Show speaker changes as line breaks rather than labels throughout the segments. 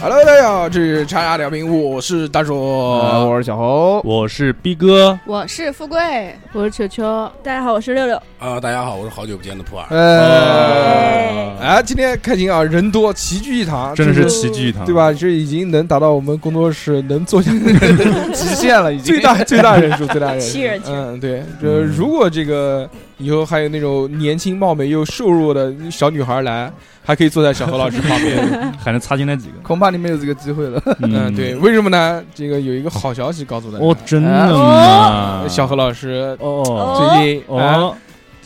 Hello，大家好，这是叉叉调频，我是大
呃，
硕。
我是小猴，
我是逼哥，
我是富贵，
我是球球，
大家好，我是六六，
啊，大家好，我是好久不见的普洱。
呃，
哎，今天开心啊，人多齐聚一堂，
真的
这
是齐聚一堂，
对？吧？这已经能达到我们工作室能做下的极限了，已经
最大最大人数，最大人数。
七人群，
嗯，对，这如果这个以后还有那种年轻貌美又瘦弱的小女孩来，还可以坐在小何老师旁边。
还能插进来几个？
恐怕你没有这个机会了。
嗯，对，，为什么呢？这个有一个好消息告诉大家，哎
哦，真的吗？
小何老师
哦
最近啊
哦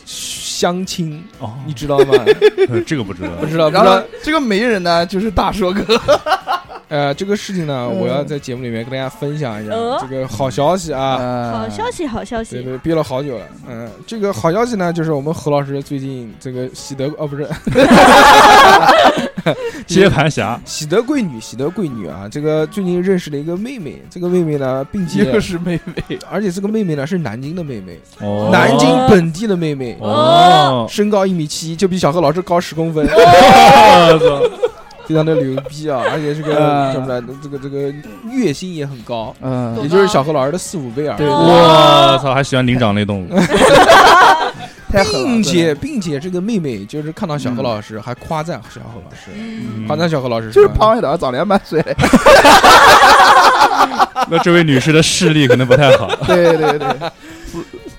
相亲，
哦
你，知道吗？
这个不知道
不知道，不
然
知道
后。这个媒人呢，就是大硕 哥，
呃，这个事情呢，
嗯
我要在节目里面跟大家分享一下
哦
这个好消息啊。
好
好消息，好消
对
息，
对，憋了好久了。嗯，这个好消息呢，就是我们何老师最近这个喜得哦，不 是
接盘侠，
喜得贵女，喜得贵女啊！这个最近认识了一个妹妹，这个妹妹呢，并且
又是妹妹，
而且这个妹妹呢是南京的妹妹，
哦
南京本地的妹妹，
哦，
身高一米七，就比小何老师高十公分，
哦
非常的牛逼啊！而且这个
啊
什么呢？这个这个月薪也很高，
嗯
也就是小何老师的四五倍啊而已。
对
我操，还喜欢灵长类 动物，
太狠了，
并且
真的
并且这个妹妹就是看到小何老师还夸赞小何老师，
嗯，
夸赞小何老师
嗯就是
吧
胖一点，长两百 岁。
那这位女士的视力可能不太好，
对对对，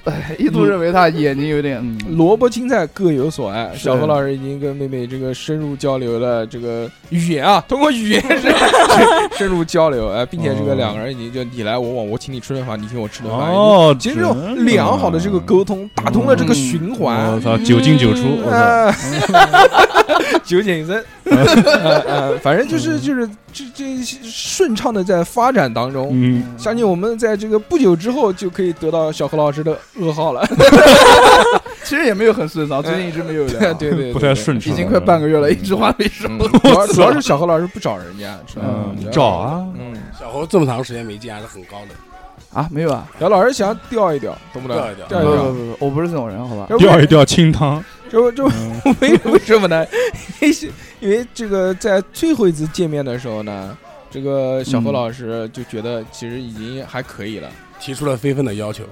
哎一度认为他眼睛有点，嗯
嗯 萝卜青菜各有所爱，
是
小何老师已经跟妹妹这个深入交流了，这个语言啊，通过语言深 深入交流，哎，并且这个
哦
两个人已经就你来我往，我请你吃顿饭，你请我吃顿饭，
哦，
其实这种良好的这个 沟通，打通了这个循
嗯我
环。
操，九进九出，我操，
啊， 九减一 增，呃呃反正就是
嗯
就是这这顺畅的在发展当中，
嗯，
相信我们在这个不久之后就可以得到小何老师的噩耗了。
其实也没有很顺畅，最近一直没有
对
人，
对，对，
不太顺畅，
已经快半个月了，一直话没说。
嗯。主要主要是小何老师不找人家，知道吗
嗯，找。啊，
嗯，
小侯这么长时间没见，还是很高的。
啊，没有啊，
小老师想调一调，懂不懂？
钓一钓
调
不
一
不
调。
不不，我不是这种人，好吧？
这
吊一吊清
啊
汤，
这这
嗯
为为什么 呢？因为这个在最后一次见面的时候呢，这个小何老师就觉得其实已经还可以了，
提出了非分的要求，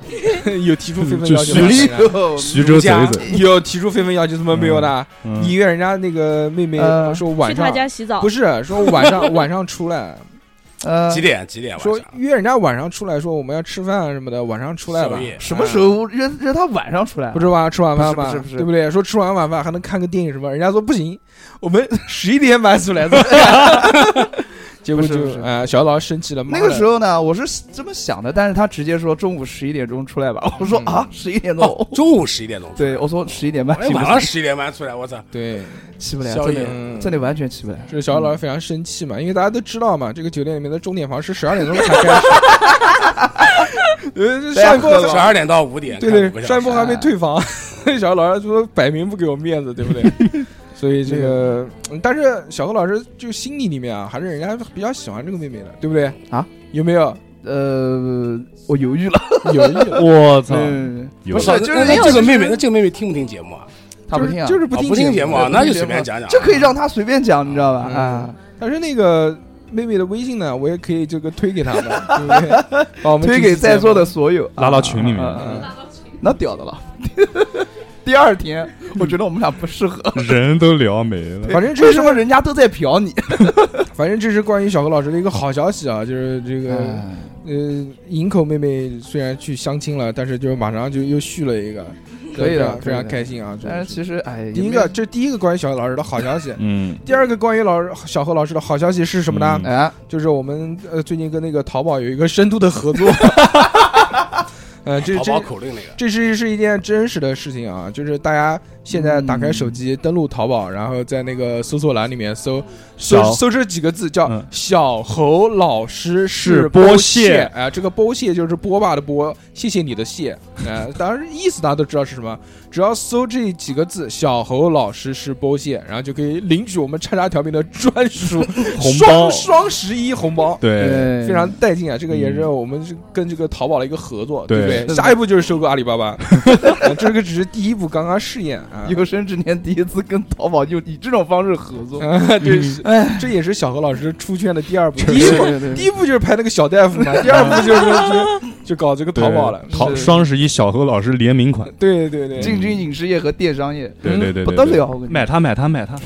有提出非分
嗯
就
要求
徐
吗
立
谁呢
徐州走一走，
有提出非分要求怎么没有呢？
嗯
你约人家那个妹妹
呃
说晚
去
上
他家洗澡
不，是说晚上 晚上出来，
呃
几，点？几点晚
说
上？
约人家晚上出来，说我们要吃饭啊什么的，晚上出来吧嗯
宵，夜
什么时候约约他晚上出来？啊
不是吧？吃晚饭吧
不是不是不，是
对不对？说吃完晚饭还能 看个电影什么，人家说不行，我们十一点半出来的。结果
不是不
就是哎，小老师生气了，
那个时
候
候呢，我是这么想的，但是他直接说中午十一点钟出来吧。我说
嗯
啊，十一点
哦
钟，，
中午十一点钟。
对，我说十一点半
哎，
起不
晚
来
上，十一点半出来，我操！
对，
起不来，
宵
真
夜
的，
嗯
真的完全起不来。
这是小老师非常生气嘛，因为大家都知道嘛，这个酒店里面的钟点房是十二点钟才 开始。呃，这上一波
大家喝了
十二点到五点，
对
看五
对，
个
上
小
一波
时哎
还没退房， 小何老师说摆明不给我面子，对 不对？所以这个，嗯但是小何老师就心里里面啊，还是人家比较喜欢这个妹妹的，对不对？
啊，
有没有
呃，我犹豫了，
有意
我操，
嗯，
有
不
不
是
是，那
就是
那
有
这个妹妹，那这个妹妹听不听节目啊？
他不听啊，
就是不
哦
听
不听节
节
目啊，
不
那
听
就
节
随
目
便讲讲。
就可以让他随便讲，你知道吧？
嗯
啊，
但是那个妹妹的微信呢，我也可以这个推给他们，对不 对？把我们
推
这
给
期
在
节
座
目
的，所有，
拉到群里面
啊啊啊啊那屌的了。 第二天，我觉得我们俩不适合。
嗯人都聊没了，
啊反正这
为
是
什么人家都在嫖 你？
反正这是关于小何老师的一个好消息啊，就是这个
嗯
呃，营口妹妹虽然去相亲了，但是就是马上就又续了一个，
可以的
非常非
可以的
常开心啊！
但是其实，哎，
第一个，这是第一个关于小何老师的好 消息。
嗯，
第二个关于老师小何老师的好消息是什么呢？
嗯
哎，
就是我们呃最近跟那个淘宝有一个深度的合作， 呃，这
淘宝
这
口令那个，
这是是一件真实的事情啊，就是大家现在打开手机、登录淘宝，然后在那个搜索栏里面搜搜
小
搜这几个字，叫
嗯
“小侯老师是
是
剥
剥
蟹
蟹”
哎哎啊、这个“剥蟹”就是波霸的“剥”，谢谢你的“蟹”啊、当然意思大家都知道是什么，只要搜这几个字“小侯老师是波蟹”，然后就可以领取我们叉叉调频的专属
红包
双双十一红包。哎
对，嗯
非常带劲啊！这个也是我们是跟这个淘宝的一个合作，
对
对不 对？
对
下一步就是收购阿里巴 巴，啊这个只是第一步，刚刚试验啊。
有生之年第一次跟淘宝就以这种方式合作，
啊，
嗯
对，是
哎，
这也是小何老师出圈的第二步。第一步，
对
第
对对，
一步就是拍那个小大夫嘛，第二步就是就就搞这个
对
淘宝了。
淘
是嗯
双十一小何老师联名款，
对对嗯对，
进军影视业和电商业，
对对对对
不得了，我跟你
买它买它买它，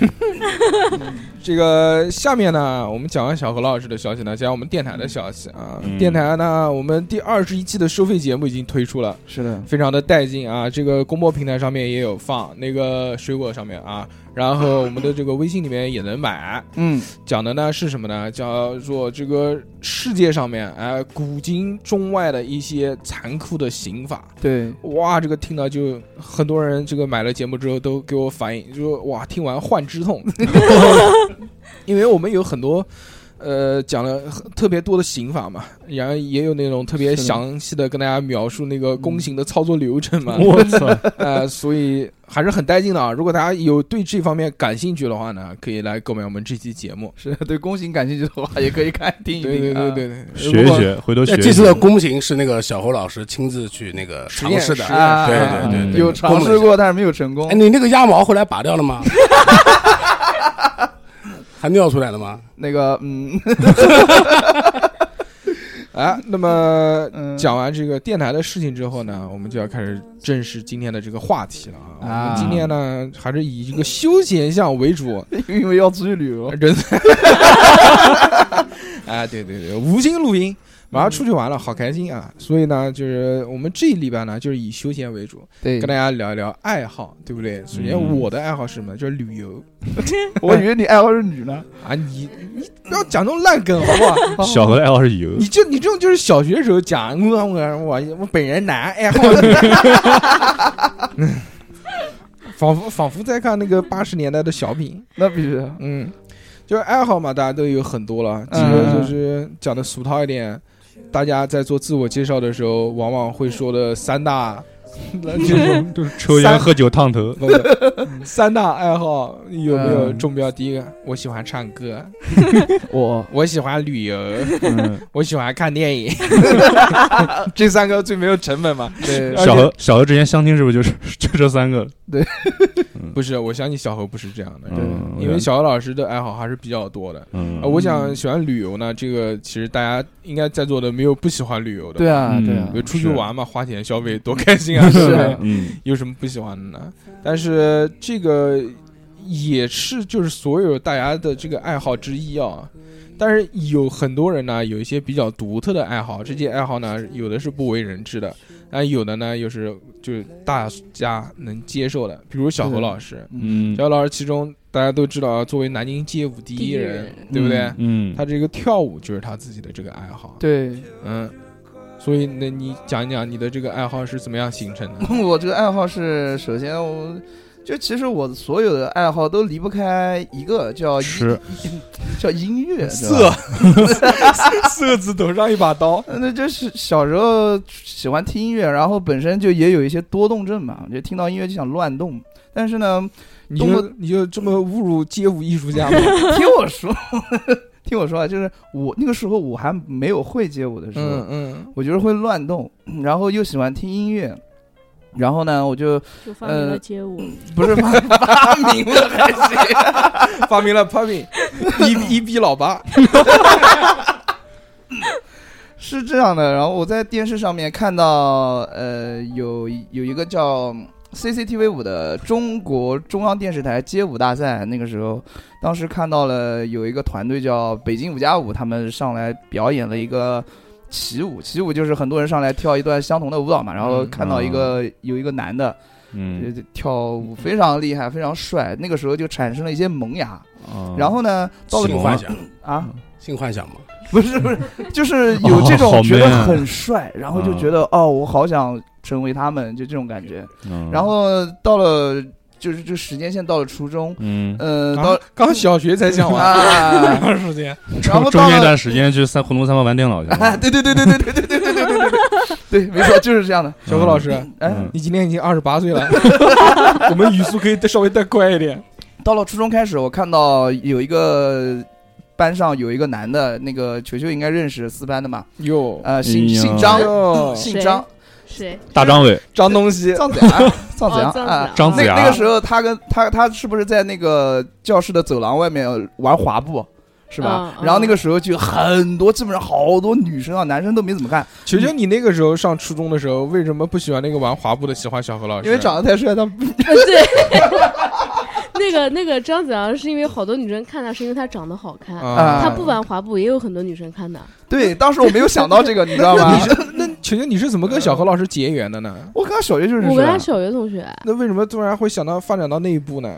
这个下面呢，我们讲完小何老师的消息呢，讲我们电台的消息啊。
嗯
电台呢，我们第二十一期的收费节目已经推出了，
是的，
非常的带劲啊！这个公播平台上面也有放，那个水果上面啊，然后我们的这个微信里面也能买。
嗯，
讲的呢是什么呢？叫做这个世界上面哎、古今中外的一些残酷的刑法。
对，
哇，这个听到就很多人这个买了节目之后都给我反映，就说哇，听完患肢痛， 因为我们有很多。呃，讲了很特别多的刑法嘛，然后也有那种特别
是的
详细的跟大家描述那个宫刑的操作流程嘛，
我操，
呃，所以还是很带劲的啊！如果大家有对这方面感兴趣的话呢，可以来购买我们这期节目。
是对公行感兴趣的话，也可以看听一听，
对对对
啊，
对对，
学
如
一
果
学，回头学
哎
一学。
这次的公刑是那个小侯老师亲自去那个
实
尝
验
试
实
的
验。
啊，
对
啊
对对对
有尝试过，但是没有成功
哎，，你那个鸭毛后来拔掉了吗？还尿出来了吗？
那个，嗯
啊，那么
嗯，
讲完这个电台的事情之后呢，我们就要开始正式今天的这个话题了啊。
啊
我们今天呢，还是以一个休闲项为主，
因为要出去旅游，
人。啊，对对对，无心录音，马上出去玩了，好开心啊！所以呢，就是我们这一礼拜呢，就是以休闲为主，
对
跟大家聊一聊爱好，对不对？首先，
嗯
我的爱好是什么呢？就是旅游
我以为你爱好是女呢，
啊！你你不要讲这种烂梗好不好？
小何的爱好是油，
你就你这种就是小学时候讲，我我我我本人哎男爱好， 仿佛仿佛在看那个八十年代的小品，
那必须的，
嗯，就是爱好嘛，大家都有很多了。其实就是讲的俗套一点，大家在做自我介绍的时候，往往会说的三大，就是
就是抽烟
三
喝酒烫头，
不不，三大爱好有没有
嗯
中标？第一个，我喜欢唱歌，
我
我喜欢旅游，
嗯，
我喜欢看电 影，这三个最没有成本嘛。
对
而且
小何小何之前相亲是不是就是就这 三个？
不是，我相信小何不是这样的，
嗯，
因为小何老师的爱好还是比较多的。
嗯
啊，我想喜欢旅游呢，这个其实大家应该在座的没有不喜欢旅游的。
对，啊
嗯
对啊
比如，出去
是
玩嘛，花钱消费多开心啊，
是
不
啊
嗯
有什么不喜欢的呢？但是这个也是就是所有大家的这个爱好之一啊。但是有很多人呢，有一些比较独特的爱好，这些爱好呢，有的是不为人知的，但有的呢又是就是大家能接受的，比如小
是
何
的
老师，
嗯
小何老师其中大家都知道啊，作为南京街舞第一人，对不对？
嗯
嗯，
他这个跳舞就是他自己的这个爱好，，
对，
嗯，所以那你讲一讲你的这个爱好是怎么样形成的？
我这个爱好是，首先我就其实我所有的爱好都离不开一个叫音
吃
叫音 乐，
色
对吧 呃
色字头上一把刀，
那就是小时候喜欢听音乐，然后本身就也有一些多动症嘛，就听到音乐就想乱动。但是呢，
你就你就这么 侮辱街舞艺术家吗？
听我说，听我说啊，就是我那个时候我还没有会街舞的时候，
嗯嗯，
我就是会乱动，然后又喜欢听音乐，然后呢，我就
就发明
呃
了街舞，
不是 发发明了还行，
发明了 popping，一一逼老八，
是这样的，然后我在电视上面看到，呃，有有一个叫 CCTV 五的中国中央电视台街舞大赛，那个时候，当时看到了有一个团队叫北京五加五，他们上来表演了一个。起舞，起舞就是很多人上来跳一段相同的舞蹈嘛，然后
嗯
看到一个、有一个男的、
嗯
呃跳舞非常厉害，非常帅，那个时候就产生了一些萌芽。
嗯
啊
然后呢，到了
性幻想，
啊，
性幻想嘛。
不是不是，就是有这
哦好啊
种
man
觉得
啊
很帅，然后就觉得哦，我好想成为他们，就这种感觉。
嗯
然后到了就是这时间线到了初中，
嗯，
呃，
啊
到
刚小学才讲完，
啊，
长时间，
然后
中中
到
间一
了
段时间去三胡同三八玩电脑去
啊，
了，
对对对对对对对对对对对 对，没错，就是这样的。
小虎老师，
哎，
嗯
你今年已经二十八岁了， 我们语速可以再稍微带快一点。
到了初中开始，我看到有一个班上有一个男的，那个球球应该认识四班的嘛，
哟，
呃，姓
哎呀
姓张，
哟
姓张，
谁？
大张伟，
张东西，
张子 阳，张子阳
哦张子
啊
阳。
张子
那
牙，，
那个时候，他跟他他是不是在那个教室的走廊外面玩滑步，是吧？
嗯嗯
然后那个时候 就很多，基本上好多女生啊，男生都没怎么看，
球球，你那个时候上初中的时候，为什么不喜欢那个玩滑步的，喜欢小何老师？
因为长得太帅，他们
呃对， 那个那个张子阳是因为好多女生看他，是因为他长得好看。
啊，
他不玩滑步，也有很多女生看他。
对。当时我没有想到这个，你知道 吗
你？是那球球，你是怎么跟小何老师结缘的呢？
我跟他小学就认
我
识
跟他
了，
小学同学，
那为什么突然会想到发展到那一步呢？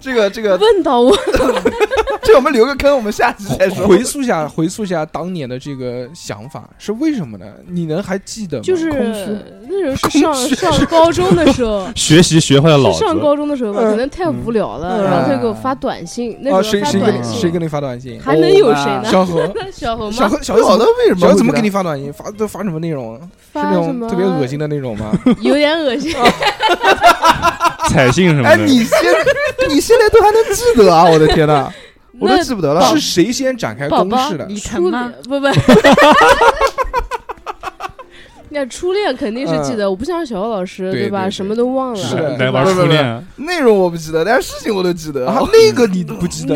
这个这个
问 到我，
这个我们留个坑，我们下期再说。
回溯下，回溯下当年的这个想法是为什么呢？你能还记得吗？
就是
空虚
那时候是上上高中的 时候
学习学坏了脑
是
子，
上高中的时候吧，
嗯
可能太无聊了，
嗯
然后他就给我发短信，那
啊，
时
谁谁给
候发短
你
信
谁
信，
给你发短信？哦
还能有谁呢？
小何，
那 小红
小
吗？
何，小
不晓
何怎
得
么
为什
小何
么会
怎么
这
给你
样
发短信？发都发什么内容？啊是
发
那
什
种
么
特别恶心的那种吗？
有点 恶心。
彩信什么的。
哎，你现你现在都还能记得啊！我的天呐，我
那
都记不得了。
是谁先展开
宝
攻
宝
势的？
李晨
初
吗
恋？不不，那初恋肯定是记得，我不像小欧老师
对对
吧？
对
什么都忘了。
是的
来玩
不是不
初
是
恋啊，
内容我不记得，但是事情我都记得。
啊，那个你 不记得？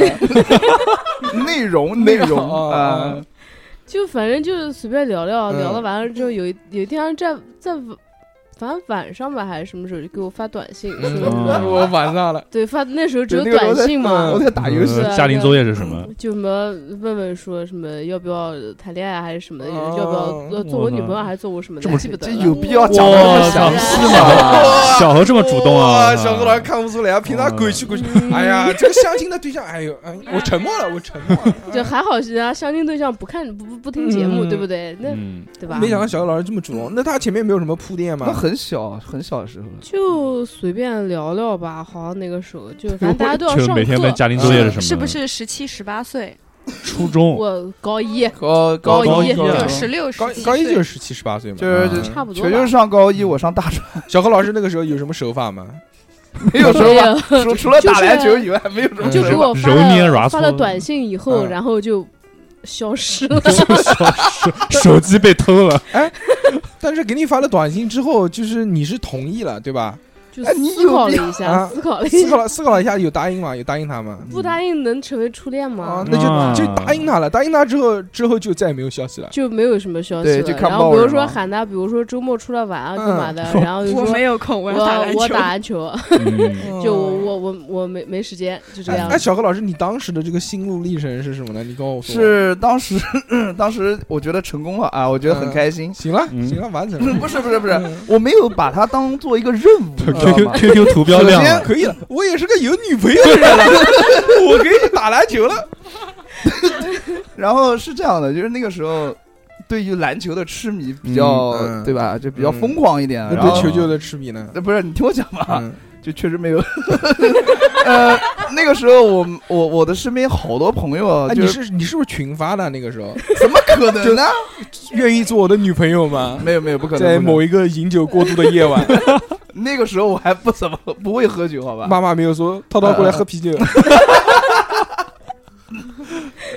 内容 内
内
容
容
啊，
就反正就是随便聊聊，
嗯
聊了完了之后，有一有一天在在晚反正晚上吧还是什么时候就给我发短信，
嗯
说
嗯
我晚上了。
对发那时候只
对
有
那个时候在
短信嘛
我，在打游戏
嗯。
家庭作业是什么？
就什么问问说什么要不要谈恋爱还是什么的，
哦
要不要呃做我女朋友还是做我什么的，记不得
这
了。
有必要讲的那么详细吗？
小何这么主动啊！
哇小何老师看不出来啊，凭他鬼去鬼去。
嗯
哎呀，这个相亲的对象，哎呦，哎，我沉默了，我沉默了。
就还好，人家相亲对象不看不不不听节目，
嗯
对不对？那
嗯，
对吧
没？想到小何老师这么主动，那他前面没有什么铺垫
那
吗？
很小很小的时候了，
就随便聊聊吧，好像那个时候就反正大家都要
就
上
每天问
嗯
课。
家庭作业是什么？
是不是十七、十八岁？
初中？
我高一，
高
高
高
一
一啊
就十六、十
高
七
高一就是
岁。
十七十八岁嘛，
就是
嗯
差不多
球
吧
球上高一，我上大专，
小何老师那个时候有什么手法吗？
没有什么
没有
吧，除除了打
啊
篮球以外，没有什么
嗯
就给
手法。
我发
揉捏揉
了发了
搓
短信以后，
嗯
然后就消失了。
手机被偷了，
哎 但是给你发了短信之后，就是你是同意了，对吧？
就
哎你
思考了
有
一下，
啊
思考了一
思考
下，
了思考了一下，有答应吗？有答应他吗？
不答应能成为初恋
啊
吗，？
那
啊
就就答应他了，答应他之后之后就再也没有消息了。
就没有什么消息
对
了。
就看
然
不到
后比如
人
说
了
喊他，比如说周末出来玩啊，
嗯
干嘛的，然后就
我
说
没有空，我要打篮
我
球。
我打 篮球，
嗯
就我我我我没没时间， 就这
哎
样
哎，。小何老师，你当时的这个心路历程是什么呢？你跟我说。
是当时 当时我觉得成功了啊，我觉得很
嗯
开心。
行了，
嗯
行了，完成了。
不是不是不是，
嗯
我没有把它当做一个任务，你知 道
，QQ
吗？
QQ 图标亮了，
可以了，我也是个有女朋友的人了，啊 我可以去打篮球了。
然后是这样的，就是那个时候对于篮球的痴迷比较，
嗯嗯
对吧？ 就比较
嗯
疯狂一点。
那
然
对
后
球球的痴迷呢？
呃不是你听我讲嘛，
嗯
就确实没有。呃，那个时候我我我的身边好多朋友啊，
哎，
就
你
是
是你是不是群发的？那个时候
怎么可能呢？
愿意做我的女朋友吗？
没有没有，不可能。
在
不可能
某一个饮酒过度的夜晚，
那个时候我还不怎么不会喝酒，好吧？呃
妈妈没有说涛涛过来喝啤酒。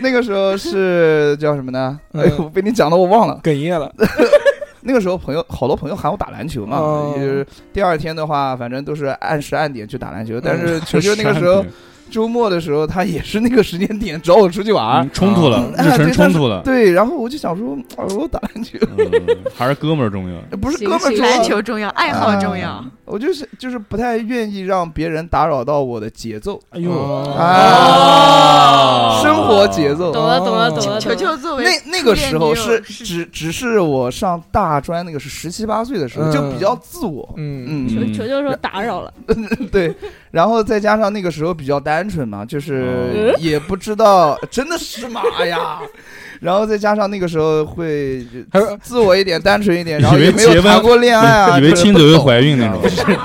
那个时候是叫什么呢？
嗯
哎呦，我被你讲的我忘了。
哽咽了，
那个时候朋友好多朋友喊我打篮球嘛，
哦
就是第二天的话，反正都是按时按点去打篮球。
嗯
但 是球球那个时候周末的时候，他也是那个时间点找我出去玩儿。
嗯冲突了，
哎
日
对
程冲突了，
对，然后我就想说，啊我打篮球
嗯还是哥们儿重要。
不是
行
哥们儿
行
重要
篮球重要，爱好重
哎
要。
我就是就是不太愿意让别人打扰到我的节奏
哎
哦
啊，生活节奏。
哦懂了懂了懂了，懂
球
了
球作为
那那个时候是
初恋女友是
只只是我上大专那个是十七八岁的时
嗯
候，就比较自我，
嗯
嗯，
嗯
球球说打扰了，
对，然后再加上那个时候比较单纯嘛，
哦
就是也不知道，真的是嘛哎呀，然后再加上那个时候会就
还有
自我一点、单纯一
哎
点，然后
以为
也没有
结婚
谈过恋爱啊，
以为
就是
亲
不
嘴会
懂
怀孕那种，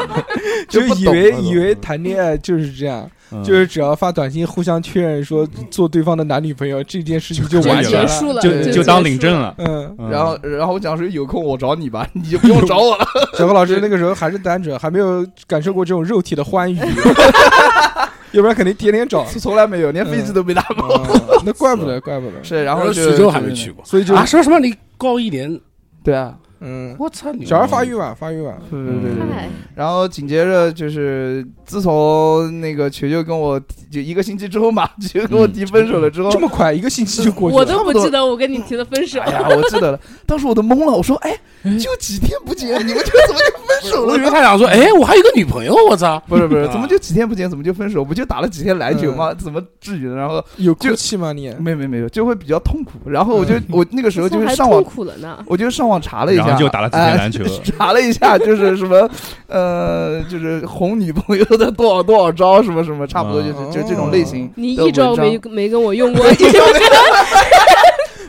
就
不
以
懂
为
那种
以为谈恋爱就是这样，
嗯
就是只要发短信互相确认说做对方的男女朋友这件事情就
就
完
可以
全
结
了
束了，
就
就
就当领
结束
证
了。
了。
嗯，
嗯
然后，然后我讲说有空我找你吧，你就不用找我了。
小何老师那个时候还是单纯，还没有感受过这种肉体的欢 愉，要不然肯定天天找。
从来没有，连飞机都没打过。
嗯那怪不得，怪不得。
是，然后
后
就
徐州还没去。过
所以就
啊？说什么？你高一年？
对啊，
嗯，
我操你！
小孩发育晚，发育晚。
对对对对对。
嗨，
然后紧接着就是，自从那个球球跟我提就一个星期之后嘛，球球
嗯
跟我提分手了之后
这，么快，一个星期就过去
我
了。
都不记得我跟你提的分手
哎。 呀，我记得了，当时我都懵了，我说，哎，就几天不见，你们就怎么就分手
我
了
以
呢
为？他想说，哎，我还有个女朋友，我操！
不是不是，
啊
怎么就几天不见，怎么就分手？不就打了几天篮球吗？怎么至于呢？然后
嗯有
就
哭泣吗你？
没有没有没有，就会比较痛苦。然后我就
嗯
我那个时候就是
还
上网
痛，苦了呢。
我就上网查了一
然
下，
后就打了几天
哎
篮球
查了一下就是什么，呃，就是哄女朋友的多少多少招，什么什么，差不多就是
哦
就这种类型。
你
的
一招
文章
没没跟我用过，一招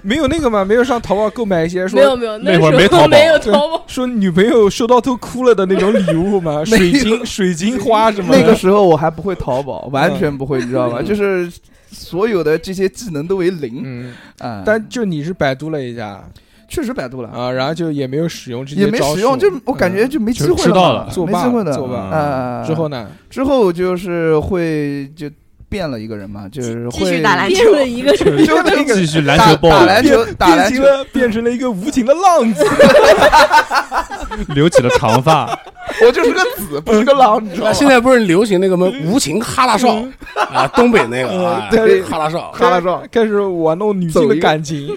没有那个吗？没有上淘宝购买一些
没有
说
没有，
那
时
会
候
儿没淘宝
没有
对
淘 宝，
说女朋友收到都哭了的那种礼物 吗？
没有
水晶水晶花什么嗯
那个
的？
时候我还不会淘宝，完全不会，你知道吗？就是所有的这些技能都为零。
嗯，
啊，
但就你是百度了一下
确实百度了，
啊，然后就也没有使用这些
也没
招
使用，
数
就我感觉
嗯
就没机
就
会
知道
嘛
了
作
没
罢
机会
作罢嗯
了。啊，
之后呢？
之后就是会就变了一个人嘛，就是
继
会
续打篮
变
球，
了一个人。
就那个
继续篮
打
球
打
爆
篮球打
变
篮
形
球，
了，变成了一个无情的浪子。
留起了长发，
我就是个子，不是个狼，你知道
啊，
吗？
现在不是流行那个什么无情哈拉少啊，东北那个啊，
嗯对
哈拉少，
哈拉壮
开始玩弄女性
走
的
一个
感情，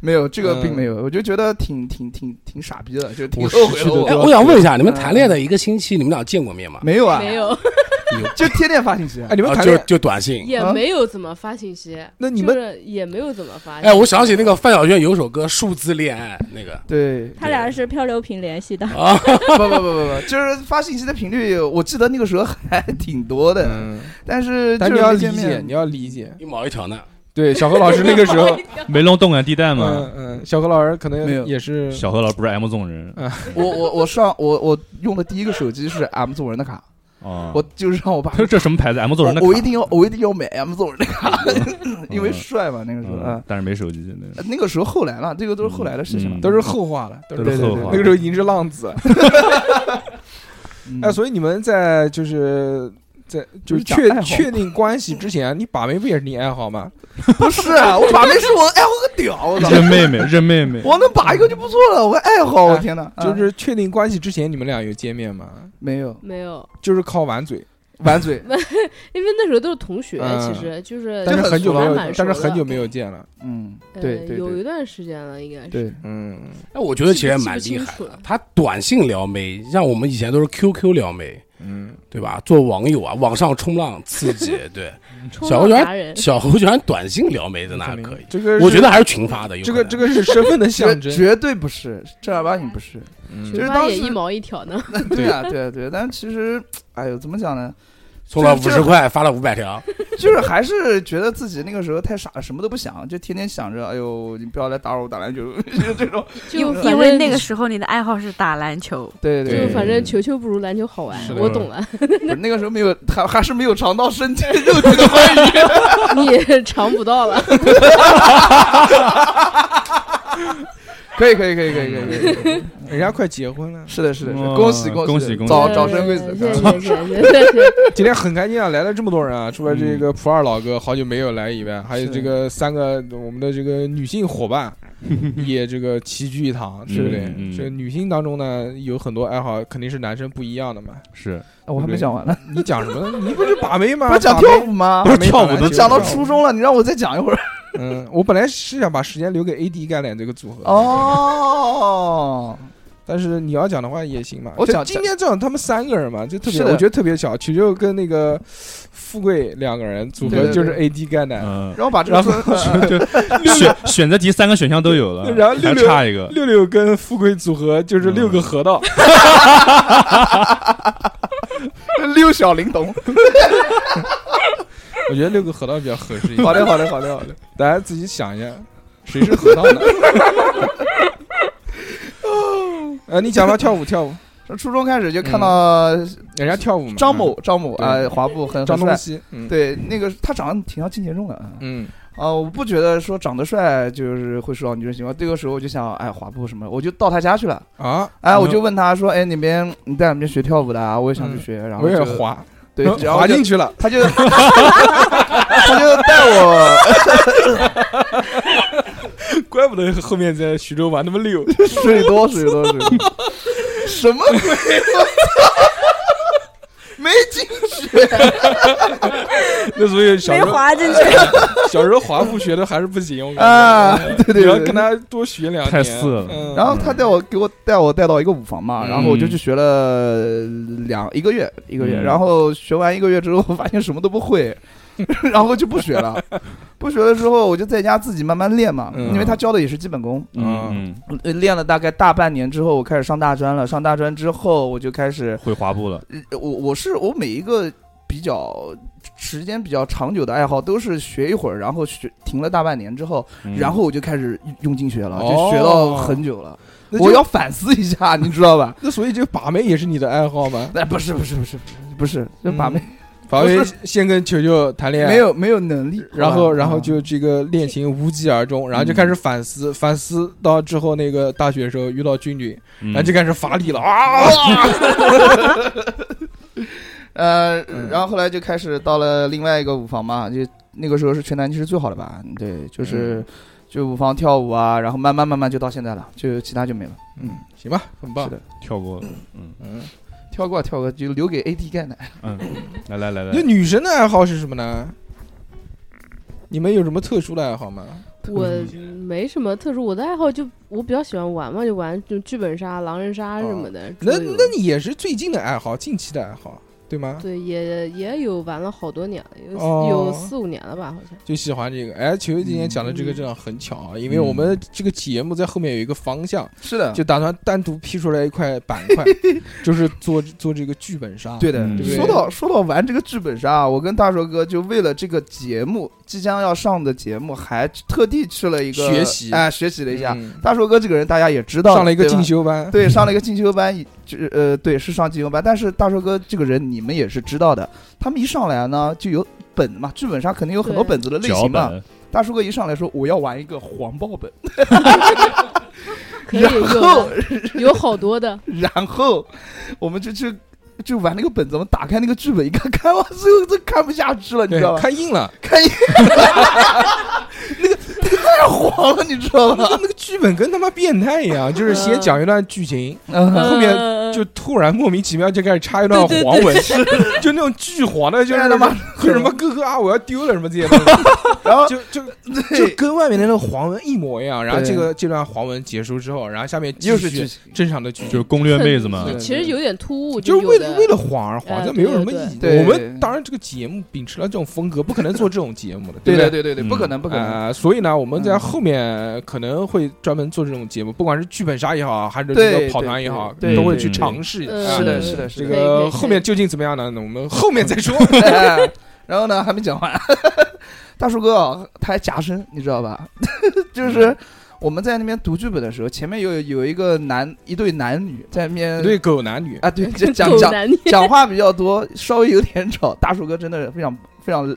没有这个
嗯
并没有，我就觉得挺挺挺挺傻逼的，就挺
我
后
失
悔
去
的
的
哎，
多
我。
我想问一下，你们谈恋爱的一个星期，你们俩见过面吗？
没有啊，
没有，
就天天发信息啊
哎，。你们
啊，
谈
就
恋爱，
就短信。
也
啊
没有怎么发信息，
那你
就
们
是也没有怎么发。
哎，我想起那个范晓萱有首歌《数字恋爱》，那个
对，
他俩是漂流瓶联系 的，
啊，
嗯不不不不不，就是发信息的频率，我记得那个时候还挺多的，
嗯，
但是就
但
是
你要
没
理
见
解，
面
你，要理解。
一毛一条呢。
对，小何老师那个时 候，
没弄动感地带嘛。
嗯嗯，小何老师可
没
能
有
也是，
小何老师不是 M 纵人
嗯
我我我上我我用的第一个手机是 M 总人的卡，
啊，
我就是让我爸
他说这什么牌子？M 纵人的
我
卡
我一定要我一定要买 M 总人的卡， 因为
嗯
帅嘛那个时候
嗯
啊，
但是没手机，那个
那个时候后来了，这个都是后来的事情了
嗯。
都是后话了，都
都
是
是
对对
后
对
话。
那个时候已经是浪子 了。
嗯
哎，所以你们在就是。在就
不
是
是
确
讲爱好
确定关系之前，你把妹不也是你爱好吗？
不是啊，我把妹是我爱好个屌，我操！
认妹 妹，认妹妹，
我能把一个就不错了，
嗯
我爱好，我天哪！
哎就
啊
是确定关系之前，你们俩有见面吗？
没有
没有，
就是靠玩嘴，
玩嘴，
因为那时候都是同学，
嗯
哎其实就是
但是很久没有
还蛮，熟
但是
的
很久没有见了。
嗯，
呃
对对
有一
对
段时间了，应该是。
对，
嗯，
哎，我觉得其实蛮厉害
记不清楚
的。他短信撩妹，像我们以前都是 QQ 撩妹，
嗯，
对吧？做网友啊，网上冲浪刺激。对，
冲
小
浪
何居
达人
然，小何居然短信撩妹的那
肯定
可以，
这个
我
是
觉得还是群发的。有
这个
可能
这个是身份的象
绝
征，
绝对 不是正儿八经不是，
嗯
就
群
是
发
当
也
时
一毛一条 呢。
对啊对啊对啊，但其实，哎呦，怎么讲呢？
充了五
这
十块，发了五百条，
就是还是觉得自己那个时候太傻了，什么都不想，就天天想着，哎呦，你不要来打扰我打篮球，就这种。
就
因
反
因为
正
那个时候你的爱好是打篮球，
对
就
对，
反正球球不如篮球好玩
是，的
我懂了。
不是那个时候没有，还还是没有尝到身体肉体的欢愉。
啊
你也尝不到了，
可以可以可以可以可以可以，可以
人家快结婚了。
是的是的，是的
哇
恭喜
恭喜
喜
恭喜
早早生贵
呃
子，
谢
啊
谢谢谢谢谢。
今天很开心啊，来了这么多人啊，除了
嗯
这个普洱老哥好久没有来以外，还有这个三个我们的这个女性伙 伴也这个齐聚一堂，对不对
嗯？嗯
这女性当中呢，有很多爱好，肯定是男生不一样的嘛。
是
我还没讲完呢，
你讲什么呢？你不是把妹吗？
不是讲
把妹
跳舞吗
把？妹
不是跳舞
打篮球
都讲到初中了，你让我再讲一会儿。
嗯，我本来是想把时间留给 AD 橄榄这个组合，
哦，
但是你要讲的话也行嘛。
我
就
讲
今天正好他们三个人嘛，就特别，
啊是
我
的
觉得特别巧，球球跟那个富贵两个人组合
对对对
就是 AD 橄榄，
嗯，
然后把这
然
个
后
村呃
就选选择题三个选项都 有了，
然后六
还
六
差一个，
六六跟富贵组合就是六个河道，
呃六小龄童。
我觉得六个河道比较合适一
好
点，
的好的好的好的，
大家自己想一下，谁是 河道呢？呃，你讲吧，跳舞跳舞，嗯
初中开始就看到
人家跳舞嘛，
张某张某
对
啊，滑步很
嗯张
很
东
帅。
西，嗯，
对，那个他长得挺像金杰忠的啊。
嗯，
啊、我不觉得说长得帅就是会受到女生喜欢。这个时候我就想，哎，滑步什么，我就到他家去了。
啊，
哎，我就
嗯
问他说，哎，那边你在我们学跳舞的啊？我也想去学，然后
我也
就，
滑，
对， 然后
滑
就
进去了，
他就 他就带我，
怪不得后面在徐州玩那么溜，
水多水多水多，什么鬼？我操！没进去，
那所以小
没
时候
滑进去，
小时候滑步学的还是不行，我
啊
感觉，
对对
嗯
对
你要跟他多学两年，
太次了
嗯
然后他带我给我带我带到一个舞房嘛，
嗯
然后我就去学了两一个月一个月，
嗯
然后学完一个月之后， 发现什么都不会，然后就不学 了。不学了之后，我就在家自己慢慢练嘛，
嗯
因为他教的也是基本功。
嗯嗯，
呃练了大概大半年之后，我开始上大专了。上大专之后，我就开始，
会滑步了，
呃我我是我每一个比较时间比较长久的爱好都是学一会儿，然后学停了大半年之后，
嗯
然后我就开始用进学了，
哦
就学到很久了。
那就
我要反思一下，你知道吧？
那所以这个把妹也是你的爱好吗？嗯
哎，不是不是不是不是，就把妹
把妹
不
先跟球球谈恋爱，
没，有没有能力，
然
好
后
吧嗯
然后就这个恋情无疾而终，然后就开始反思，反思到之后那个大学的时候遇到君君，
嗯
然后就开始乏力 了啊，
呃，
嗯
然后后来就开始到了另外一个舞房嘛，就那个时候是全南京市最好的吧？对，就是、
嗯
就舞房跳舞啊，然后慢慢慢慢就到现在了，就其他就没了。
嗯，行吧，很棒
是，的，
跳过了，嗯
嗯，
跳过跳过就留给 AD 干的。
嗯，来来来
那
来，
女生的爱好是什么呢？你们有什么特殊的爱好吗？
我没什么特殊，我的爱好就我比较喜欢玩嘛，就玩就剧本杀、狼人杀什么的。
哦那
桌游
那你也是最近的爱好，近期的爱好，对吗？
对也也有玩了好多年了，有、
啊哦
有四五年了吧，好像。
就喜欢这个。哎，球球今天讲的这个正好很巧啊，因为我们这个节目在后面有一个方向，
嗯是的
就打算单独批出来一块板 块，就是做做这个剧本
啊
杀。
对的。
嗯
对不对
说到说到玩这个剧本杀，我跟大硕哥就为了这个节目即将要上的节目，还特地去了一个
学习
哎，学习了
嗯，
一下。大硕哥这个人大家也知道，
上了一个
对吧
进修班，
对，上了一个进修班，以就是呃，对，是上进修班。但是大寿哥这个人你们也是知道的，他们一上来呢就有本嘛，剧本杀肯定有很多
对
本子的类
脚
型嘛。
本，
大寿哥一上来说我要玩一个黄豹本，
可以
然
有
后
的 有好多的，
然后我们就去就玩那个本子，我们打开那个剧本一看，看完之后都看不下去了，你
对
知道，吧？
哎看硬 了，
看一 那个太黄了，你知道吧？
那个剧本跟他妈变态一样，就是先讲一段剧情，
嗯
后面
呃
就突然莫名其妙就开始插一段黄文， 就那种巨黄的，就是
哎他妈
就是什么哥哥啊，我要丢了什么这些东西，
然后
就就就
对
跟外面的那个黄文一模一样。然后
对
这个这段黄文结束之后，然后下面继续
又是剧情，
正常的剧
就是
情，
攻略妹子嘛，
对
其实有点突兀，
就是
有
为
的
了为了黄而黄，
呃
这没有什么
对对
意义。
对
我们当然这个节目秉持了这种风格，不可能做这种节目的，
对
不
的，
对？
对对对，不可能，不可能。
啊、所以呢，我们在
嗯
后面可能会专门做这种节目，不管是剧本杀也好，还是这个
对
跑
对
团也好，
对
都会
对
去
对
尝试一下。
呃
是的，
啊
是的，是
这
的。
可以可
个
以
后面究竟怎么样呢？那我们 后面再说。
哎然后呢，还没讲完， 大树哥啊，他还夹生，你知道吧？
嗯
就是我们在那边读剧本的时候，前面有有一个男一对男女在那边
对狗男女，
啊， 对，就讲
狗
讲
男女
讲话比较多，稍微有点吵。大树哥真的非常非常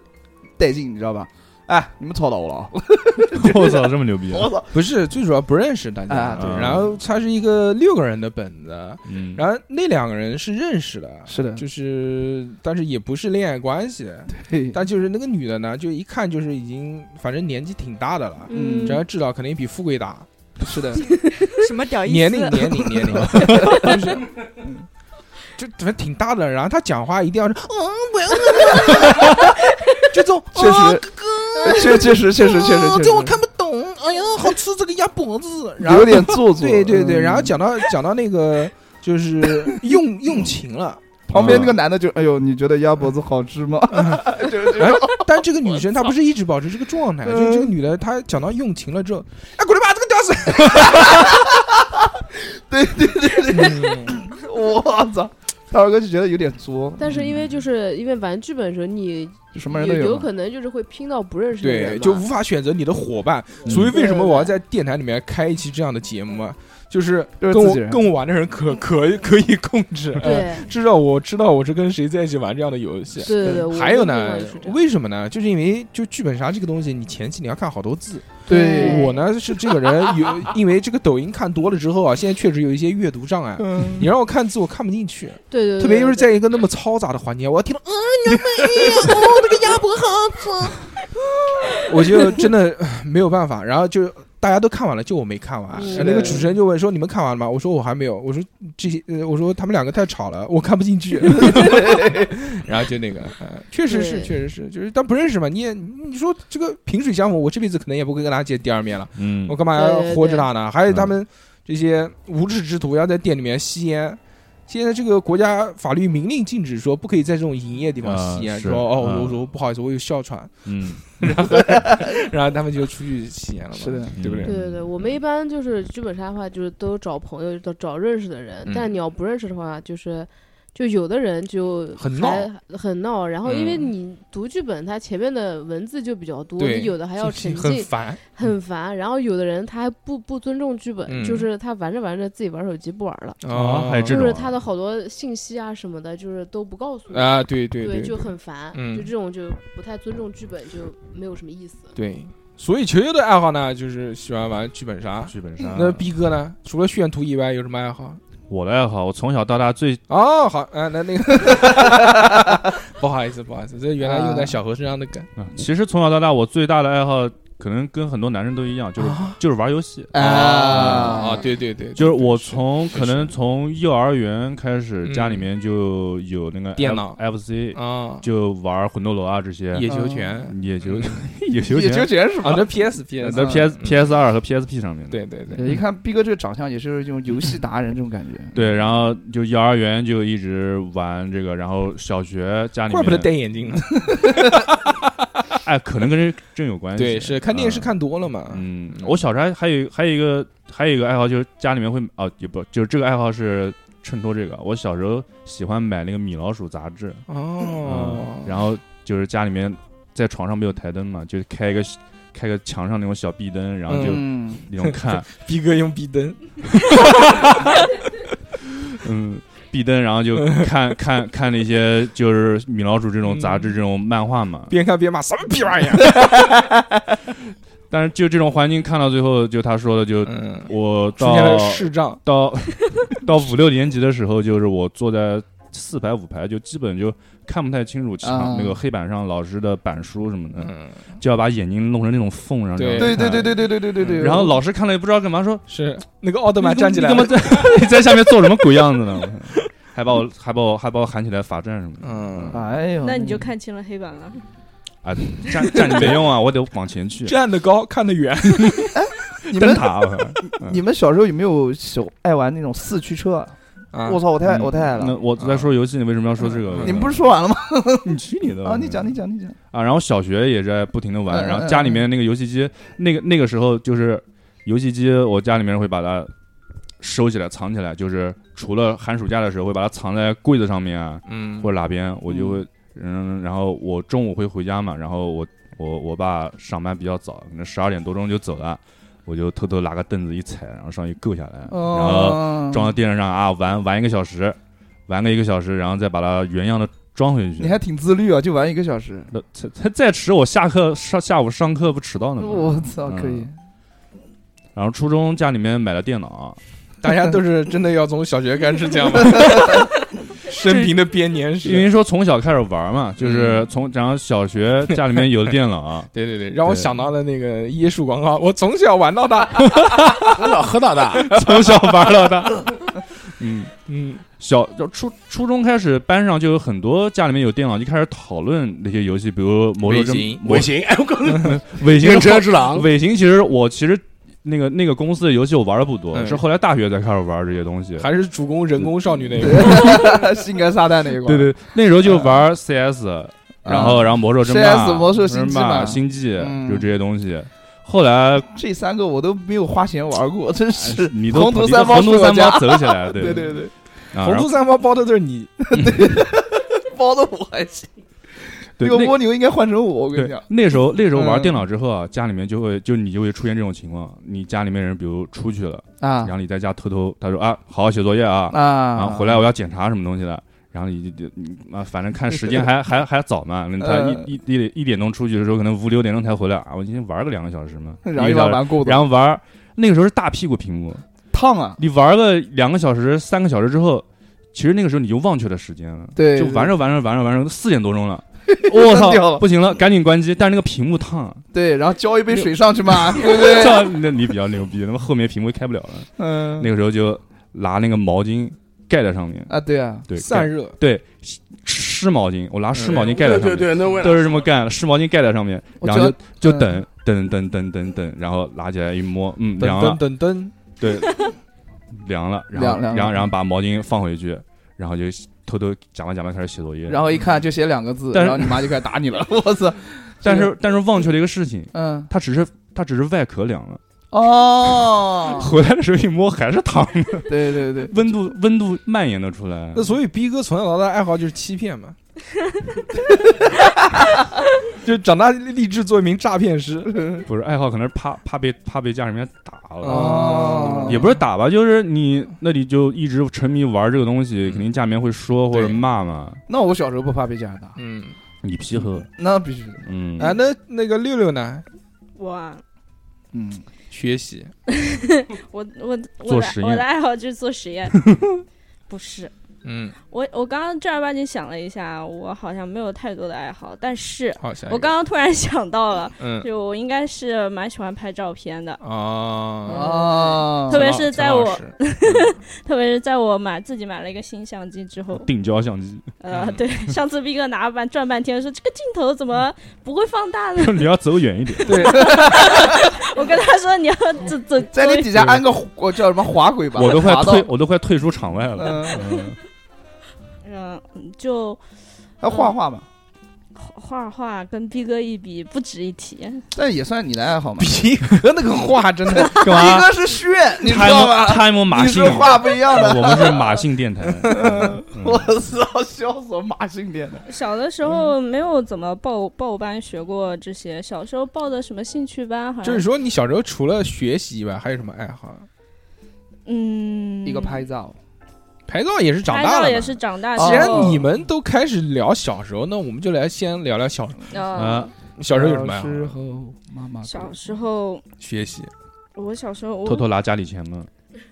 带劲，你知道吧？哎，你们吵到我了啊！
我操，这么牛逼啊，
我操！
不是最主要不认识大家。
啊
对
然后它是一个六个人的本子，
嗯，
然后那两个人是认识的，
是的，
就是但是也不是恋爱关系，
对
但就是那个女的呢，就一看就是已经反正年纪挺大的了，
嗯
只要至少肯定比富贵大。
是的，
什么屌意思？
年龄年龄 年龄，就是。嗯就反正挺大的，然后他讲话一定要是，嗯，我 要， 就这种，
确
啊
实， 确确实确实确实
啊
确
这我
实
看不懂，哎呀，好吃这个鸭脖子，然后
有点做作。
对对对，
嗯
然后讲到讲到那个就是用用情了， 嗯
旁边那个男的就哎呦，你觉得鸭脖子好吃吗？ 就是这
然
样
后嗯哎但这个女生她不是一直保持这个状态，
嗯
就是这个女的她讲到用情了之后，哎，滚他妈这个屌丝，
对对对对，
嗯
我操！大姚哥就觉得有点作，
但是因为就是因为玩剧本的时候，你
就什么人都
有有
嘛
可能就是会拼到不认识的人
对，
嘛
就无法选择你的伙伴。
嗯
所以为什么我要在电台里面开一期这样的节目啊？就是
就
跟
是自
我
己人
跟我玩的人可可以可以控制，呃，
对
至少我知道我是跟谁在一起玩这样的游戏。
对对对，我
还有呢
的情况也是这，样
为什么呢？就是因为就剧本杀这个东西，你前期你要看好多字。
对
我呢是这个人有，因为这个抖音看多了之后啊，现在确实有一些阅读障碍。你让我看字，我看不进去，
嗯对对，对
特别就是
对
在一个那么嘈杂的环境，我要听到，嗯，你们哎呀，哦，这个鸭脖好吃，我就真的唉没有办法。然后就大家都看完了，就我没看完。
是
然后那个主持人就问说：“你们看完了吗？”我说：“我还没有。”我说：“这些，呃我说他们两个太吵了，我看不进 去。”然后就那个，呃确实是，
对
确实是，就是但不认识嘛，你也你说这个萍水相逢，我这辈子可能也不会跟他见第二面了。
嗯
我，干嘛要
对对
活着
对
他呢？还有他们这些无耻之徒要在店里面吸烟。现在这个国家法律明令禁止说不可以在这种营业地方
啊
吸烟，
是
说哦，
啊
我说不好意思，我有哮喘，
嗯，
然后他们就出去吸烟了嘛，
是
嗯
的
对不对？
对对对，我们一般就是剧本杀的话，就是都找朋友，找找认识的人。
嗯
但你要不认识的话，就是就有的人就
很
还，很闹。然后因为
嗯
你读剧本，它前面的文字就比较多，
对
你有的还要
这
沉
这很
浸，
烦，
很烦。然后有的人他还不不尊重剧本，
嗯
就是他玩着玩着自己玩手机不玩了，
哦，
还有这
就
种
是
啊
他的好多信息啊什么的，就是都不告诉你。
啊，对对对
就很烦，
嗯
就这种就不太尊重剧本，就没有什么意思。
对，所以球球的爱好呢，就是喜欢玩剧本杀。
剧本杀。
那逼哥呢？除了炫图以外，有什么爱好？
我的爱好，我从小到大最
哦，好，啊，那那个， 不好意思，不好意思，这原来用在小何身上的梗。
啊，其实从小到大我最大的爱好，可能跟很多男生都一样，就是
啊
就是玩游戏。
啊，
啊，对对对，
就是我
是
从可能从幼儿园开始，
嗯
家里面就有那个 F-
电脑
FC，
啊，
就玩魂斗罗啊这些
野球拳
野球
嗯
野球
也就
拳，
全是
啊，嗯
吧？
那 PS
呃
PS，
在 PS PS 二和 PSP 上面的。
对对对，
对一看逼哥这个长相，也是这种游戏达人这种感
嗯
觉。
对，然后就幼儿园就一直玩这个，然后小学家里
怪不得戴
面，
眼镜呢。
哎，可能跟这真有关系。
对，是看电视
嗯
看多了嘛。
嗯，我小时候还还有还有一个还有一个爱好就是家里面会哦也不就是这个爱好是衬托这个，我小时候喜欢买那个米老鼠杂志，
哦
嗯，，然后就是家里面在床上没有台灯嘛，就开一个开个墙上那种小壁灯，然后就
嗯，
那种 看，
逼哥用逼灯，
嗯，壁灯，然后就看看看那些就是米老鼠这种杂志这种漫画嘛，
嗯边看边骂什么逼玩意儿。
但是就这种环境看到最后，就他说的就
嗯，
我
出现了
到
视障。
到 到五六年级的时候，就是我坐在四排五排，就基本就看不太清楚墙、
啊
那个黑板上老师的板书什么的，
嗯，
就要把眼睛弄成那种缝，然后这样
对
看
对对。对对对对对对。
然后老师看了也不知道干嘛，说
是那个奥特曼
你怎么
站起来
你
了。
怎么在 你在下面做什么鬼样子呢？ 我看还把我还把我还把我喊起来罚站什么的。
嗯，
哎呦，
那你就看清了黑板了。
啊，站站着没用啊，我得往前去。
站得高，看得远。
你
灯
们
塔，啊我靠
你们小时候有没有小爱玩那种四驱车啊？
啊
我操，我太我太爱
那
了。
我在说游戏，你为什么要说这个？
你们不是说完了吗？
你去你的吧
啊， 你讲你讲你讲。
啊，然后小学也在不停的玩，
嗯
然后
嗯
家里面那个游戏机，那个那个时候就是游戏机，我家里面会把它收起来、藏起来，就是除了寒暑假的时候会把它藏在柜子上面啊，
嗯
或者哪边，我就会嗯，然后我中午会回家嘛，然后我我我爸上班比较早，可能十二点多钟就走了，我就偷偷拿个凳子一踩，然后上去够下来，然后
哦，
装到电视上啊玩玩一个小时，玩个一个小时，然后再把它原样的装回去。
你还挺自律啊，就玩一个小时。
那他他再迟，我下课上下午上课不迟到呢吗？嗯
我操，可以。
然后初中家里面买了电 脑，
大 家都是真的要从小学开始讲吗？生平的编年史，
因。为说从小开始玩嘛，就是从然后小学家里面有了电脑
对对对，让我
对
想到了那个椰树广告，我从小玩到大。
喝到喝到大，
从小玩到大。嗯，
嗯，
小就初初中开始，班上就有很多家里面有电脑，就开始讨论那些游戏，比如《魔兽争
尾行》
魔
我 行，哎，我刚才
尾行
认
是后
车之狼，
尾行，其实我其实那个那个公司的游戏我玩的不多，
嗯
是后来大学才开始玩这些东西。
还是主攻人工少女那一块。
性感撒旦那一块。嗯
对对，那时候就玩 CS，然后，然后魔兽争霸、
CS 魔兽星际
争霸
嘛
星际
嗯
就这些东西。后来
这三个我都没有花钱玩过，真是。
你都
红
呃哎你
图
都
三包
红
是
图
我
三
家
包。走起来，
对
对
对，
啊，
红
然
酥
后
三包包的都是 你，
包的我还行，
对
这个
那
蜗牛应该换成我，我跟你
对
讲，，
那时候那时候玩
嗯
电脑之后啊，家里面就会就你就会出现这种情况，你家里面人比如出去了，
啊
然后你在家偷偷他说啊，好好写作业啊，
啊，
然后回来我要检查什么东西的，然后你就你啊，反正看时间 还还还早嘛，那他
呃
一一一点一点钟出去的时候，可能五六点钟才回来啊，我今天玩个两个小时嘛，
然后
一个
又
小
要
时
玩过的，
然后玩儿那个时候是大屁股屏幕，
烫啊，
你玩个两个小时、三个小时之后，其实那个时候你就忘却了时间了，
对
就
对
玩着玩着玩着玩着四点多钟了， 我操
掉了，
不行了，赶紧关机，但是那个屏幕烫，啊
对，然后浇一杯水上去 嘛，对不对？
这那你比较牛逼，他妈后面屏幕开不了了，
嗯，
那个时候就拿那个毛巾盖在上面，
啊，对啊，嗯
对，
散
盖
热，
对湿毛巾，我拿湿毛巾盖在
对
上
对对，
面，
那为了
都是这么干，湿毛巾盖在上面，
我
然后
觉
就就
嗯
等等等等等等，然后拿起来一摸，嗯，
噔
凉
噔
了，
噔噔，
对，凉了，然
凉
后
凉了
然后然后把毛巾放回去，然后就偷偷假扮假扮开始写作业，
然后一看就 写两个字，
但是
然后你妈就开始打你 了，我操！
但是但是忘却了一个事情，
嗯，
它只是它只是外壳凉了，
哦，
回来的时候一摸还是烫的，
对对对，
温度温度蔓延的出来
那，所以逼哥从小到大爱好就是欺骗嘛，就长大立志做一名诈骗师。
不是爱好，可能是怕怕被怕被家里面打了。
哦，
也不是打吧，就是你那里就一直沉迷玩这个东
嗯
西，肯定家里面会说或者
对
骂嘛。
那我小时候不怕被家人打，
嗯，
你皮厚，
那必须的，
嗯
啊，那那个六六呢？
我啊
嗯，
学习
我我我
做
的
实验
我的爱好就是做实 验，不是
嗯，
我我刚刚正儿八经想了一下，我好像没有太多的爱好，但是
好，下一个
我刚刚突然想到了，
嗯
就我应该是蛮喜欢拍照片的，
啊，
哦
特，别是在我
陈老
嗯
师
特别是在我买自己买了一个新相机之后，
定焦相机，
呃，
嗯
对，上次斌哥拿半转半天说这个镜头怎么不会放大 呢？
嗯
你要走远一 点。
我跟他说你要走走
在
走
你底下安个我叫什么滑轨吧，
我都快
滑到
退，，我都快退出场外了。
嗯，
嗯
嗯，就
还
呃
画画嘛，
画画跟逼哥一比不值一 提，
但也算你的爱好 嘛。
皮哥那个话真的，
干
一
嘛
个是炫， 你知道吗？
？Time Time 马
你
信，
说话不一样的，
我们是马信 电台。嗯
我
嗯
操，笑死我马信点的。
小的时候没有怎么报报班学过这些，小时候报的什么兴趣班，好像
就是说你小时候除了学习以外，还有什么爱好？
嗯，
一 个拍照，
拍照也是长
拍
大
照
了
也
嘛。
是长大
哦
既
之
然
后，
你们都开始聊小时候，那我们就来先聊聊小
呃，
啊，
小时候有什么爱好？
时候妈妈
小时候
学习，
我小时候
偷
我
偷拿家里钱 吗？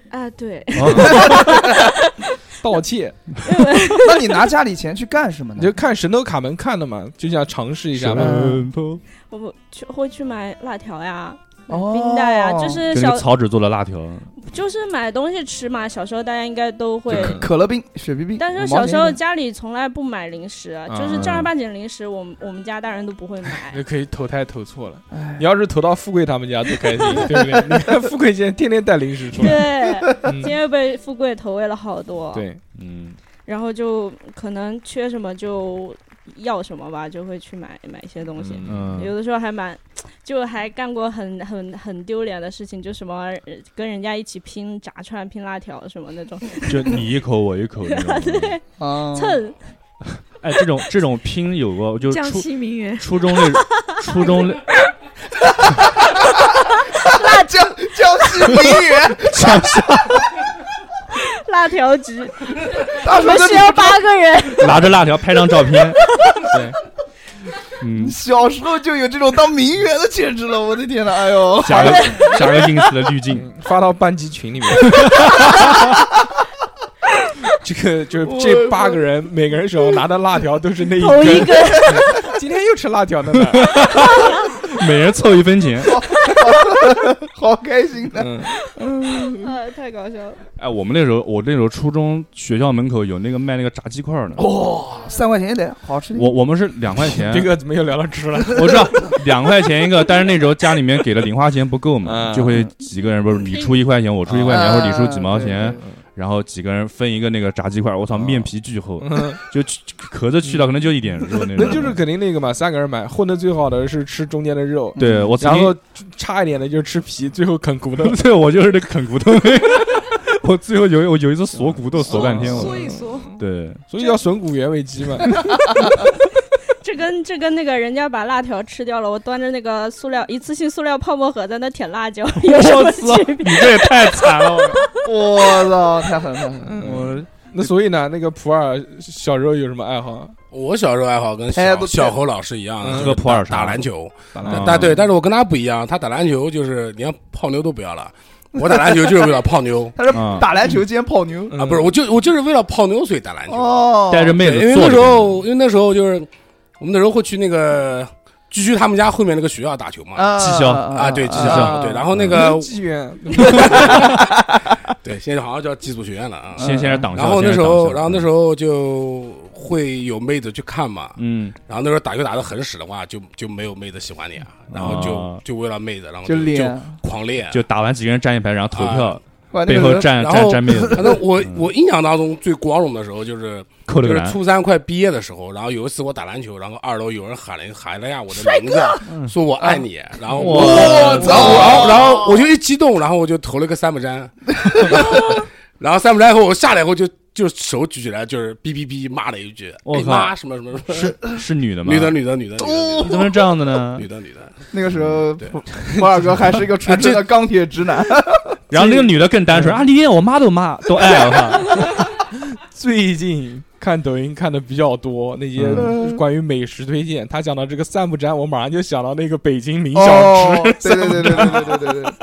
啊对，
哦 盗窃，
那你拿家里钱去干什么
你
呢
就？看《神偷卡门》看的嘛，就想尝试一下嘛。
嗯
偷，
我不去会去买辣条呀。买
哦
冰袋呀，就是
就那
小
个草纸做的辣条，
就是买东西吃嘛。小时候大家应该都会，
就
可乐冰、雪碧冰，
但是
五毛
小
钱
时候
一个
家里从来不买零食，啊就是正儿八经零食，我们我们家大人都不会买
就。可以投胎投错了。
哎
你要是投到富贵他们家，多开心，对不对？你看富贵现在天天带零食出来，
对，
嗯
今天被富贵投喂了好多。，
对，
嗯，
然后就可能缺什么就要什么吧，就会去买买一些东西。
嗯
有的时候还蛮，就还干过很 很很丢脸的事情，就什么呃跟人家一起拼炸串、拼辣条什么那种
就你一口我一口 那 种。
嗯
啊，
蹭。
哎，这种这种拼有过，就
江
初
西名 媛，
初中 那初中那
辣椒江西名媛，
江西
辣条局，
大
我们
叔哥
需要八个人，
拿着辣条拍张照 片，
对，
嗯
你，小时候就有这种当名媛的潜质了，我的天呐，哎呦，
加个 加个 ins 的滤镜，
嗯 发到班级群里面。 这个就是这八个人，每个人手上拿的辣条都是那一
头一
根。
根。
今天又吃辣条的呢。
每人凑一分钱。
好开心
啊
的，
嗯，
呃，太搞笑了。
哎，我们那时候，我那时候初中学校门口有那个卖那个炸鸡块儿的，
哦三块钱一点，好吃的。
我我们是两块钱，啊
这个怎么又聊到吃了？
我知道两块钱一个，但是那时候家里面给的零花钱不够嘛，
嗯
就会几个人不是你出一块钱，我出一块钱，
啊
或者你出几毛钱
对，
然后几个人分一个那个炸鸡块儿，我操，
嗯
面皮巨厚，
嗯
就去壳子去掉可能就一点肉那种，
那就是肯定那个嘛，三个人买，混的最好的是吃中间的肉，
对我曾
然
经
后差一点的就是吃皮，最后啃骨头。
对，我就是那个啃骨头。 我最后有一我有一次锁骨头锁半天，
哦所
我
以
缩，
对
所以叫损骨原尾 鸡嘛。
这跟这跟那个人家把辣条吃掉了，我端着那个塑料一次性塑料泡沫盒在那舔辣椒，有什 么 区别？
你这也太惨了，
我操，太狠了！
我嗯那所以呢，那个普洱小时候有什么爱好？
我小时候爱好跟
哎
小
不
小哦侯老师一样，
嗯
就是
喝普洱茶
打篮球。
打
篮球嗯
但对，但是我跟他不一样，他打篮球就是连泡妞都不要了，我打篮球就是为了泡妞
他是
啊
打篮球兼泡妞
啊，不是，我就我就是为了泡妞所以打篮球。
哦，
带着妹
对
子
因为
坐
那
着
时候，因为那时候就是我们那时候会去那个居居他们家后面那个学校打球嘛。
啊
技校
啊，嗯对，技校，对，然
后
后那个，
机缘，
对，现在好像叫技术学院了啊。
先先是党校，
然后那时候，然后那时
候，
候就会有妹子去看嘛。
嗯，
然后那时候打球打的很屎的话，就就没有妹子喜欢你啊。然后
啊
就就为了妹子，然后
就
就
脸，
狂哎练。
就打完几个人站一排，然后投票，
哇那
背
个
后
人
站
然
站
后
站妹子，
反正我
嗯
我印象当中最光荣的时候就是
扣了
就
个
是
篮，
初三快毕业的时候，然后有一次我打篮球，然后二楼有人喊了喊了一下我的名字，啊说我爱你，然后我
嗯哇
然后然后然后我就一激动，然后我就投了个三不沾，然后然后三不沾以后我下来以后就就手举起来就是哔哔哔骂了一句，
我
哎
靠
妈什么什么什么，
是是女的吗？
女的女的女的女的
你怎么能这样子呢
女？的女的，
那个时候
对，
博尔哥还是一个纯正的钢铁直男，
然后那个女的更单
嗯
纯啊，你连我妈都骂都爱我 靠，
最近看抖音看的比较多，那些
嗯
关于美食推荐，他讲到这个散步站，我马上就想到那个北京名小
哦
吃，，
对
啊
对对对对 对对对对。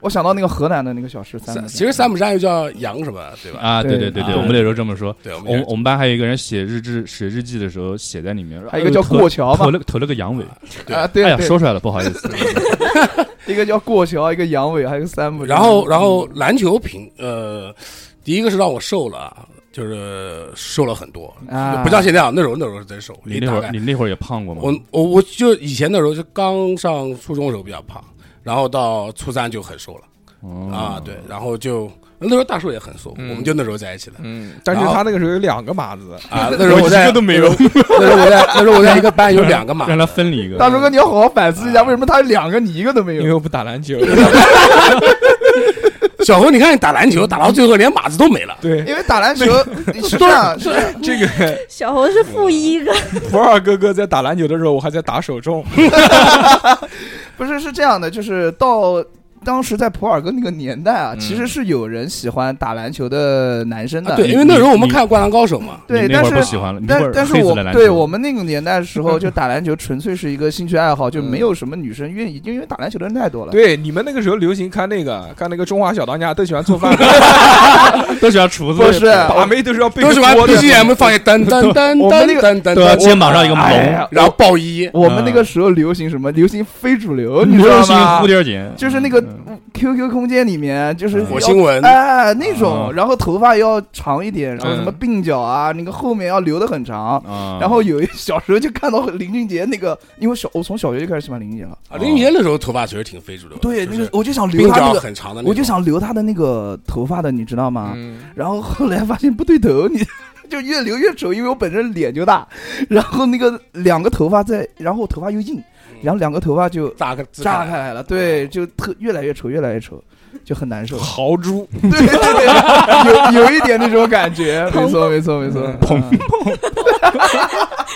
我想到那个河南的那个小吃三
三
明治，
其实三不沾又叫杨什么对吧？
啊，对对对对，
对
我们那时候这么说。
对，我
我们
们
我们班还有一个人写日志，写日记的时候写在里面，哎
还有一个叫过桥
投
嘛，
了投了个阳痿，
对
啊对
哎呀，
对，
说出来了，不好意思，
一个叫过桥，一个阳痿，还有一个三不
然
沾。
后，然后篮球平呃，第一个是让我瘦了啊，就是瘦了很多，
啊，
不像现在啊，那时候那时候是真瘦，
你
一
那会
大
儿
概
你那会儿也胖过吗？
我我我就以前那时候就刚上初中的时候比较胖，然后到初三就很瘦了、
我
啊，对，，然后就那时候大叔也很瘦，
嗯
我们就那时候在一起的
嗯，但是他那个时候有两个码子，
啊，那时 候我
一
在
个都没有，
那时候我在那时候我在一个班有两个码 啊
让，他分离一个。
大叔哥，你要好好反思一下，为什么他两个你一个都没
因
有？
为我不打篮球。
小侯你看你打篮球打到最后连码子都没了，
对，
因为哎打篮 球是这样，啊是
这个
小猴是负一个，
普洱哥哥在打篮球的时候，我还在打手 中。
不是是这样的？就是到当时在普洱哥那个年代啊，
嗯
其实是有人喜欢打篮球的男生的，
啊对，因为那时候我们看《灌篮高手》嘛，
对
你那
但
会儿
是
不喜欢了，你那会
但
儿
但是
黑子
我
的篮球
对我们那个年代的 时候，就打篮球纯粹是一个兴趣爱好，就
嗯
没有什么女生愿意，因为打篮球的人太多了。
对，你们那个时候流行看那个，看那个《中华小当家》，都喜欢做饭，
都喜欢厨子，
不是
把妹都是要背
都
个
是玩
锅的。
BGM 放一噔噔噔
我
噔
们那个
噔噔
都要
噔，
啊肩膀上一个
哎
毛，嗯
呀
然后爆一，
我们那个时候流行什么？流行非主流，你知道
流行
吗
蝴？蝶结，
就是那个
嗯
QQ 空间里面，就是
火
要
星文
哎那
啊
种，然后头发要长一点，然后什么
嗯
鬓角啊，那个后面要留的很长。
啊，
然后有一小时候就看到林俊杰那个，因为小我从小学就开始喜欢林俊杰了，
啊，林俊杰那时候头发确实挺非主流的，
对，
就
那
是
个我就想留
鬓
他
角
那个，
很长的那种，
我就想留他的那个头发的，你知道吗？
嗯，。
然后后来发现不对头，你就越留越丑，因为我本身脸就大，然后那个两个头发在，然后我头发又硬，然后两个头发就
炸个自
炸
杀
开来了，对，就特越来越丑，越来越丑，就很难受
豪猪，
对对对，有有一点那种感觉，没错没错没错。
砰
嗯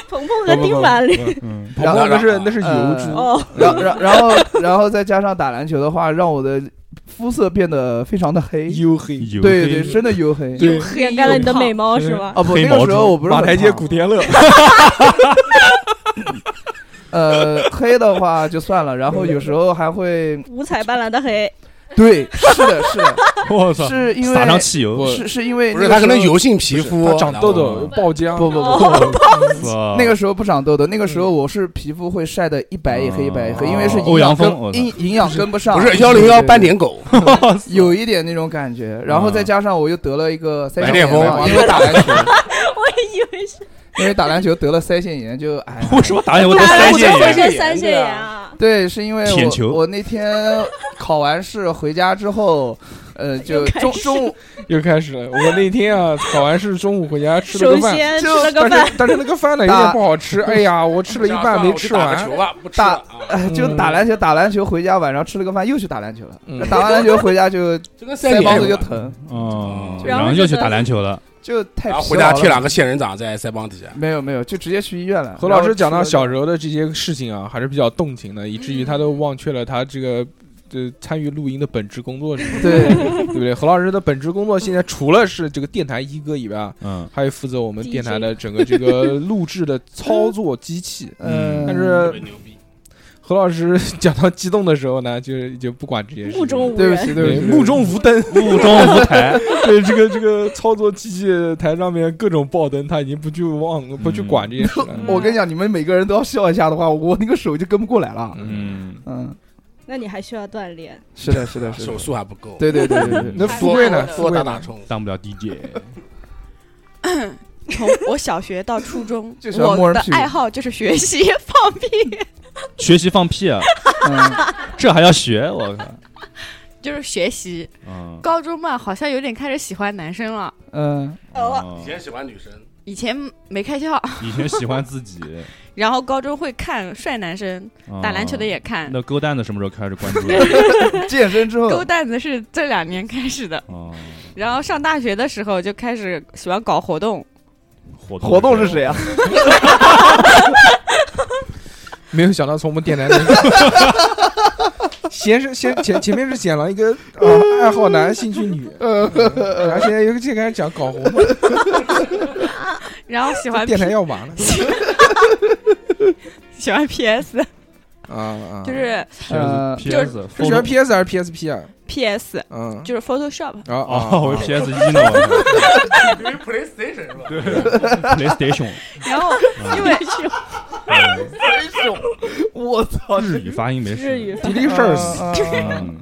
鹏鹏和丁满里
嗯
然后那是那是油
呃
猪，
哦，
然然然后然后再加上打篮球的话，让我的肤色变得非常的黑，
黝黑，
有
对对，
黑
真的黝黑。
对，
掩盖了你的美貌是吗？
啊不，
黑
那
毛
个时候
猪
我不是
马
很
台街
胖
古天乐，
呃，黑的话就算了，然后有时候还会
五彩斑斓的黑，
对， 是的，是的，
我操，
是因
撒上
为
汽油，
是是因为
不是
那
他可
个
能
时候
油性皮肤，
他长痘痘
然后
爆浆，
不 不不，
不，
哇
那个时候不长痘痘，那个时候我是皮肤会晒得一白一黑一白一黑，因为是
哦欧
营
阳
养
锋
跟
我操
营营养跟不上，
不是幺零幺斑点 狗，
有一点那种感觉，然后再加上我又得了一个腮腺
白癜
炎
风啊
嘛，因为打篮球，
我也以为是
因为打篮球得了腮腺炎，就哎呀，
为什么打野我都
打
腮
篮球
腺
会
炎？
是三腺炎啊，
对，是因为
舔球
我我那天考完试回家之后，呃，就
又开
中
始
中午
又开始了。我那天啊，考完试中午回家吃了个
首
饭，
先吃
就
了个
但
饭，
是但是那个饭呢有点不好吃，哎呀，我吃了一半没
我去
吃
打个
完
球。吧，不吃
打
了啊
哎就打篮球，打篮球回家晚上吃了个饭又去打篮球了，
嗯
打完篮球回 家就
这跟
腮
腮帮
帮子
子
就
就
疼，
哦，
然后
然后
就
又
是
去打篮球了，
就
嗯然
太疲劳
后回家贴两
了。
个仙人掌在腮帮底下。
没有没有，就直接去医院了。
何老
然后
师讲
吃了
到
个
小时候的这些事情啊，还是比较动情的，以至于他都忘却了他这个呃参与录音的本职工作 是什么，
对，
对不对？何老师的本职工作现在除了是这个电台一哥以外，啊，
嗯，
还有负责我们电台的整个这个录制的操作机 器。
嗯，
但
特
是
别牛逼，
何老师讲到激动的时候呢，就是就不管这些事情，
目中无
对不
人。
起对
对
不起，
目中无灯，
目中无台，
对这个这个操作机器台上面各种爆灯，他已经不去忘不去管这些事了。
嗯 我跟你讲，你们每个人都要笑一下的话，我那个手就跟不过来了。
嗯，
嗯，
那你还需要锻炼。
是的，是的，是
啊手
的，
速还不够，
对对对对对，
那
多，
富贵呢？富
多
贵
打
呢
打冲，
嗯当不了 DJ，
从我小学到初 中
就，喜欢摸
我
人
的
屁股
爱好就是学习放屁，
学习放屁啊，
嗯，
这还要学，我靠，
就是学习。
嗯，
高中嘛，好像有点开始喜欢男生了。
嗯，
哦，
以前喜欢女生，
以前没开窍，
以前喜欢自己，
然后高中会看帅男生，
哦
打篮球的也看。
那勾蛋的什么时候开始关注？
健身之
勾
后，
蛋子是这两年开始的，
哦，
然后上大学的时候就开始喜欢搞活动，
活动
活动是谁啊？
没有想到从我们电台能， 先是先前前面是讲了一个啊 爱好男兴趣女，然后现在又现在开始讲搞活动，
然后喜欢 P,
电台要 完了
喜欢 PS，
啊啊！
就是
呃
？PS，PS，
是喜欢 PS 还是 PSP 啊？
PS，
嗯，
就是 Photoshop，
啊啊
哦，我 PS 一呢我
因为 PlayStation 是吧？
靠 ，PlayStation，嗯
然后因为
我操，
日语发音没
日语
事，
Delicious，
嗯，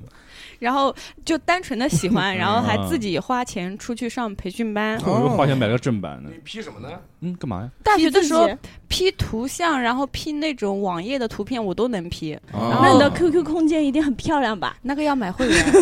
然后就单纯的喜欢，然后还
嗯
自己花钱出去上培训班。
我就花钱买了个正版的
你，P 什么呢？
嗯，干嘛呀？
大学的
自
时候
己
，P 图像，然后 P 那种网页的图片，我都能 P。
哦
那你的 QQ 空间一定很漂亮吧？
那个要买 会员，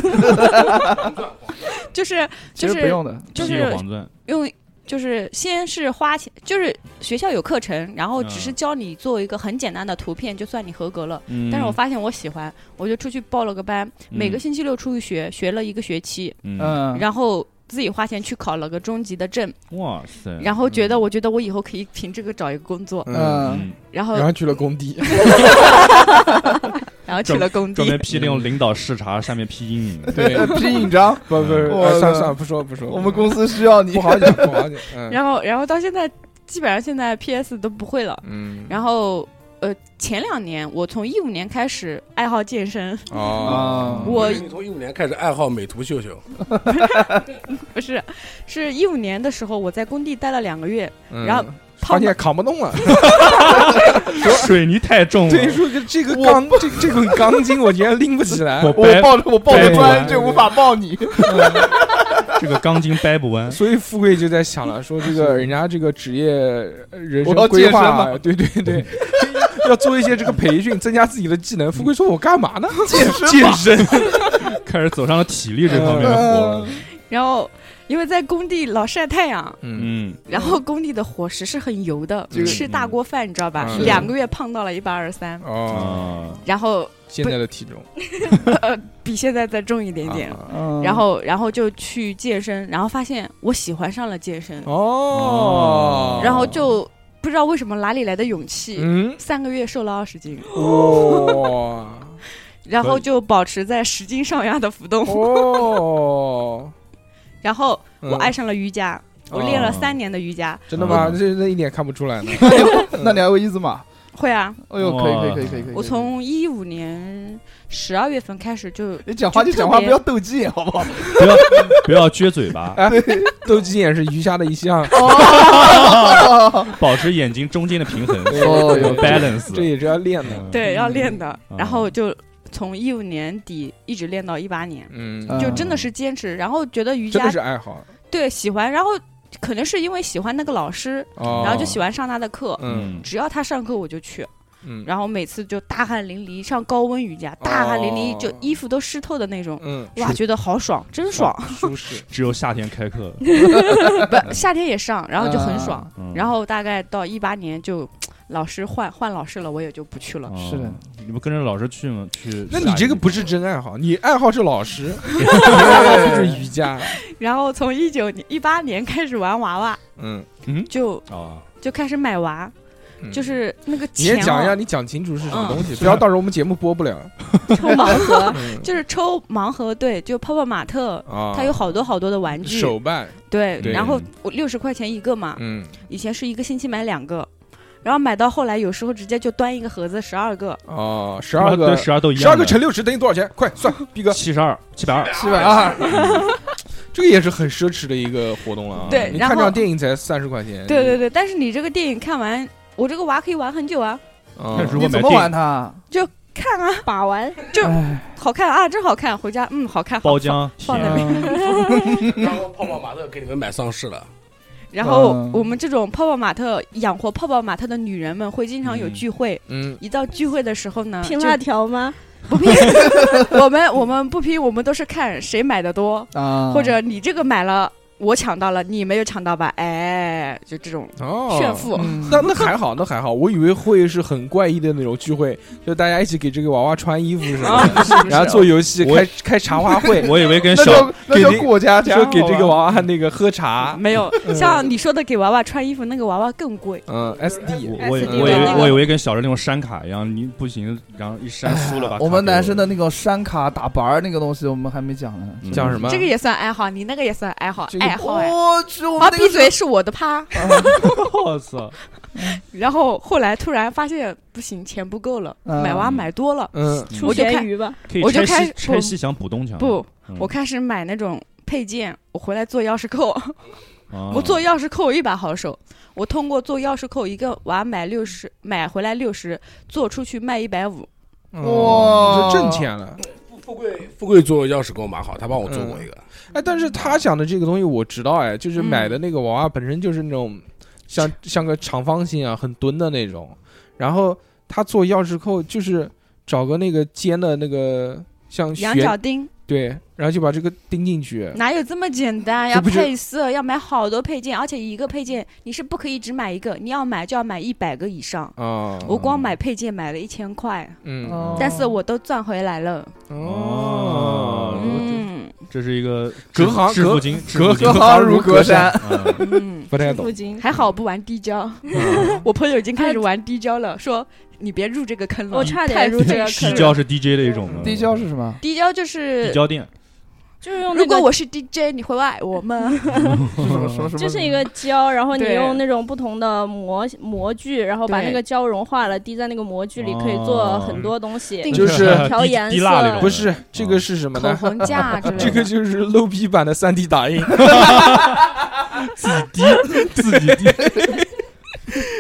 就是
其
就
实不
是
用的，
就是
七个黄钻，
用，就是先是花钱，就是学校有课程，然后只是
嗯
教你做一个很简单的图片，就算你合格了。
嗯
但是我发现我喜欢，我就出去报了个班，每个星期六出去学，学了一个学期，
嗯，
嗯，
然后自己花钱去考了个中级的证，
哇塞，
然后觉得我觉得我以后可以凭这个找一个工作，
嗯，
嗯，
嗯，
然后
然后去了工地，
然后去了工
专门
地，
批那种领导视察，下面批阴影，嗯
对，
拼印 章，
不不，
我
哎算了算了，不说不说，
我们公司需要你
不。好讲不好讲，嗯
然后然后到现在基本上现在 PS 都不会了，
嗯，
然后。呃，前两年我从一五年开始爱好健身，
哦
啊
我
嗯你从一五年开始爱好美图秀秀，
不是，是一五年的时候我在工地待了两个月，
嗯
然后
发
胖
现扛不动 了，
水泥太重
所以
了，
说这这个钢这这捆钢筋我竟然拎不起来，
我
我
掰
抱着我抱着
掰不
砖
完嗯
就无法抱你，
这个钢筋掰不弯，
所以富贵就在想了，说这个人家这个职 业呃人
我要
生
健
规
身
划
嘛，
对对 对，要做一些这个培训，增加自己的技能。富贵说：“我干嘛呢？
健身
健身 开始走上了体力这方面的活了，
然后因为在工地老晒太阳，
嗯，
嗯，
然后工地的伙食是很油的，
这个
吃大锅饭你知道吧？
嗯
两个月胖到了一百二十三，
哦，
啊，
然后呃
现在的体重
比现在再重一点点。
啊
然后，然后就去健身，然后发现我喜欢上了健身，
哦，
然后就不知道为什么哪里来的勇气，
嗯，
三个月瘦了二十斤，
哇
然后就保持在十斤上下的浮动，
哦，
然后
嗯哦
我爱上了瑜伽，我练了三年的瑜伽，
真的吗？
嗯
这这一点看不出来呢。
那你还会一字马？
会啊，
哎呦，
哇
可以可以可以可以可以！
我从一五年十二月份开始就
你讲话就讲话，
就特
不
别
要斗鸡眼，好不好？
不要 不要撅嘴巴，
哎，斗鸡眼是鱼虾的一项，
哦
哦
保持眼睛中间的平衡
哦有这
balance，
也是要练的。
对要练的，
嗯
然后就从一五年底一直练到一八年，
嗯，
嗯
就真的是坚持，然后觉得瑜
真的
伽
是爱 好。
对喜欢，然后可能是因为喜欢那个老师，
哦，
然后就喜欢上他的课，
嗯
嗯，
只要他上课我就去，
嗯，
然后每次就大汗淋漓上高温瑜伽，大汗淋漓就衣服都湿透的那种，
哦嗯，
哇，觉得好爽，真爽，
舒适。
只有夏天开 课，
不夏天也上，然后就很爽，
嗯
然后大概到一八年就老师换换老师了，我也就不去了。
哦
是的，
你不跟着老师去吗？去。
那你这个不是真爱好，你爱好是 老师， 你爱好就是瑜伽。
哎
然后从一九一八年开始玩娃娃，
嗯，
就
啊？
哦
就开始买娃，
嗯
就是那个
你也
钱、
讲一下，
啊，
你讲清楚是什么
嗯
东西，不要到时候我们节目播不了。
抽盲盒，
嗯
就是抽盲盒，对，就泡泡玛特，
啊，
它有好多好多的玩具，
手办，
对，
对
然后我六十块钱一个嘛，
嗯，
以前是一个星期买两个，然后买到后来有时候直接就端一个盒子十二个，
哦，十二个
对，十二都一样。
十二个乘六十等于多少钱？快算，逼哥，
七十二，七百二。
是吧？啊，
这个也是很奢侈的一个活动了啊。
对
你
然
看
后
这场电影才三十块钱。
对对对，但是你这个电影看完，我这个娃可以玩很久啊，
啊，
那如
你
果
怎
买
么
电
玩
影
啊
它？
看啊，
把玩，
就
哎，
好看啊，真好看，回家嗯好看，好
包
放
浆
放在
甜，
那边。
啊 然后泡泡玛特给你们买丧尸了，
然后
嗯
我们这种泡泡玛特养活泡泡玛特的女人们会经常有
嗯
聚会，
嗯，
一到聚会的时候呢，
拼
就
辣条吗？
不拼，我们我们不拼，我们都是看谁买的多，
啊，
或者你这个买了。我抢到了，你没有抢到吧？哎，就这种
哦，
炫富，
嗯
那那还好，那还好，我以为会是很怪异的那种聚会，就大家一起给这个娃娃穿衣服什么
啊
的，然后做游戏，
我，
开开茶话会
我以为跟
那
小
叫那
给
叫
这
过家家，
说给这个
好吧
娃娃那个喝茶，
没有
嗯
像你说的给娃娃穿衣服，那个娃娃更贵。
嗯，SD，
我我以
SD
我以
的
为
那个
我以为跟小时候那种删卡一样，你不行，然后一删输 了吧。
我们男生
的
的那个山卡打板儿那个东西，我们还没讲呢。
讲什么？
这个也算爱好，你那个也算爱好
这，个
爱好哎。
我去，我
啊，
们那个
闭嘴，
时
是我的趴。
么？我操！
然后后来突然发现不行，钱不够了，
嗯
买娃买多了，
嗯，
出咸鱼吧，
可以
我就
拆西
开始
拆
不
西墙补东墙。
不，
嗯，
我开始买那种配件，我回来做钥匙扣。
啊
我做钥匙扣一把好手，我通过做钥匙扣一个娃买六十，买回来六十，做出去卖一百五。
哦
哇
这挣钱了。
富贵富贵做钥匙给我蛮好，他帮我做过一个，
嗯
哎，但是他讲的这个东西我知道，哎，
嗯
就是买的那个娃娃本身就是那种 像像个长方形啊，很蹲的那种，然后他做钥匙扣就是找个那个尖的那个像
嗯羊
旋
角钉
对，然后就把这个钉进去。
哪有这么简单？
这
要
不就
配色，要买好多配件，而且一个配件你是不可以只买一个，你要买就要买一百个以上。
啊，
我光买配件买了一千块，
嗯，
哦
但是我都赚回 来了。
哦
嗯
这是一个
隔
致富
行
致
隔
富经，致
隔
富经
隔行如隔山。
嗯
嗯，
不太
富
懂。嗯
金。
还好我不玩滴胶， 我朋友已经开始玩滴胶了，说你别入这个坑了。
我差
太
点入这个
滴
坑，
胶是 DJ 的一种吗？
候地胶是什么？
滴胶就是
滴，胶店，
就是用那
如果
个
我是 DJ，你会爱我吗？
是什么什么什么？
就是一个胶，然后你
对
用那种不同的模模具，然后把
对
那个胶融化了，滴在那个模具
哦
里，可以做很多东西，
定
就是
调颜色啊
滴蜡那种，
哦不是这个是什么
口
呢？
红 架之类的。
这个就是露逼版的三 D 打印。
滴 自己滴。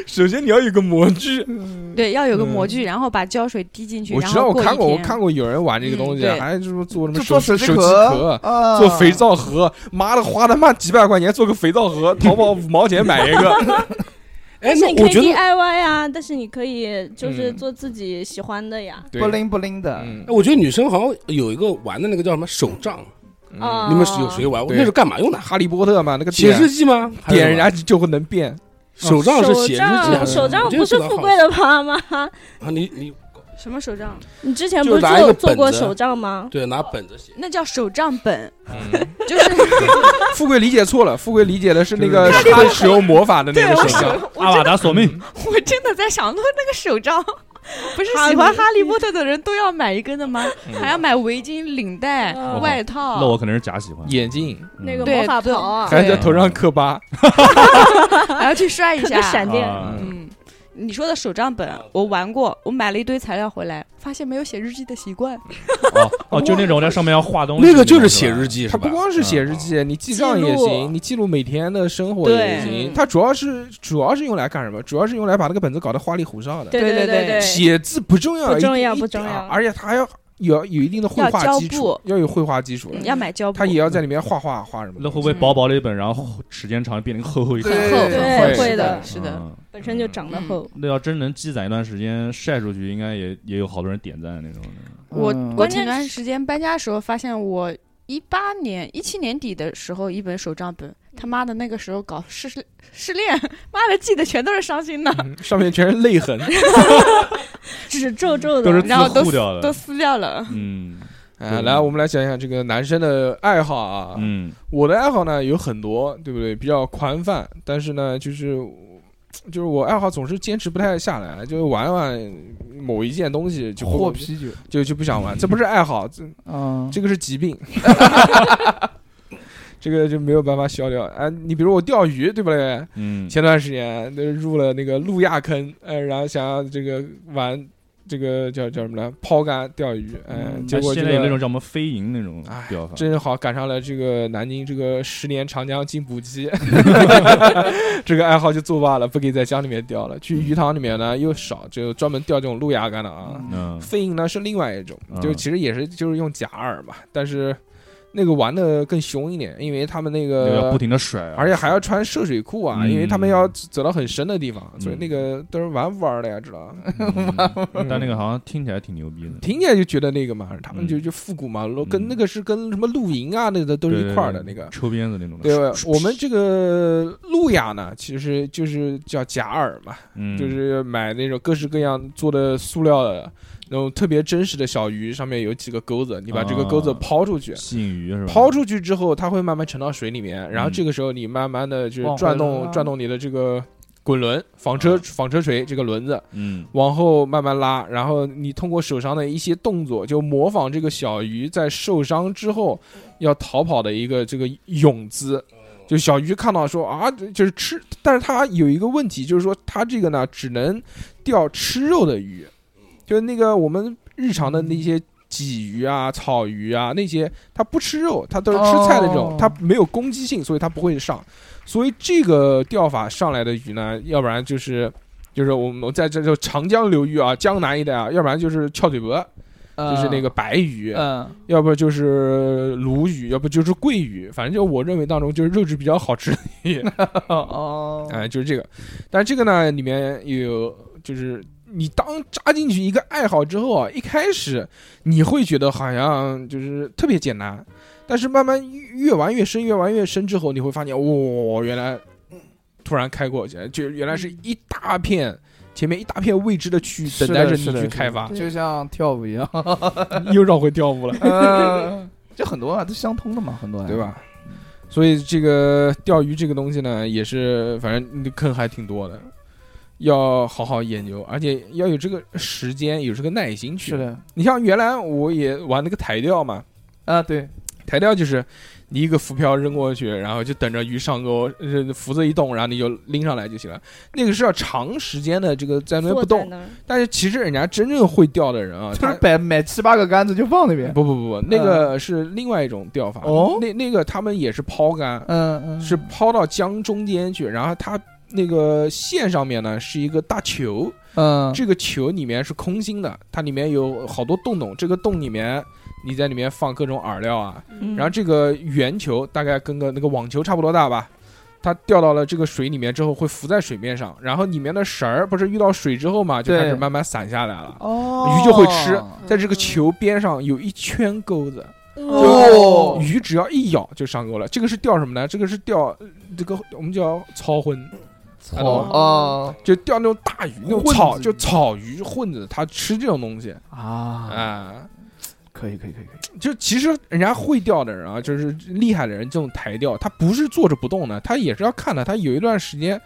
首先你要有个模具，
对，要有个模
嗯
具，然后把胶水滴进去，
我
然
知道，
后
我
过
看过，
一
我
天
看过有人玩这个东西，
嗯对
还就是说做什么
就做
手机
手机
手机壳
壳、，啊
做肥皂盒，妈的花他妈几百块钱做个肥皂盒，淘宝五毛钱买一个，
哎，
但是
那
你
我
可以
觉得
DIY 啊，但是你可以就是
嗯
做自己喜欢的呀。
对
不，灵不灵的，
嗯
哎，我觉得女生好像有一个玩的那个叫什么手杖，
嗯，
啊
你们是有谁玩过？
对
那是干嘛用的？
哈利波特嘛，那个
写
点
日记吗？还是什
点
么
人家就会能变，
手杖是写日记
手
啊，
杖，哦手杖
我觉得
不是
手杖
富
好
贵的妈妈。
啊！你你
什么手杖？
你之前
就
不是
拿一个
做做过
本子
手杖吗？
对拿本子写，
那叫手账本，
嗯
就是
富贵理解错了，富贵理解的是那个
就是
会使用魔法的那
对
个
我
手啊
手
杖，，
我
阿瓦
真的
达索命，
我真的在想，那那个手杖， 不是
哈
喜欢
利
哈利波特的人都要买一根的吗？
嗯
还要买围巾、领带、
哦
嗯
外套。
那我可能是假喜欢。
眼镜，
那
嗯
个
哦
对
魔法
对
袍啊，
还要在头上刻疤，
还要去摔一
刻
下
个。闪电。
啊嗯
嗯，你说的手账本，我玩过，我买了一堆材料回来，发现没有写日记的习惯。
哦哦，就那种在上面要 画东西，
那个就是写日，记是
它
吧哦
不？光是写日记，你记账也
记录
行，你记录每天的生活也
对
行。
嗯
它主要是主要是用来干什么？主要是用来把那个本子搞得花里胡哨的。
对
对
对
对对
写字不重要，
不重要
一定
不重要
啊而且他还要有有一定的绘画基
要胶
础
布，
要有绘画基础
嗯
的，
要买胶布
他，也要在里面画画画什么的。
那会不会薄薄的一本，然后时间长了变成厚厚一
对
沓
很
对
厚，
对
很厚
对会
是
的
是的。
嗯
本身就长得厚，
那要真能积攒一段时间晒出去，应该也也有好多人点赞的那种。
我
嗯
我前段时间搬家的时候，发现我一八年、一七年底的时候，一本手账本，他妈的那个时候搞失失恋，妈的记得全都是伤心的，
嗯上面全是泪痕。
纸皱皱
都是
的，
自
然后都
互掉
都
的，
撕掉了。
嗯
啊，来，我们来讲讲这个男生的爱好啊。
嗯
我的爱好呢有很多，对不对？比较宽泛，但是呢，就是就是我爱好总是坚持不太下来，就是玩玩某一件东西就不
喝啤酒，
就就不想玩，这不是爱好，这
嗯，
这个是疾病。这个就没有办法消掉啊！你比如我钓鱼，对不对？
嗯，
前段时间那入了那个路亚坑，呃，然后想要这个玩这个叫叫什么来抛竿钓鱼，呃，
嗯
结果这
现在有那
个
种叫什么飞蝇那种
哎
钓法，
正好赶上了这个南京这个十年长江进 补期， 这个爱好就作罢了，不给在江里面钓了。去鱼塘里面呢又少，就专门钓这种路亚竿的啊。
嗯
飞蝇呢是另外一种，
嗯
就其实也是就是用假饵嘛，但是那个玩的更凶一点，因为他们那
那个要
个
不。停的甩啊，
而且还要穿涉水裤啊，
嗯
因为他们要走到很深的地方，
嗯
所以那个都是玩不玩的呀，知道吧？
嗯，但那个好像听起来挺牛逼的，
听起来就觉得那个嘛，他们就
嗯
就复古嘛，
嗯
跟那个是跟什么露营啊，那个 都是一块儿的那个。
抽鞭子那种的，
对，我们这个路亚呢，其实就是叫假饵嘛，
嗯，
就是买那种各式各样做的塑料的那种特别真实的小鱼，上面有几个钩子，你把这个钩子
啊
抛出去，
吸引鱼是吧？
抛出去之后，它会慢慢沉到水里面，然后
嗯
这个时候你慢慢的就是
往回
转
拉
动转动你的这个滚轮、纺车、
啊
纺车锤这个轮子，
嗯
往后慢慢拉，然后你通过手上的一些动作，就模仿这个小鱼在受伤之后要逃跑的一个这个泳姿。就小鱼看到说啊，就是吃，但是它有一个问题，就是说它这个呢只能钓吃肉的鱼，就是那个我们日常的那些鲫鱼啊、草鱼啊那些，它不吃肉，它都是吃菜的这种
哦，
它没有攻击性，所以它不会上。所以这个钓法上来的鱼呢，要不然就是就是我们在这就长江流域啊，江南一带啊，要不然就是翘嘴脖，就是那个白鱼，
嗯，
要不就是鲈鱼，要不就是桂鱼，反正就我认为当中就是肉质比较好吃的鱼，
嗯 哦，
哎，就是这个。但这个呢，里面也有就是。你当扎进去一个爱好之后啊，一开始你会觉得好像就是特别简单，但是慢慢越越玩越深，越玩越深之后，你会发现，哇、原来突然开阔起来，就原来是一大片前面一大片未知的区域
嗯是的
等待着你
是的
去开发，
就像跳舞一样，
又绕回跳舞了。
嗯，这很多啊，都相通的嘛，很多，
对？吧？所以这个钓鱼这个东西呢，也是反正坑还挺多的，要好好研究，而且要有这个时间，有这个耐心去。
是的，
你像原来我也玩那个台钓嘛，
啊，对，
台钓就是你一个浮漂扔过去，然后就等着鱼上钩，呃浮子一动，然后你就拎上来就行了。那个是要长时间的这个在那边
坐
不
在
动，
那儿，
但是其实人家真正会钓的人啊，
就
他
是摆买七八个杆子就放那边，嗯
不不不不，那个是另外一种钓法。
哦
那那个他们也是抛竿，
嗯嗯，
是抛到江中间去，然后它那个线上面呢是一个大球，
嗯，
这个球里面是空心的，它里面有好多洞洞，这个洞里面你在里面放各种饵料啊，然后这个圆球大概跟个那个网球差不多大吧。它掉到了这个水里面之后，会浮在水面上，然后里面的绳儿不是遇到水之后嘛，就
对
开始慢慢散下来了。
哦
鱼就会吃在这个球边上有一圈钩子，
哦，
鱼只要一咬就上钩了。这个是钓什么呢？这个是钓呃这个我们叫操荤，看到吗
哦
就钓那种大鱼，那种
混子
草
鱼
就草鱼混子，它吃这种东西
啊，
啊。
可以可以可以可以，
就其实人家会钓的人啊，就是厉害的人，这种台钓他不是坐着不动的，他也是要看的。他有一段时间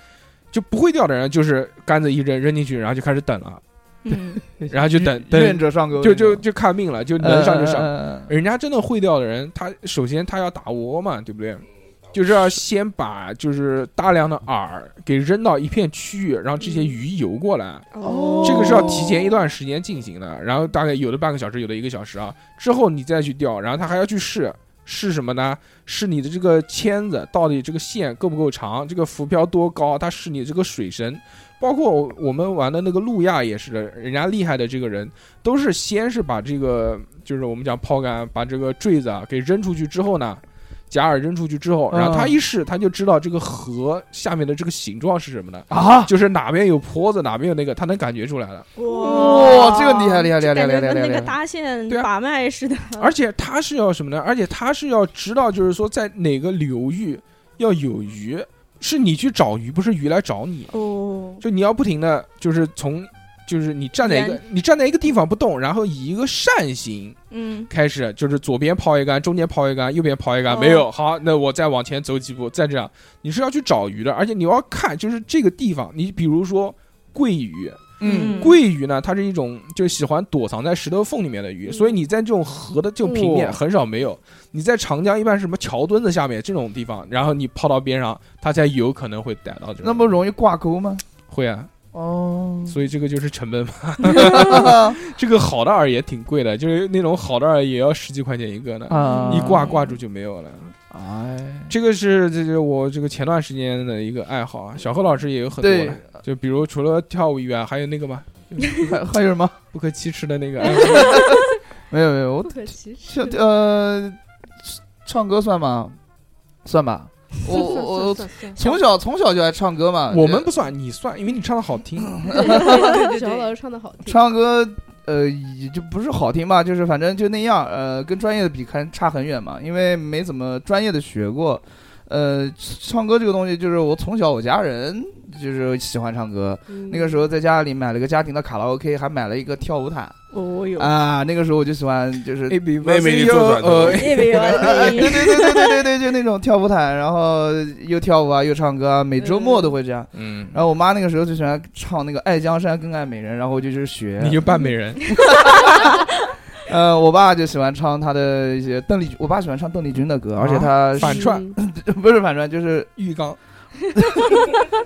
就不会钓的人，就是杆子一扔扔进去，然后就开始等了，
嗯，
然后就等
愿
等，
者上钩，呃
就就就看命了，就能上就上。
上，
人家真的会钓的人，他首先他要打窝嘛，对不对？就是要先把就是大量的饵给扔到一片区域，让这些鱼游过来。
哦
这个是要提前一段时间进行的，然后大概有的半个小时，有的一个小时啊，之后你再去钓，然后他还要去试。试什么呢？试你的这个签子到底这个线够不够长，这个浮漂多高，它试你这个水深，包括我们玩的那个路亚也是的，人家厉害的这个人都是先是把这个就是我们讲抛竿，把这个坠子啊给扔出去之后呢，假饵扔出去之后，
嗯
然后他一试他就知道这个河下面的这个形状是什么的，
啊，
就是哪边有坡子，哪边有那个，他能感觉出来的。
哇，这个厉害厉害厉害厉害
感
厉
觉
害厉害
跟那
厉
个
害，
搭线
对啊
把脉似的。
而且他是要什么呢？而且他是要知道，就是说在哪个流域。要有鱼，是你去找鱼，不是鱼来找你。
哦，
就你要不停的，就是从，就是你站在一个你站在一个地方不动，然后以一个扇形
嗯，
开始，就是左边抛一杆，中间抛一杆，右边抛
哦
一杆，没有好，那我再往前走几步，再这样，你是要去找鱼的，而且你要看，就是这个地方，你比如说桂鱼，
嗯
桂鱼呢，它是一种就喜欢躲藏在石头缝里面的鱼，
嗯
所以你在这种河的这种平面
哇
很少没有。你在长江一般是什么桥墩子下面这种地方，然后你泡到边上，它才有可能会逮到这种。
那么容易挂钩吗？
会啊，
哦，
所以这个就是成本嘛。 这个好的饵也挺贵的，就是那种好的饵也要十几块钱一个呢，
啊
一挂挂住就没有了。
哎，
这个是这是我这个前段时间的一个爱好啊，小何老师也有很多
对
了，就比如除了跳舞以外，还有那个嘛
还还有什么？
不可启齿的那个爱好，
没有没 有，我
不可其
像
事。
呃，唱歌算吗？算 吧。我我我从小从小就爱唱歌嘛。
我们不算，你算，因为你唱的好 听。
对对
小老
对，
师唱的好听，
唱歌，呃，也就不是好听吧，就是反正就那样，呃，跟专业的比还差很远嘛，因为没怎么专业的学过。呃，唱歌这个东西，就是我从小我家人就是喜欢唱歌，那个时候在家里买了个家庭的卡拉 OK，还买了一个跳舞毯
哦哟，
啊，那个时候我就喜欢就是。
A B
妹妹你坐转头
呃，
那边
哎对
有
对对对对对对，就那种跳舞毯，然后又跳舞啊，又唱歌啊，每周末都会这样。
嗯，
然后我妈那个时候就喜欢唱那个《爱江山更爱美人》，然后我就去学。
你就扮美人，
呃，我爸就喜欢唱他的一些邓丽君，我爸喜欢唱邓丽君的歌，而且他
啊反串
嗯
不是反串，就是
浴 缸，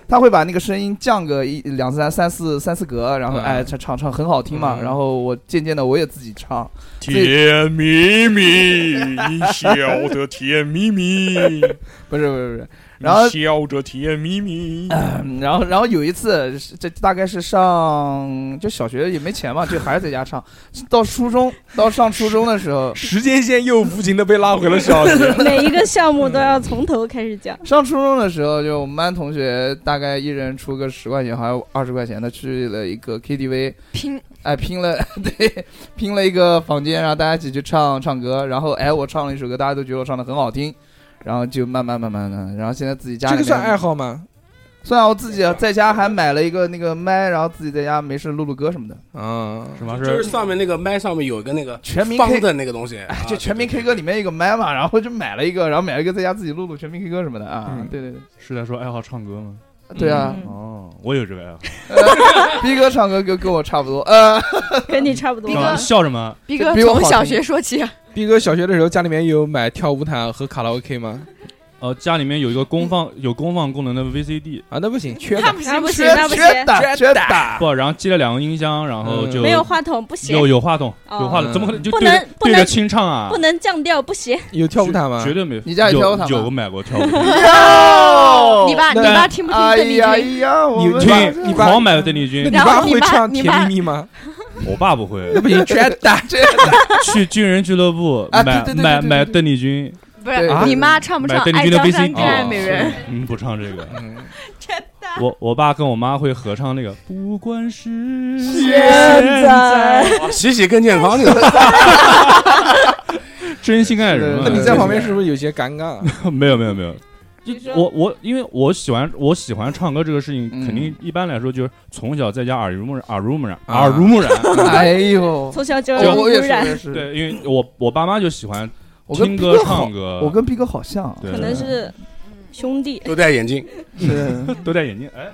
他会把那个声音降个一两三三四三四格，然后
嗯
哎唱唱唱很好听嘛。
嗯，
然后我渐渐的我也自己唱，
甜蜜蜜，你笑得甜 蜜蜜，
不是不是不是。
你
然后
笑着甜蜜蜜。
嗯然后然后有一次，是这大概是上就小学也没钱嘛，就还是在家唱。到初中到上初中的时候
时间线又无情的被拉回了小学。
每一个项目都要从头开始讲。
上初中的时候，就我们班同学大概一人出个十块钱，还有二十块钱的，去了一个 KTV。
拼
哎，拼了， 对，拼了一个房间，然后大家一起去唱唱歌，然后哎，我唱了一首歌，大家都觉得我唱的很好听，然后就慢慢慢慢的，然后现在自己家
这
里
个算
面
爱，好吗？
算啊我自己啊在家还买了一个那个麦，然后自己在家没事录录歌什么的，
啊，
什么
就是
是
上面那个麦上面有一个那个
全民 K 哎
方的那个东西，啊
就全民
对
K 歌里面有一个麦嘛，然后就买了一个，然后买了一个在家自己录录全民 K 歌什么的啊
嗯，
对对对，
是在说爱好唱歌吗？
对啊，
嗯
哦，我有这个爱好。
逼哥唱歌跟跟我差不多，呃，
跟你差不多
逼。哥
笑什么？
逼哥
比我
从
好
小
听
学说起，
逼哥小学的时候家里面有买跳舞毯和卡拉 OK 吗？嗯
呃，家里面有一个功放有功放功能的 VCD，
啊，那不行，缺
那
的。
不
那
行
不
不
行
行，
那
缺
不行
缺打缺打，
不，然后接了两个音箱，然后
嗯
就
没有话筒不
有
行，
有话筒，
哦
有话筒，怎么可能就
不
对
能
着
不
对
能
着清唱啊
不？能降调，不行。
有跳舞毯吗
绝？对没有。
你家有跳舞毯吗
有有买过 跳舞毯。
你爸你
那
爸听不听
哎
邓丽
呀哎
君？
呀，我
你
们
你爸
把
你爸
狂买的邓丽
那
君
你，
然后
爸
你
会
爸
唱
你
甜
爸
蜜蜜吗？
我爸不会
那。不行，缺 打。
缺打，
去军人俱乐部
啊
买
对对对
买
对对
买
对
邓丽君，
不
对
是
啊
你妈唱不
买
唱
邓
《
丽
爱
君的
江山
VCD，
更爱美人》？
嗯，不唱这个。
嗯，
我我爸跟我妈会合唱那个，不管是
嗯
啊洗洗更健康，那个
真心爱人嘛。
那你在旁边是不是有些尴尬？
没有没有没有，
你说
我我因为我喜欢我喜欢唱歌这个事情，
嗯
肯定一般来说就是从小在家耳濡目染耳濡目染
啊
耳濡目染。
哎呦，
从小就
我我也是，
污
我
染，
也是，
对，因为我我爸妈就喜欢
我跟
听
逼
歌
哥好
唱，歌，
我跟逼哥好像，啊
对
可能是
嗯
兄弟。
都戴眼镜，
是，
都戴眼镜，哎，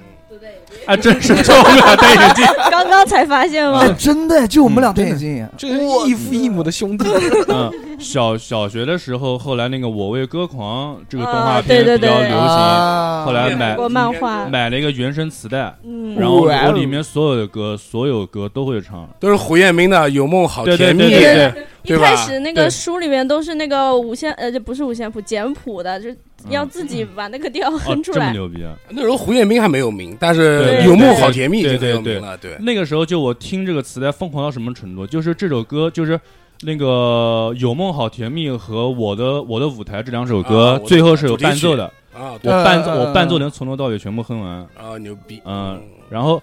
哎，真是就我们俩 戴眼镜，
刚刚才发现吗？
哎，真的，就我们俩戴眼镜，
这是异父异母的兄弟。
嗯，小小学的时候，后来那个《我为歌狂》这个动
啊
画
对
片
对
比较
对
流行，
啊，
后来买
国漫画，
买了一个原声磁带，
嗯，
然后
哇
我
哦
里面所有的歌，所有歌都会唱。
都是胡彦斌的《有梦好
对对
甜蜜
对》，对对，
一
对吧
开始那
对
个书里面都是那个五线，呃，这不是五线谱，简谱的，就是要
嗯
自己把那个调
哦
哼出
这么
来。
牛逼啊！
那时候胡彦斌还没有名，但是
对
《有梦好甜蜜》已
对
经很有
对
名了，对。
那个时候就我听这个磁带疯狂到什么程度，就是这首歌就是。那个《有梦好甜蜜》和我的我的舞台这两首
啊我
歌，
的
最后是有伴奏的，
啊，对
我伴
嗯嗯
我伴奏能从头到尾全部哼完，
啊，牛逼，
嗯，然后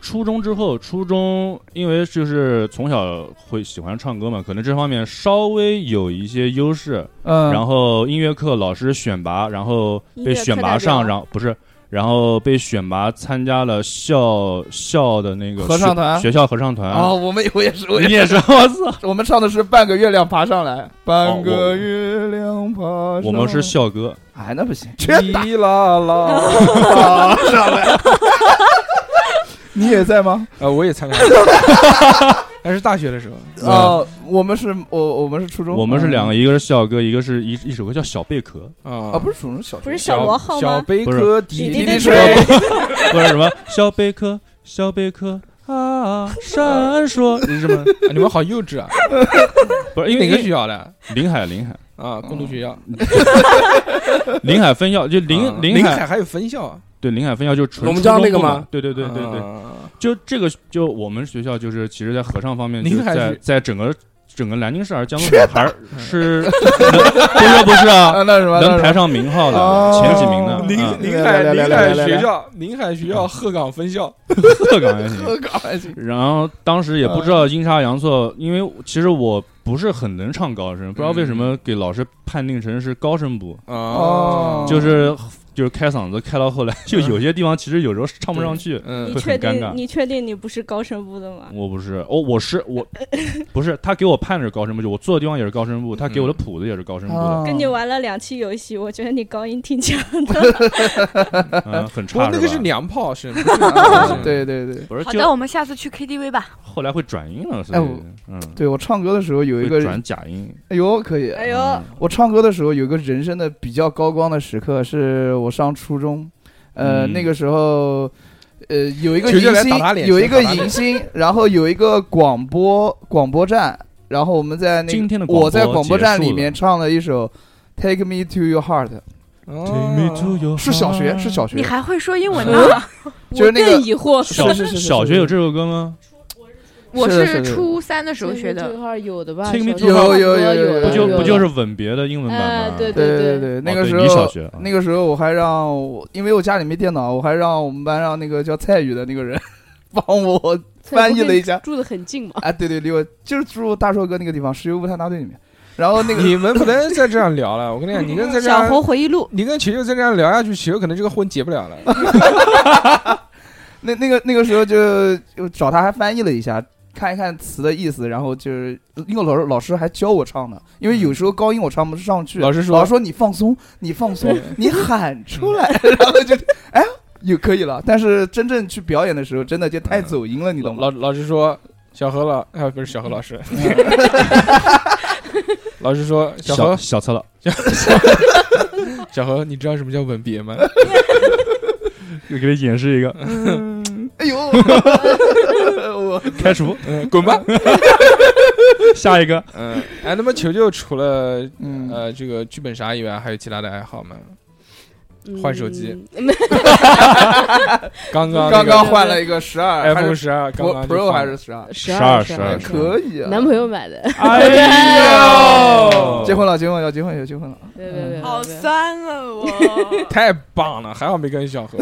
初中之后，初中因为就是从小会喜欢唱歌嘛，可能这方面稍微有一些优势。
嗯，
然后音乐课老师选拔，然后被选拔
音乐课代表
上，然后哦不是，然后被选拔参加了校校的那个
合唱团
学学校合唱团。
哦，我们我也是，我
啊你
也
也是， 我操！哦
我们唱的是半个月亮爬上来，半个月亮爬上来。
我们是校歌，
哎，那不 行，
滴啦啦，
爬 上来。你也在吗？
啊，我也 参加，但是大学的时候，
哦，我们是我我们是初中，
我们是两个，一个是校歌，一个是一一首歌叫《小贝壳
啊
啊，不是初中小学，
不是小
小
罗号
小
吗？
贝
不
壳
是
滴
滴
滴
滴
滴
吹
吹，》，
不是什么小贝壳，小贝壳 啊，闪烁，你是吗？
啊你们好幼稚啊！
不是因为
哪个学校的
临海临海
啊？共读学校，
临海分校，就
啊
临
临
临
海还有分校啊，
对临海分校就是纯
我们
初中
家那个
部
吗
嘛？对对对对对，
啊
就这个就我们学校就是其实，在合唱方面，
您
就是
还
在
是
在整个整个南京市还是江苏省还是不是不是啊，
啊，那是什么？
能排上名号
哦
的前几名的，
临
啊
临海
来来来
临
来
海
来
学
来
校，临海学校鹤岗分校，
特岗 还行。
特搞还 行。
然后当时也不知道阴差阳错，因为其实我不是很能唱高声，不知道为什么
嗯
给老师判定成是高声部，
哦
嗯
就是就是开嗓子开到后来，就有些地方其实有时候是唱不上去。
嗯
你
会
确
很尴尬
定你确定你不是高声部的吗？
我不是，哦，我是 我，不是他给我判的是高声部，就我坐的地方也是高声
嗯
部，他给我的谱子也是高声部的，
跟你玩了两期游戏，我觉得你高音挺强的。
嗯，很
不过
差。
那个是
吧 嗯
娘炮声，
啊
不是
对对对
不是
好的，
就
我们下次去 KTV 吧。
后来会转音了，所
哎
以
我
嗯，
对，我唱歌的时候有一个
会，转假音。
哎呦，可以，
哎呦，
嗯
我唱歌的时候有一个人生的比较高光的时刻，是我上初中，呃，
嗯
那个时候，呃，有一个
球就
迎
来打他
新，
脸
有一个
球打他脸
迎新，然后有一个广播广播站，然后我们在那个
今天的广播
我在广播站
结束
里面唱了一首《Take Me to Your Heart》，是小学，是小
你
学，
还会说英文呢？
就是那个
我更疑惑，
小
是是是是
小学有这首歌吗？
我
是的是
是
的
初三的时候
这
学
个这
的，
块儿有的吧？
Take me
小
to
时候
your- 有有有
有
有
有
不
的
就
有
不就
的
是吻别的英文版
哎
吗？
对
对对
对
对，
嗯
那
哦
个
对
时
你小
候
学啊
那个时候我还让我，因为我家里没电脑，我还让我们班上那个叫蔡宇的那个人 帮我翻译了一下
住的很近嘛。
啊，对对，离我就是住大硕哥那个地方，石油物探大队里面。然后那个
你们 不能再这样聊了，我跟你讲，你跟再这
嗯小
样，
猴回忆录，
你跟球球再这样聊下去，球球可能这个婚结不了了。
那那个那个时候就呃就找他还翻译了一下，看一看词的意思，然后就是因为老师老师还教我唱呢，因为有时候高音我唱不上去，
老
师
师
老
说
师，说你放松，你放 松
对，
你喊出来，然后就哎有可以了，但是真正去表演的时候，真的就太走音了，你懂吗？
老老师说，小何老啊不是小何老 师， 老师说 小
小
何
小策了，
小何，你知道什么叫吻 别吗？
给你演示一个
哎呦，我
开除，
嗯，滚 吧。
下一个
嗯，哎，那么球球除了
嗯，
呃这个剧本杀以外，还有其他的爱好吗？
嗯
换手 机，
没
刚刚那个
刚刚换了一个十二，还
iPhone
是
十二，刚
Pro
刚就
Pro 还
换
是十二？
十
12
十
12
可以啊，
男朋友买的，
哎呦
结婚了，结婚了，结婚了，结婚了。
对对对，
好
对
酸啊我。
太棒了，还好没跟小 何，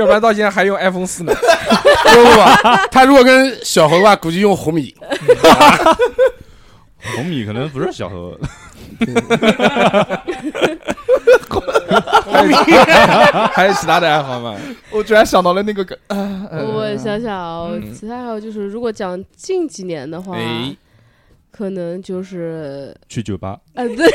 要不然到现在还用 iPhone 四呢。
不不不，他如果跟小猴的话，估计用红米。
红米可能不 是小何，
还有还有其他的爱好吗？
我居然想到了那个梗，啊呃
我想想啊，我
嗯
其他还有就是，如果讲近几年的话，
哎，
可能就是，
去酒吧，
呃，对，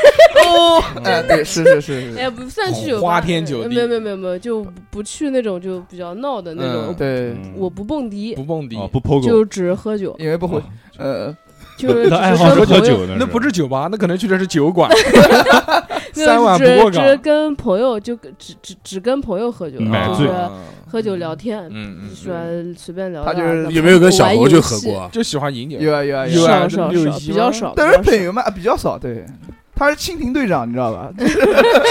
哦， 哎，对，是是是是，
哎，不算去酒吧，
哦花天酒地
没有没有没有没有，就不去那种就比较闹的那种，
对，
嗯
我不蹦迪，
不蹦迪
哦，不 POGO，
就只喝酒，
因为不会
哦，
呃，
就是
那爱好是
只是
喝
跟朋友
酒的，
那不是酒吧，那可能去的是酒 馆，
没有
三碗不过
只只
岗，
跟朋友就只只只跟朋友喝酒，
买
就
醉
是
啊
喝酒聊天，
嗯
喜欢随便聊
他
聊。
就是
干嘛
有没有跟小猴就合？过？
就喜欢饮酒。
有啊有啊
玩
有
游戏
啊，
啊
少少
有
少，
一
比较
吗
少。
但
比
是
较
本
少
源嘛啊比较少，对，他是蜻蜓队长，你知道吧？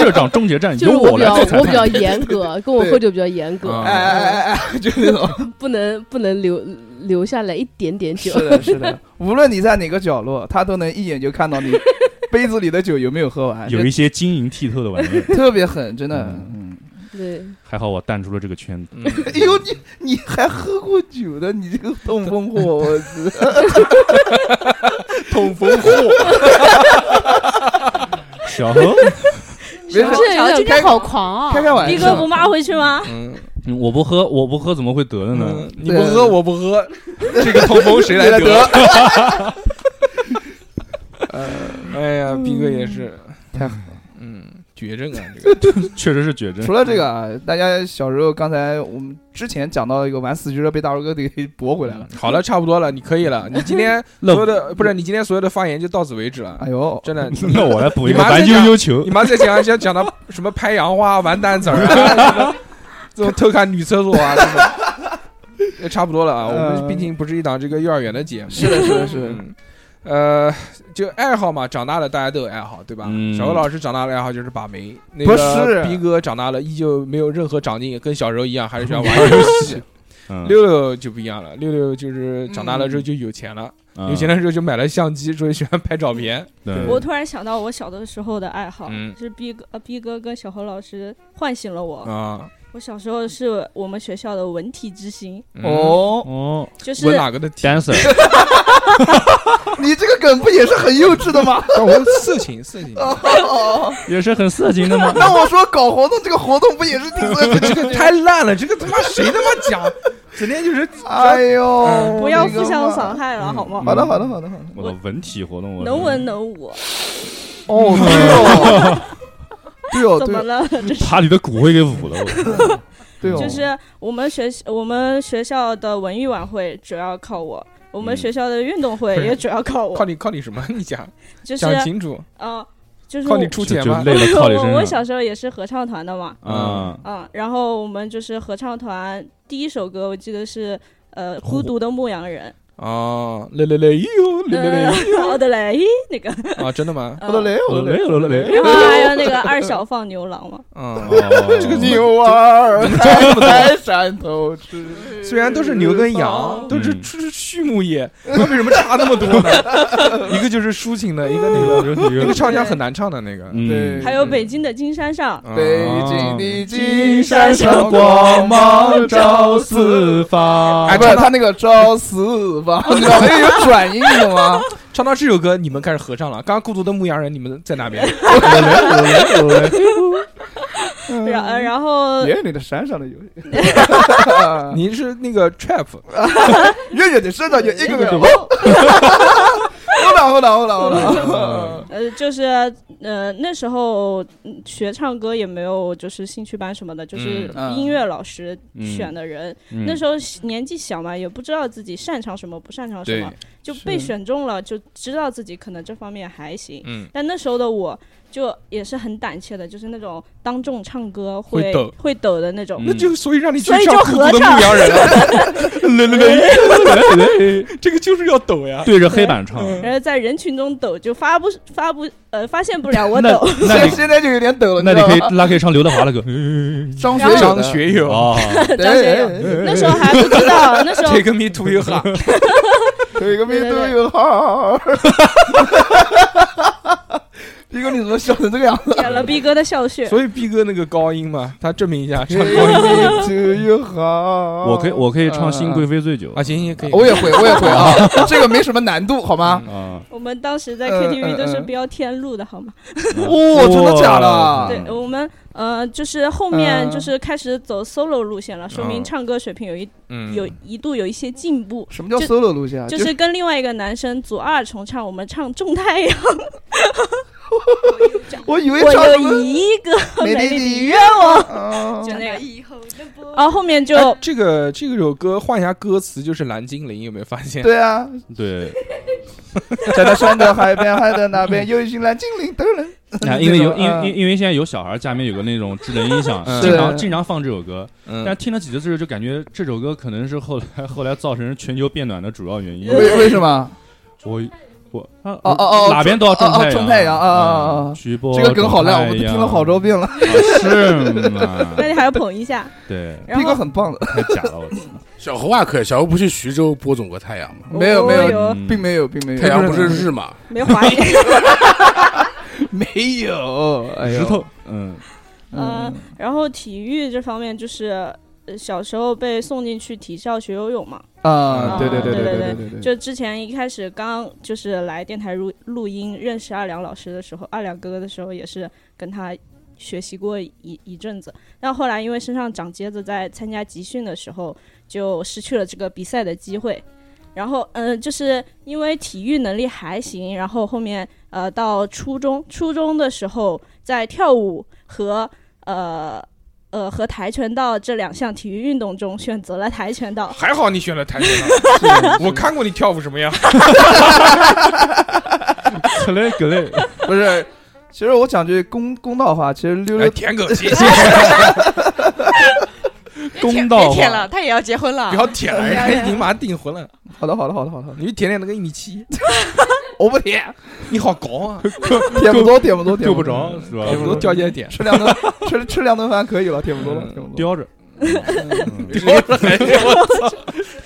社长终结战，
就是
由
我比
来
较
做裁
我比
判。
较严格，跟我
对
喝酒比较严格，
啊
哎哎哎哎哎，就那种，
不能不能留留下来一点点酒。
是的，是的，无论你在哪个角落，他都能一眼就看 到你杯子里的酒有没有喝完，
有一些晶莹剔透的玩意儿，
就特别狠，真的，
嗯
嗯，
对，
还好我淡出了这个圈子。
嗯，
哎呦，你你还喝过酒的？你这个东风货， 我知道
痛风货，
小 何，
没事
小
这
乔
人
今
今
天
天好狂啊！
开开玩
逼
笑。
哥不骂回去吗？
嗯，
嗯我不喝，我不喝怎么会得的呢
嗯？你不喝我 不喝，这个痛风谁来
谁来
得？呃，哎呀，逼哥也是，
太
嗯，绝症啊，这个
确实是绝症
除。了这个啊，大家小时候刚才我们之前讲到一个玩四驱车被大肉哥给驳回来了。
好了，差不多了，你可以了。你 今天所
那
有的不是你今天所有的发言就到此为止了
哎，呦，
真 的。
那我来补一个
你妈在
玩悠
家
悠球
你，妈再讲讲讲到什么拍洋花、玩单子儿 啊，这种偷看女厕所啊，什么，也差不多了啊。我们
嗯
毕竟不是一档这个幼儿园的节目，
是的，是的，是 的。
嗯，呃，就爱好嘛，长大了大家都有爱好，对吧？
嗯
小何老师长大了爱好就是把妹，那
不
个
是
逼哥长大了依旧没有任何长进，跟小时候一样还是喜欢 玩游戏。
嗯，
六六就不一样了，六六就是长大了之后就有钱了，
嗯
有钱了之后就买了相机，所以喜欢拍照片。
对
我突然想到我小的时候的爱好，
嗯
是逼哥呃逼哥跟小何老师唤醒了我。
啊，
我小时候是我们学校的文体之星，
嗯，
哦，
哦
就是
问哪个的题？
，dancer，
你这个梗不也是很幼稚的吗？
但我色情色情，
哦，
也是很色情的 吗？
那我说搞活动这个活动不也是挺色
这
情
个太烂了，这个他妈谁他妈讲，整天就是
哎呦，
嗯
不要
我的
互
个
相
妈
伤。害
嗯
了，好吗？
好的，好的，好的，好的。
我的文体活动，我
能文能武，
哦，
哦
对哦，
怎
对
么
哦，
了？这是
把你的骨灰给捂了，我
对哦，
就是我们学我们学校的文艺晚会主要靠我，我们
嗯
学校的运动会
不是
也主要靠
靠
我，
你靠你什么？ 你讲
就是
讲清楚，
嗯，就是
靠
我
你出
就
钱
就
吗？
累了靠你身上。
我我小时候也是合唱团的嘛，
啊，
嗯，然后我们就是合唱团第一首歌，我记得是呃《孤独的牧羊人
哦，累累累
嗯
哟，累累累
呃奥德莱伊那个，
啊，真的 吗？
我的
嗯
雷，我
我
的雷
累，我累
然后还有那个二小放牛郎嘛，
嗯，
哦，
这个 牛儿还在山头吃，
虽然都是牛跟羊，都是
嗯
畜畜牧业，那为什么差那么多呢？一个就是抒情的，一个那 个
那
一个唱腔很难唱的那个。
嗯
对，
还有北京的金山上，
啊
北京的金山上光芒
光
照
照
四
四方。
哎
不是他那个照四 方，你知道吗？有转音，你懂吗？
唱到这首歌，你们开始合唱了。刚刚《孤独的牧羊人》，你们在哪边？
然呃然后
爷爷你的山上的游戏，
您是那个 trap
月月的山上有一个个。我了我了我了我 了，
呃，就是呃，那时候嗯学唱歌也没有，就是兴趣班什么的，就是
嗯
音乐老师
嗯
选的人。
那
那时候年纪小嘛，也不知道自己擅长什么，不擅长什么，就被
是
选中了，就知道自己可能这方面还行。
嗯，
但那时候的我就也是很胆怯的，就是那种当众唱歌
会
会
抖
会抖的那种。
那就所以让你去
所以
唱
就
《孤独的
合
牧
唱
羊人》啊 了。
候
这个就是要抖呀。
对着黑板唱，
然后在人群中抖，就发不发不呃发现不了我
那
抖，
那
现
你
现在就有点抖了，
那
你
你可以
知
哦
道吗？
那可以唱刘德华的歌
张学
然后
张学友
哦，
张学友
友
那时候还不知 道，那时候
Take me to your heart，
有一个病都有号。逼哥，你怎么笑成这个样 子？
点了逼哥的笑穴。
所以逼哥那个高音嘛，他证明一下唱高 音。
都有号。
我可以我可以唱《新贵妃醉酒
啊，》行行可以，
呃我也会，我也会啊， 这个没什么难度，好吗？
啊，
我们当时在
嗯
KTV 都是
嗯嗯
标天路的好吗？
哦真的假的
哇
对，我们呃，就是后面
嗯
就是开始走 solo 路线了，说明唱歌水平有一
嗯
有一度有一些进步。
什么叫 solo 路线啊？
就是跟另外一个男生左二重唱，我们唱《种太阳》，
我以为
我
唱什么
有一个
美
美
丽
丽的
的
愿望，
啊
就那个。
以后的波
然后后面就
哎这个这个首歌换一下歌词就是蓝精灵，有没有发现？
对啊，
对，
在那山的海边，海的那边有一群蓝精灵，等人。
啊因为有因
嗯
因因为现在有小孩，家里面有个那种智能音 响，
嗯
经常
对
经常放这首歌，但
嗯，
听了几次之后，就感觉这首歌可能是后来后来造成全球变暖的主要原因。
为为什么？
我我啊
哦哦哦
哪边都要种太
哦哦
阳，
种太阳啊啊啊啊
嗯直播
这个梗好烂，我们
种
都
太阳
听了好多遍了。
啊是吗？
那你还要捧 一下，
对，
然
逼哎哥
后
很棒的，
太假了，我操！
小何啊，可小何不去徐州播种过太阳吗？
没有
哦
没有
有
嗯
并没有，并没有。
太阳不是日嘛？
没怀疑，
没有，哎呦
石头，嗯，
嗯，然后体育这方面就是呃小时候被送进去体校学游泳嘛，
啊，对对对
对
对
对
对对对，
就之前一开始刚就是来电台录录音认识二两老师的时候，二两哥哥的时候也是跟他学习过一一阵子，但后来因为身上长疖子，在参加集训的时候就失去了这个比赛的机会。然后，嗯、就是因为体育能力还行，然后后面呃到初中，初中的时候在跳舞和呃呃和跆拳道这两项体育运动中选择了跆拳道。
还好你选了跆拳道，我看过你跳舞什么样。
可嘞可嘞，
不是。其实我讲句公公道话，其实溜
哎
溜
舔狗，谢谢，
公道
别舔
话
了，他也要结婚了
不。要舔了，人家已经把他订婚了。
好的好的好的好的，好的
你舔舔那个一米七，
我不舔，
你好高啊！
舔不多舔不多舔
够不
多
着是吧？
我都掉下来点，
吃两顿吃吃两顿饭可以了，舔不多了舔不
叼
多了，
着，
叼着还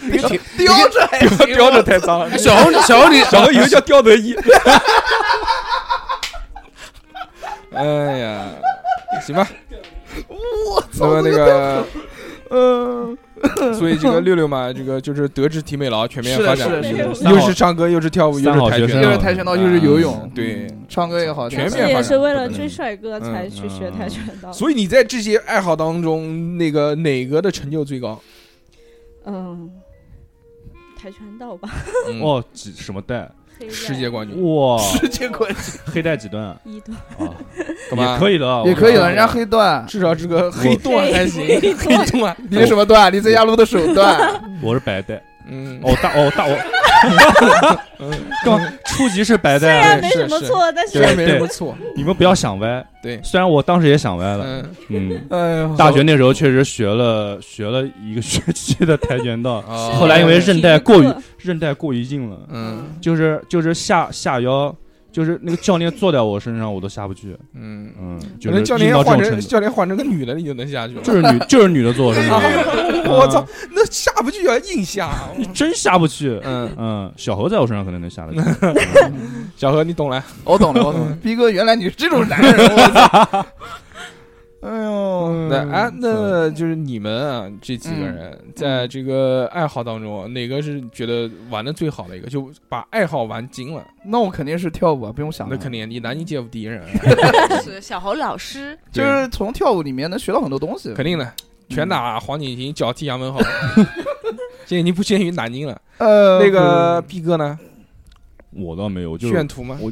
你挺
叼着还行
叼着太脏了。
小 红，小红你
然后以后叫刁德一。哎呀，行吧。我
啊
那么那个，
嗯，
所以这个六六嘛，这个就是德智体美劳全面
是
发
的
展，
是的是的，
是的
又是唱歌，又是跳舞，又
三
是
好
跆
学生嗯
拳道
又是跆拳道又是游泳，
对
嗯，唱歌也好，
全面
这
发
也
展
是为了
嗯
追帅哥才去学跆拳道。
所以你在这些爱好当中，那个哪个的成就最高？
嗯，跆拳道吧，
嗯，
哦，几什么带？
黑带
世界冠军
哇，
世界冠军
黑带几段啊？
一段，
干嘛
也可以的啊，
也可以了，
我
人家黑段，
至少是个黑段还行，黑段。
你是什么
啊
段？你在亚路的手 段，
我是白带，
嗯，
哦大哦大 我，刚初级是白
虽
带
然
啊，
没什么错，但
虽然
是
没什么错，
你们不要想歪。
对
虽然我当时也想歪了，
嗯，
嗯，
哎呦，
大学那时候确实学了学了一个学期的跆拳道，
啊
后来因为
是
韧带过于
体育课
韧带过于硬了，
嗯
就是就是下下腰，就是那个教练坐在我身上我都下不去，
嗯，
嗯，就是
可能教练
硬到这
换
种
成
程度，
教练换成个女的，你就能下去了。
就是女就是嗯女的坐我身上，
我操，那下不去啊，硬下。
你真下不去。
嗯，
嗯，小何在我身上可能能下得去，
小何，你懂了。
我懂了，我懂了，逼哥，原来你是这种男人，我操！哎呦，
那啊，那
嗯
就是你们啊，这几个人在这个爱好当中，啊哪个是觉得玩的最好的一个？就把爱好玩精了，
那我肯定是跳舞啊，不用想了，
那肯定你南京街舞第一 人，啊
是小侯老师，
就是从跳舞里面能学到很多东西，
肯定的，拳打黄景行，脚踢杨文 豪。这已经不限于南京了。
呃，
那个毕哥呢？
我倒没有，就是
炫图吗？
我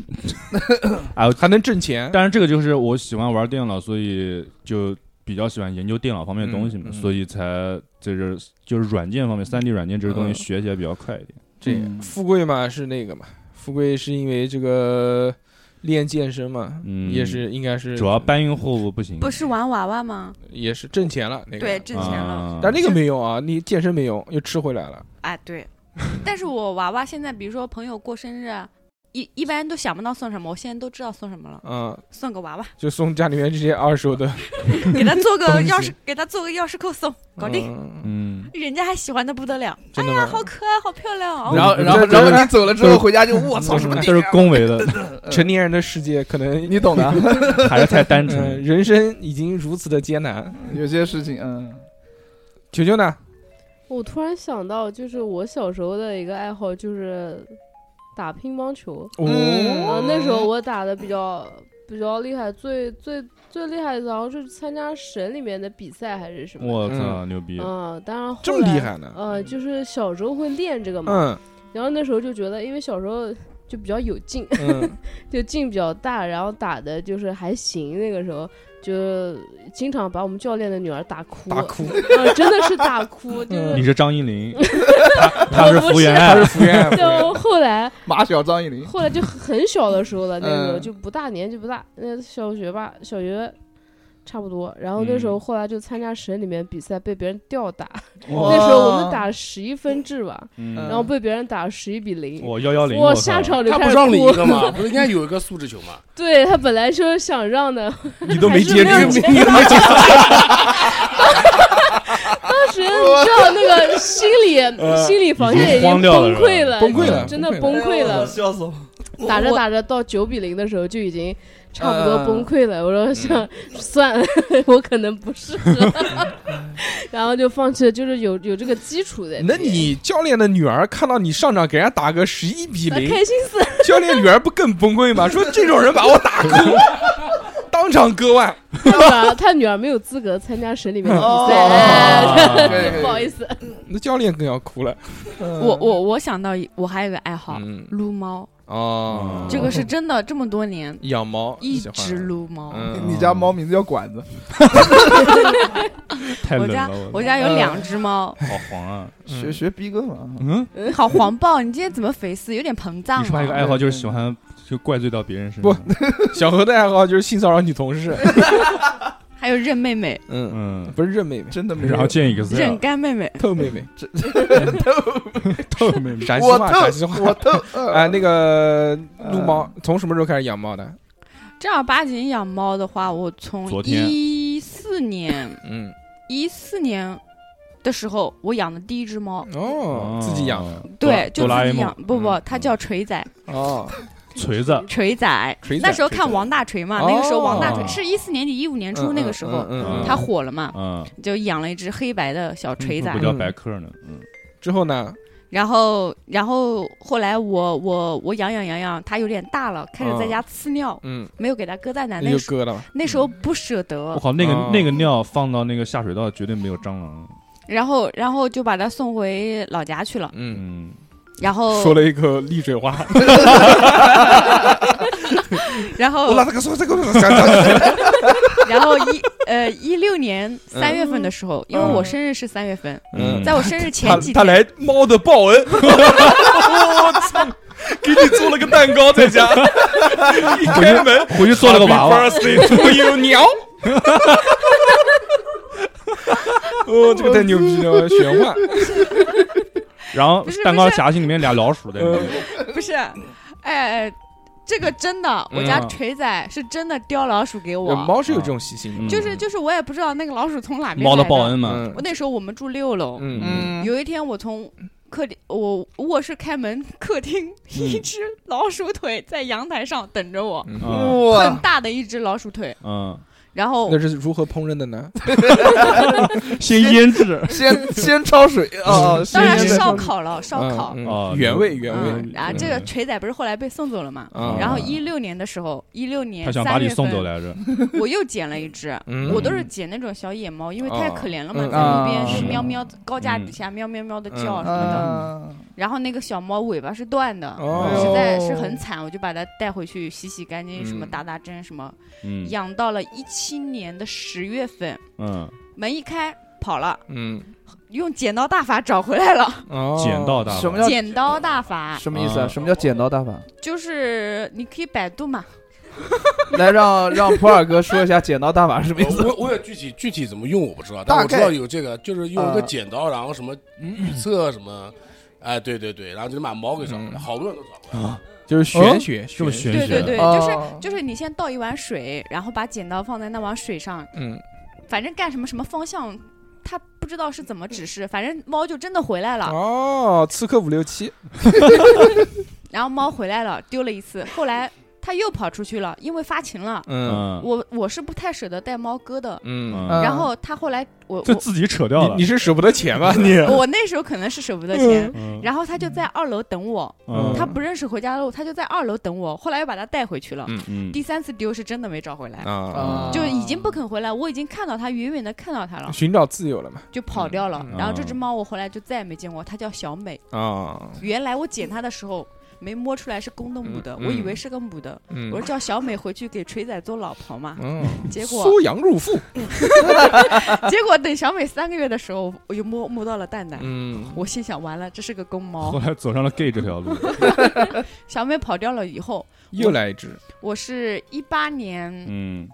哎呦
还能挣钱？
但是这个就是我喜欢玩电脑，所以就比较喜欢研究电脑方面的东西嘛，
嗯嗯
所以才在这就是软件方面，三 D 软件这个
嗯
东西学起来比较快一点。
这
嗯
富贵嘛是那个嘛，富贵是因为这个练健身嘛，
嗯
也是应该是
主要搬运货物不行，
不是玩娃娃吗？
也是挣钱了那个，
对，，挣钱了。
啊
但那个没用啊，你健身没用，又吃回来了。
哎，对。但是我娃娃现在，比如说朋友过生日啊，一一般都想不到送什么，我现在都知道送什么了，
嗯，
送个娃娃，
就送家里面这些二手的，
给他做个
东西
钥匙，给他做个钥匙扣送，搞定。
嗯，
嗯，
人家还喜欢的不得了，
真的吗？
好可爱，好漂 亮哦！
然后，然后，然后你走了之后回家就我操什么
嗯
啊
都
地
是恭维的，
成年人的世界可能
嗯 你 懂的，
还是太单
嗯，
纯。
人生已经如此的艰难。
有些事情，嗯，
球球呢？
我突然想到，就是我小时候的一个爱好就是打乒乓球。
哦
嗯
呃，那时候我打的比较比较厉害，最最最厉害的好像是参加省里面的比赛还是什么。
我操，牛逼！
嗯，当然后
这么厉
来。
害呢？
呃，就是小时候会练这个嘛，
嗯
然后那时候就觉得，因为小时候就比较有劲，
嗯，
就劲比较大，然后打的就是还行。那个时候就经常把我们教练的女儿打哭，
大哭，
呃真的是打哭，
嗯
嗯
就是
你是张一林，他他是福原
他
爱
是，福原爱，
就后来
马小张一林，
后来就很小的时候了，那个时候
嗯
就不大年纪不大，那小学吧，小学。差不多，然后那时候
嗯
后来就参加省里面比赛，被别人吊打。
哇
那时候我们打十一分制吧，然后
嗯，
被别人打十一比零。
我幺幺零，
我
我
下
操，
场就
他
开
不
始
让你一
哭，
个吗？不是应该有一个素质球吗？
对他本来说想让的，
你都没
还是
接住
没有，接
你都没接住，
当时你知道那个心 理、心理防呃线已经崩溃了，
已经慌掉了是吧
哎
崩溃了
真的崩溃了。
笑死我！
打着打着到九比零的时候就已经差不多
嗯
崩溃了。我说算 算了，我可能不适合，然后就放弃了。就是有有这个基础
哎
在。
那你教练的女儿看到你上场给人家打个十一比
那
零，
开心 死了，
教练女儿不更崩溃吗？说这种人把我打哭， 当场割腕。
他女儿他女儿没有资格参加省里面的比 赛，
哦
哎
可以可以
不好意思，
那教练更要哭了。
嗯
我我我想到一，我还有个爱好，
嗯
撸猫，
哦，
这个是真的，这么多年
养猫，
一
喜欢
直。撸猫。
嗯，
你家猫名字叫管子，
太
我
冷
家
了，嗯
我家有两只猫，
嗯
好黄啊！
学学逼哥嘛。
嗯，
好黄暴！你今天怎么肥四？有点膨胀
你是不是还有一个
啊！
爱好就是喜欢就怪罪到别人身
不
上？
小何的爱好就是性骚扰女同事。
还有认妹妹、
嗯，
嗯，
不是认妹妹，
真的没有，
然后建一个啊 Excel，
认干妹妹，
透妹妹，
透 明
陕西
我
话，陕西
特
话
我。 嗯特
哎，那个撸猫，从什么时候开始养猫的？
正儿八经养猫的话，我从
昨天
一四年
嗯，
一四年的时候，我养的第一只猫，
哦，自己养。
对，就
哆啦
自
A
己
梦
养，不不
嗯，
它叫锤仔，
哦，
锤子，
锤仔
锤。仔
那时候
锤
看
仔
王大锤嘛，
哦
那个时候王大锤
哦
是一四年底一五年初那个时候，
嗯嗯嗯嗯嗯
他火了嘛，
嗯，
就养了一只黑白的
哦
小锤仔
啊
不。叫白客呢，嗯，
之后呢？
然后，然后后来我我我养养养养，它有点大了，开始在家呲尿，
嗯，
没有给它割蛋奶。
你
那
就
时
割了吧。
那时候不舍得
我，靠，那个
嗯哦
那个尿放到那个下水道绝对没有蟑螂，
然后然后就把它送回老家去了。
嗯，
嗯，
然
哦
后
说了一口丽水话。
然后
我拉这个说这个想想。
然后一呃一六年三月份的时候，因为我生日是三月份，
嗯
在我生日前
他
几
他
天，
来猫的报恩， 我操！给你做了个蛋糕在家，一开门，
回去做了个娃娃
，Happy birthday to you，哦，这个太牛逼了，玄幻，
然后
不是
蛋糕
不是
夹心里面俩老鼠在里
呃
面，
不是，哎，这个真的，我家
嗯
锤仔是真的叼老鼠给我，
猫是有这种习性的，
就是就是我也不知道那个老鼠从哪边
嗯猫的
来
报恩嘛，
嗯
我那时候我们住六楼，
嗯
嗯，
有一天我从客厅，我卧室开门，客厅
嗯
一只老鼠腿在阳台上等着我，
嗯嗯，
嗯
很
哇，
大的一只老鼠腿，
嗯，
然后
那是如何烹饪的 呢？
先腌 制
先先焯水
哦
啊，
当然是
先
烧烤了，烧烤。
嗯嗯嗯
哦
原味原
嗯，
味，
然后这个锤仔不是后来被送走了嘛？
啊
然后一六年的时候，一六年
他想把
三
你
月
送走
份，
来着，
我又捡了一只，
嗯
我都是捡那种小野猫，因为太可怜了嘛，
嗯
在路边
啊
是喵喵高架
嗯
底下喵喵喵的
嗯
叫什么的，
啊，
然后那个小猫尾巴是断的，
哦
实在
哎呦
是很惨，我就把它带回去洗洗干净，
嗯
什么打打针什么，
嗯
养到了一七年的十月份，
嗯，
门一开跑了，
嗯，
用剪刀大法找回来了。
哦
剪刀大
什么
法
叫
剪刀大法
什么意
嗯
思
啊
啊？什么叫剪刀大法？
就是你可以百度嘛，
来让让普洱哥说一下剪刀大法是什么意思
我我也具体具体怎么用我不知道，但我
大概
知道有这个，就是用一个
啊
剪刀，然后什么预测什么，哎，对对对，然后就能把猫给找回来，好多人都找
嗯
不来。
啊就是哦玄学，啊
这么玄
对
学
对对，
哦
就是就是你先倒一碗水，然后把剪刀放在那碗水上，
嗯，
反正干什么什么方向，它不知道是怎么指示，反正猫就真的回来了。
哦，刺客五六七，
然后猫回来了，丢了一次，后来它又跑出去了，因为发情了。
嗯
嗯，
我我是不太舍得带猫哥的，
嗯，
嗯
然后它后来我
就自己扯掉了
你你，是舍不得 钱吧 你？啊
我我那时候可能是舍不得钱，
嗯
然后它就在二楼等我，
嗯
它不认识回家的路，它就在二楼等我，后来又把它带回去了。
嗯
嗯
第三次丢是真的没找回来，
啊，
啊？
就已经不肯回来，我已经看到它，远远的看到它了，
寻找自由了嘛？
就跑掉了
嗯。
然后这只猫我后来就再也没见过，它叫小美。
啊，
原来我捡它的时候没摸出来是公的母的，
嗯
我以为是个母的，
嗯
我说叫小美回去给锤仔做老婆嘛。
嗯，
结果
缩阳入腹，
结果等小美三个月的时候，我就摸摸到了蛋蛋。
嗯，
我心想，完了，这是个公
后
猫。
来走上了 gay 这条路，
小美跑掉了以后，
又来一 只，
我是一八年，
嗯，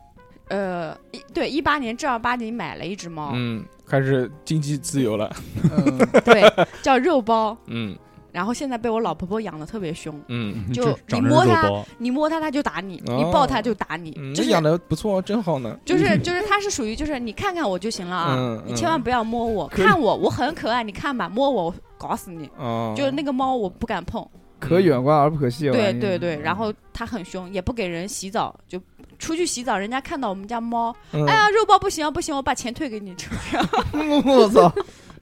呃，一对一八年正儿八经买了一只猫，
嗯，开始经济自由了，
嗯
对，叫肉包。
嗯
然后现在被我老婆婆养的特别凶，
嗯，
就
长着
你摸
肉
它
包，
你摸它它就打你，
哦
你抱它就打你，
嗯
就
这
是
养的不错，真好呢，
就是就是它是属于就是你看看我就行了啊，
嗯
你千万不要摸我，
可以
看我我很可爱，你看吧，摸我我搞死你。
哦，
就是那个猫，我不敢碰，
可远观而不可亵玩意。
嗯
对对对，然后它很凶，也不给人洗澡，就出去洗澡，人家看到我们家猫，
嗯
哎呀，肉包不行啊不行，我把钱退给你，就这样。
我操，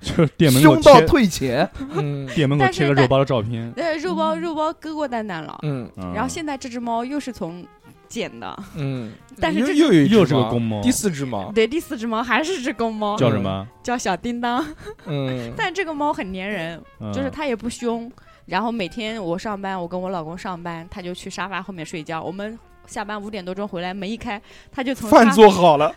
就是店门口
凶到
贴
退钱，
嗯
店门口贴个
但是
肉包的照片，
那肉包肉包割过蛋蛋了，
嗯
嗯
然后现在这只猫又是从捡的，
嗯，
但是
又
这
又有一
又
只
是个
猫
公猫
第，四只猫，
对，第四只猫还是只公猫，
叫什么？
叫小叮当，
嗯
但这个猫很粘人，
嗯
就是它也不凶。然后每天我上班，我跟我老公上班，它就去沙发后面睡觉。我们下班五点多钟回来，门一开，它就从沙
饭做好了，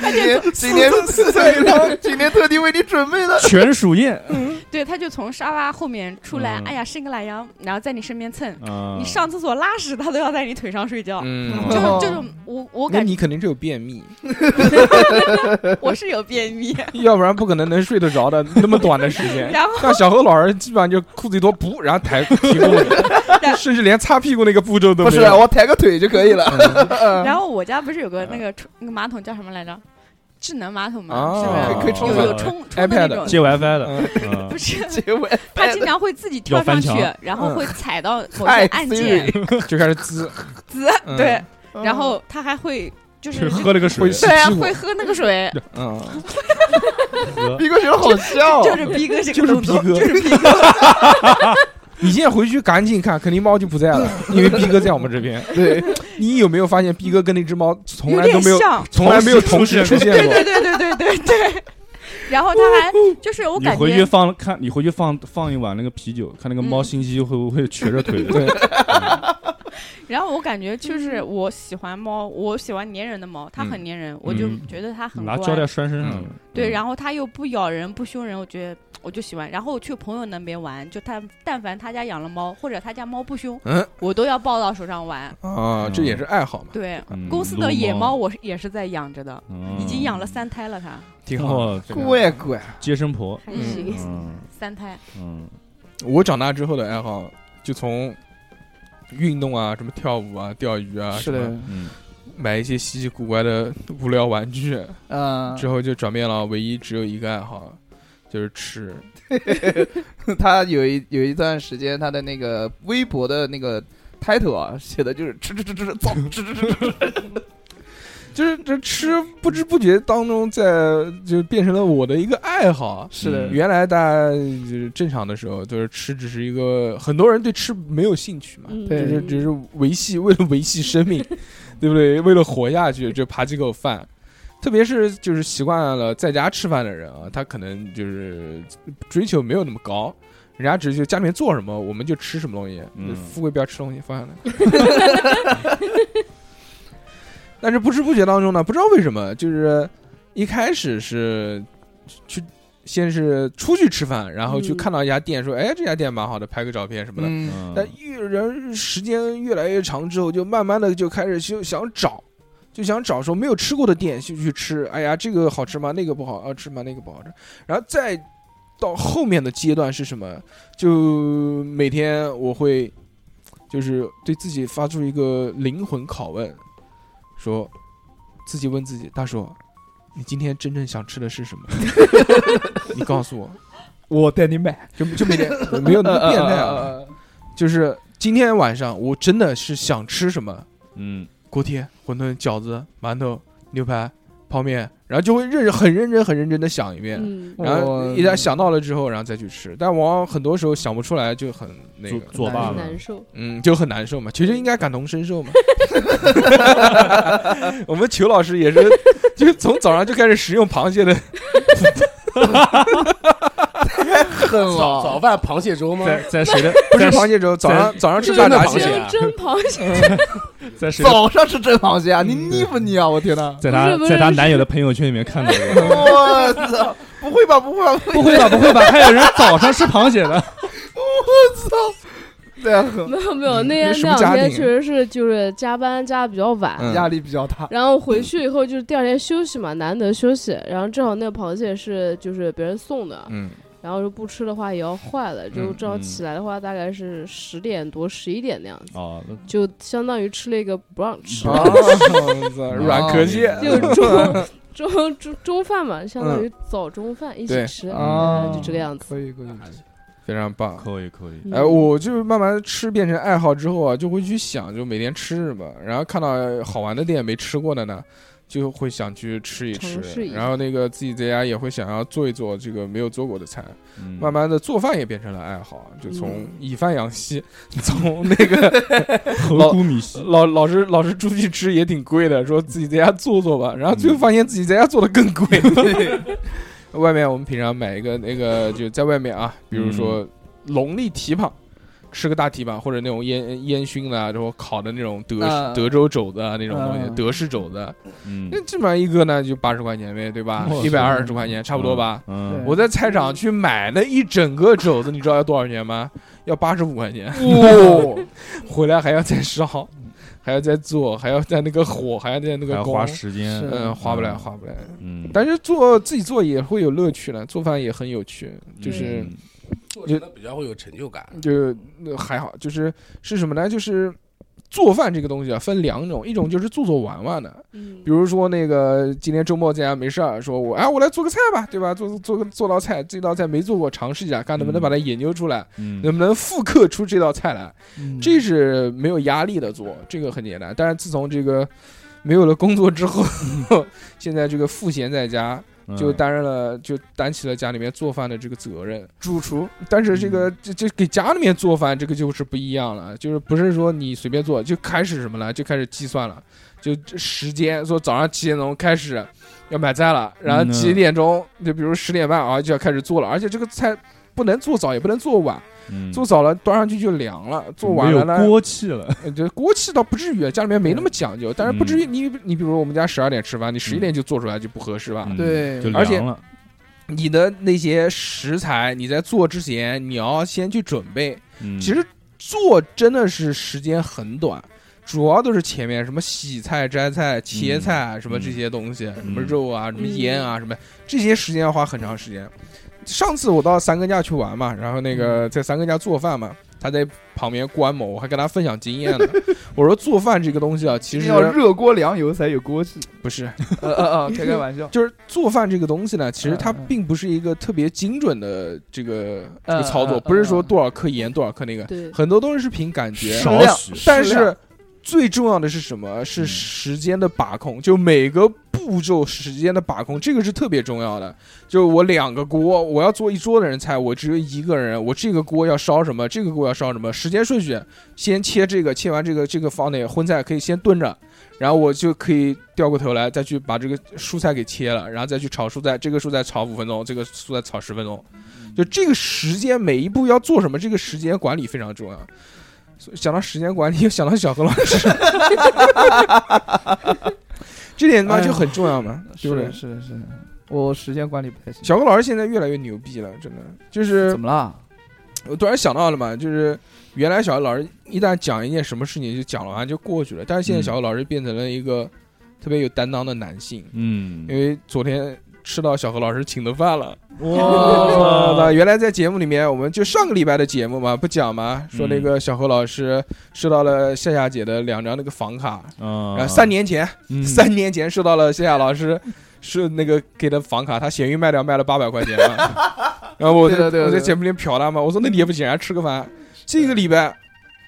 今 天今天 今天特地为你准备的，
全鼠宴，
对，它就从沙发后面出来，
嗯
哎呀伸个懒腰，然后在你身边蹭。
嗯
你上厕所拉屎，它都要在你腿上睡觉。
嗯，
就是
哦
这种，我我
那
感觉
你肯定是有便秘，
我是 有便秘，
要不然不可能能睡得着的那么短的时间。
然后
像小何老师基本上就裤子一脱，噗，然后抬提 供
对
了，甚至连擦屁股那个步骤都没
不是啊
有。嗯
我抬个腿就可以了。嗯
然后我家不是有个那个冲那个马桶叫什么来着？智能马桶嘛，
啊
是不
可以
是
冲
有
的
有 冲冲的那
iPad
种？
接 WiFi 的，
嗯
嗯
不是，
结尾
它经常会自己跳
要翻
上去
墙，
然后
嗯
会踩到 某些
太
按键，
就开始滋，
滋
嗯
对，然后它还会就
去
是
喝了个水
会，吸
对啊
屁股
会喝那 个水，
嗯，
喝
逼哥觉得好笑，
就是逼哥这
就
个
是
动
逼
作，
哥， 你现在回去赶紧看，肯定猫就不 在了，因为逼哥在我们这边。
对，
你有没有发现逼哥跟那只猫从
有
来都
点
没有，
像，
从来没有同时出现过？
对对对对对对。 然后它还就是我
你
感
回去
觉
放看，你回去放放一碗那个啤酒，看那个猫
嗯
星期会不会瘸着腿。
对，
然后我感觉就是我喜欢猫，我喜欢粘人的猫，它很粘人，我就觉得它很
嗯拿胶带
乖。嗯
拴身上。嗯
对，
后
然后它又不咬人，不凶人，我觉得我就喜欢。然后我去朋友那边玩，就他但凡他家养了猫，或者他家猫不凶，
嗯
我都要抱到手上玩。
啊，这也是爱好嘛，
对，
嗯
公司
撸
的野
猫
猫我是也是在养着的，已经养了三胎了它，
挺好的。
哦，
这个
乖乖，
接生婆，
还
嗯
行。
嗯
三胎。
嗯，
我长大之后的爱好就从运动啊，什么跳舞啊、钓鱼啊，
是
什
的
么，
嗯，
买一些稀奇古怪的无聊玩具，
嗯，
之后就转变了，唯一只有一个爱好，就是吃。
他有一有一段时间，他的那个微博的那个 title 啊，写的就是吃吃吃吃吃，造吃吃吃吃，
就是这吃不知不觉当中，在就变成了我的一个爱好。
是的
嗯
原来大家就是正常的时候，就是吃只是一个很多人对吃没有兴趣嘛，
嗯
就
对
是只是维系为了维系生命，对不对？为了活下去，就扒几口饭。特别是就是习惯了在家吃饭的人啊，他可能就是追求没有那么高，人家只是就家里面做什么我们就吃什么东西。
嗯
富贵不要吃东西，放下来。 但是不知不觉当中呢，不知道为什么，就是一开始是去先是出去吃饭，然后去
嗯
看到一家店，说哎这家店蛮好的，拍个照片什么的。
嗯，
但越人时间越来越长之后，就慢慢的就开始就想找，就想找说没有吃过的店去去吃。哎呀，这个好吃吗？那个不好啊，吃吗？那个不好吃。然后再到后面的阶段是什么？就每天我会就是对自己发出一个灵魂拷问，说自己问自己，大叔，你今天真正想吃的是什么？ 你告诉我，
我带你买，
就就 每天没有那么变态啊。就是今天晚上我真的是想吃什么
嗯
锅贴、馄饨、饺子、馒头、牛排、泡面，然后就会认很认真、很认真的想一遍，
嗯，
然后一旦想到了之后，然后再去吃。但往往很多时候想不出来，就很那
作
个，
作罢了
难，受。
嗯，就很难受嘛。球球应该感同身受 嘛。我们球老师也是，就是从早上就开始食用螃蟹的，
很
早早饭螃蟹粥吗？
在在谁的
不
在
是螃蟹粥，早上早上吃
真
大
的
闸
螃蟹
蟹，
啊
真螃蟹，
在谁的
早上吃真螃蟹啊，你腻不腻啊？我天哪！
在她
不是不是
在她男友的朋友圈里面看到过。
我操，不会吧？不会吧？
不会吧，不会吧，还有人早上吃螃蟹的？
对啊，很
没有没有，那
你
天
是什
那
么家
两天
庭啊
确实是就是加班加的比较晚，
嗯
压力比较大。
然后回去以后就是第二天休息嘛，难得休息，然后正好那个螃蟹是就是别人送的，
嗯
然后说不吃的话也要坏了，就
嗯
正好
嗯
起来的话大概是十点多十一点那样子，
哦，那
就相当于吃了一个 brunch，、
啊，软壳蟹，
就中中中中饭嘛，相当于早中饭一起
对
吃，
啊
就这个样子。
可以可以，
非常棒。
可以可
嗯
以，
哎，我就是慢慢吃变成爱好之后啊，就会去想，就每天吃什么，然后看到好玩的店没吃过的呢，就会想去吃一吃
尝试一，下
然后那个自己在家也会想要做一做这个没有做过的菜，
嗯
慢慢的做饭也变成了爱好，就
嗯
从以饭养息， 从那个
头菇米稀，
老老是老是出去吃也挺贵的，说自己在家做做吧，然后
嗯
最后发现自己在家做的更贵。 外面我们平常买一个那个就在外面啊，比如
嗯
说龙利蹄膀。吃个大蹄膀，或者那种烟烟熏的啊，然后烤的那种德、
啊
德州肘子啊，那种东西，
啊
德式肘子，
嗯
那基本上一个呢就八十块钱呗，对吧？
哇
一百二十块钱差不多吧。
嗯，
我在菜场去买那一整个肘子，你知道要多少钱吗？要八十五块钱，
哦，
回来还要再烧， 还要再做，还要在那个火，还要在
还
那个
要花
光，
时间，
是
嗯，划不来，划不来。
嗯，
但是做自己做也会有乐趣了，做饭也很有趣，就是
嗯
做成了比较会有成就感。啊
就那还好，就是是什么呢？就是做饭这个东西啊，分两种，一种就是做做玩玩的，
嗯
比如说那个今天周末在家没事儿，说我哎我来做个菜吧，对吧？做做个做道菜，这道菜没做过，尝试一下，看能不能把它研究出来。
嗯
能不能复刻出这道菜来？
嗯
这是没有压力的做，这个很简单。但是自从这个没有了工作之后， 现在这个赋闲在家，
嗯
就担任了就担起了家里面做饭的这个责任。嗯
主厨
但是这个这这给家里面做饭，这个就是不一样了，就是不是说你随便做，就开始什么了，就开始计算了，就这时间说早上七点钟开始要买菜了，然后
嗯呢
几点钟就比如十点半啊就要开始做了，而且这个菜不能做早也不能做晚。
嗯
做早了端上去就凉了，做晚
没
了
有
呢，
锅气了，嗯
呃这锅气倒不至于，家里面没那么讲究，但是不至于你你比如我们家十二点吃饭，你十一点就做出来就不合适吧？
嗯
对
就
而且
凉了，
你的那些食材，你在做之前你要先去准备。
嗯
其实做真的是时间很短。主要都是前面什么洗菜、摘菜、切菜、啊
嗯
什么这些东西，什么肉啊、什么腌啊、什么这些时间要花很长时间。上次我到三哥家去玩嘛，然后那个
嗯
在三哥家做饭嘛，他在旁边观摩，我还跟他分享经 验呢。我说做饭这个东西啊，其
一定
实
要热锅凉油才有锅气。
不是，
呃呃呃，开开玩笑。
就是做饭这个东西呢，其实它
嗯嗯
并不是一个特别精准的这个这个
嗯
操作，
嗯嗯
不是说多少克盐多少克那个，
对
很多东西是凭感觉。
少
许
但
适
是
量
最重要的是什么？是
嗯
时间的把控，就每个步骤时间的把控，这个是特别重要的。就我两个锅，我要做一桌的人菜，我只有一个人，我这个锅要烧什么，这个锅要烧什么，时间顺序，先切这个，切完这个这个放那荤菜可以先炖着。然后我就可以掉过头来，再去把这个蔬菜给切了，然后再去炒蔬菜。这个蔬菜炒五分钟，这个蔬菜炒十分钟，就这个时间每一步要做什么，这个时间管理非常重要。所以想到时间管理，又想到小何老 师，这点他妈就很重要嘛，对
哎是
不
的
对？
是的是的，我时间管理不太行。
小何老师现在越来越牛逼了，真的就是
怎么啦？
我突然想到了嘛，就是原来小何老师一旦讲一件什么事情就讲了完就过去了，但是现
嗯
在小何老师变成了一个特别有担当的男性，
嗯
因，为昨天吃到小何老师请的饭了。
哇
那原来在节目里面，我们就上个礼拜的节目嘛，不讲嘛，说那个小何老师收到了夏夏姐的两张那个房卡，
啊
哦
然后三年前，
嗯
三年前收到了夏夏老师是那个给的房卡，他闲鱼卖掉卖了八百块钱嘛， 然后我
对
在
的对的
我在
对的
节目里面瞟他嘛，我说那你也不请人家吃个饭，啊这个礼拜，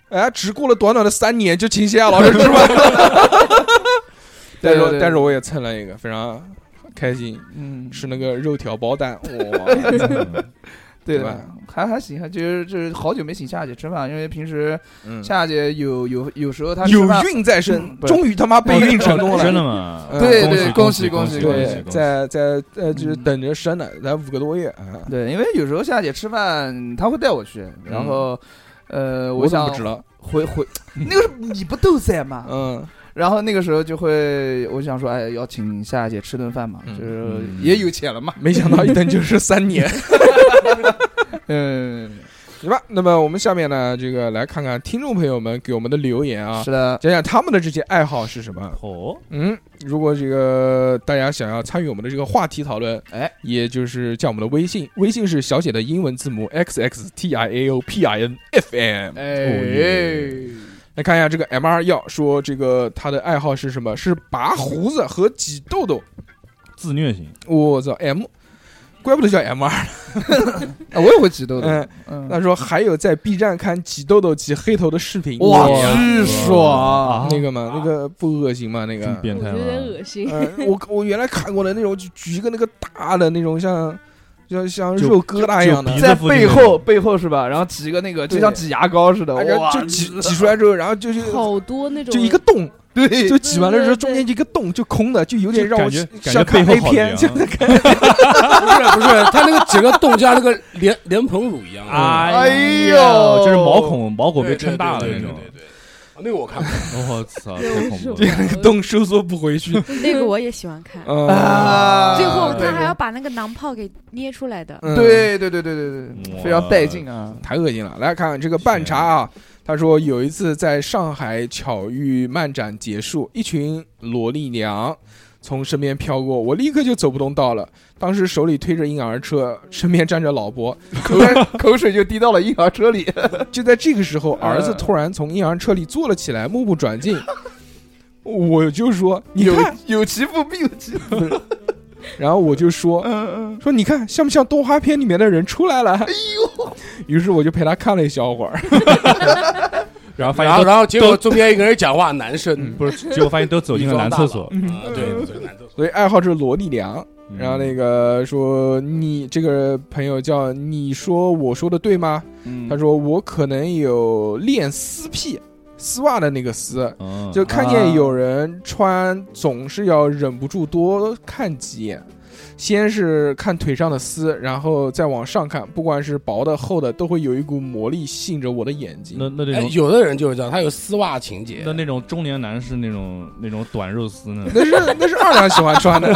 哎，只过了短短的三年就请夏夏 老师吃饭了，但
对对
是
对
但是我也蹭了一个，非常开心。
嗯，
吃那个肉条包蛋， 哇！
嗯
对
对
的
吧，
还还行，还就是就是好久没请夏姐吃饭，因为平时
嗯
夏姐有有有时候她吃
有
饭
孕在身
嗯，不是
终于他妈备孕成功了。
哦真的吗？
嗯
对
恭
对
喜
恭
喜
喜
恭
恭
喜
喜
恭
恭
喜
对，！在在呃，就是
嗯
等着生呢，才五个多月啊。
对，因为有时候夏姐吃饭，她会带我去，然后，呃，
我怎
想
么不知道？
回回，那个时候你不都在吗？
嗯，
然后那个时候就会，我想说，哎，要请夏姐吃顿饭嘛，
嗯
就是
嗯
也有钱了嘛，
没想到一等就是三年，
嗯，
行吧？那么我们下面呢，这个来看看听众朋友们给我们的留言啊
是，的，
讲讲他们的这些爱好是什么。
哦，
嗯，如果这个大家想要参与我们的这个话题讨论，
哎，
也就是加我们的微信，微信是小写的英文字母 x x t i a o p i n f m。
哎，
来看一下这个 M 二要说这个他的爱好是什么？是拔胡子和挤痘痘。
自虐型，
我操 M，怪不得叫 M 二。
啊我也会挤痘的
嗯，
嗯，
他说还有在 B 站看挤痘痘、挤黑头的视频，
哇，
你啊
巨爽！
那个嘛，那个不恶心吗？那
这么
个。
变
我
态
觉
吗
得有？点恶心。
呃，我我原来看过的那种，就举一个那个大的那种，像像像
就
肉疙瘩一样的
就鼻，子
在
附近
背
那
后背后是吧？然后挤一个那个，
对
就像挤牙膏似的，
啊然
哇，
后就挤挤出来之后，然后就是
好多那种
就一个 洞，
对，
就挤完了之后
对对对
中间就一个洞，就空的，就有点
就
让
感
我
觉感觉
像
背
看
后
A
好
片，就
凉，
不是不是，他那个整个洞就像那个莲莲蓬乳一样的
哎
哎呦
就是毛孔毛孔
对
被
对
撑大了
对
那
对
种
对。对对，啊那个我看过，
我操，
对
太
我
恐
是
怖
我
了！
那个洞收缩不回去。
那个我也喜欢看。
嗯
啊
啊，
最后
对
他还要把那个囊泡给捏出来的，
嗯，
对对对对对对对，
哇
非常带劲啊！
呃太恶心了。来看看这个半茶啊，他说有一次在上海巧遇漫展结束，一群萝莉娘从身边飘过，我立刻就走不动道了。当时手里推着婴儿车，身边站着老伯。
口 水口水就滴到了婴儿车 里，
就在这个时候，儿
嗯
子突然从婴儿车里坐了起来，目不转睛。我就说你
有
看，
有其父必有其母。
然后我就说
嗯嗯，
说你看像不像动画片里面的人出来了？哎呦！ 于是我就陪他看了一小会儿。
啊
然后发
然后
现
然后结果中间一个人讲话，男生
都不是，结果发现都走进了男厕所。
嗯
啊，对，走进男厕所。
所以爱好是萝莉娘。
嗯
然后那个说你这个朋友叫你说我说的对吗？
嗯
他说我可能有恋丝癖，丝袜的那个丝，
嗯
就看见有人穿，总是要忍不住多看几眼。先是看腿上的丝，然后再往上看，不管是薄的厚的，都会有一股魔力吸引着我的眼睛。？
那那那
哎，
种
有的人就是这样，他有丝袜情节
那。那种中年男是那种那种短肉 丝呢
那是那是二两喜欢穿的，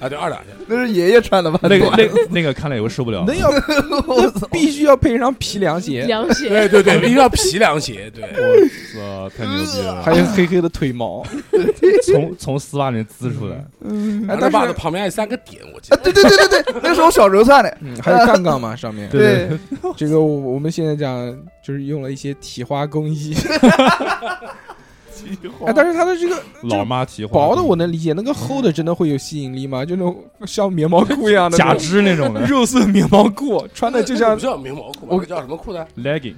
啊，对，二两
那是爷爷穿的吧？
那个那那个看了以后受不了
那，要
我操！
必须要配上皮凉鞋，
凉鞋，
对对对，一定要皮凉鞋，对，呃
我操，太牛逼了！
还有黑黑的腿毛。
从从丝袜里滋出来，
嗯
哎，
他
但
袜子
是
旁边还有三个点，我记
啊，
得。
对对对对对，那是我小时候穿的。
嗯，还有杠杠 嘛，上面
对对
对，
这个我我们现在讲就是用了一些提花工 艺，哎，但是它的这个
老妈提花
薄的我能理解，那个厚的真的会有吸引力
嗯
吗？就那种像棉毛裤一样的
假
那种啊
肢那种的
肉色棉毛裤，穿的就
那个
像
不叫棉毛裤吧，
我
那叫什么裤啊呢？
legging，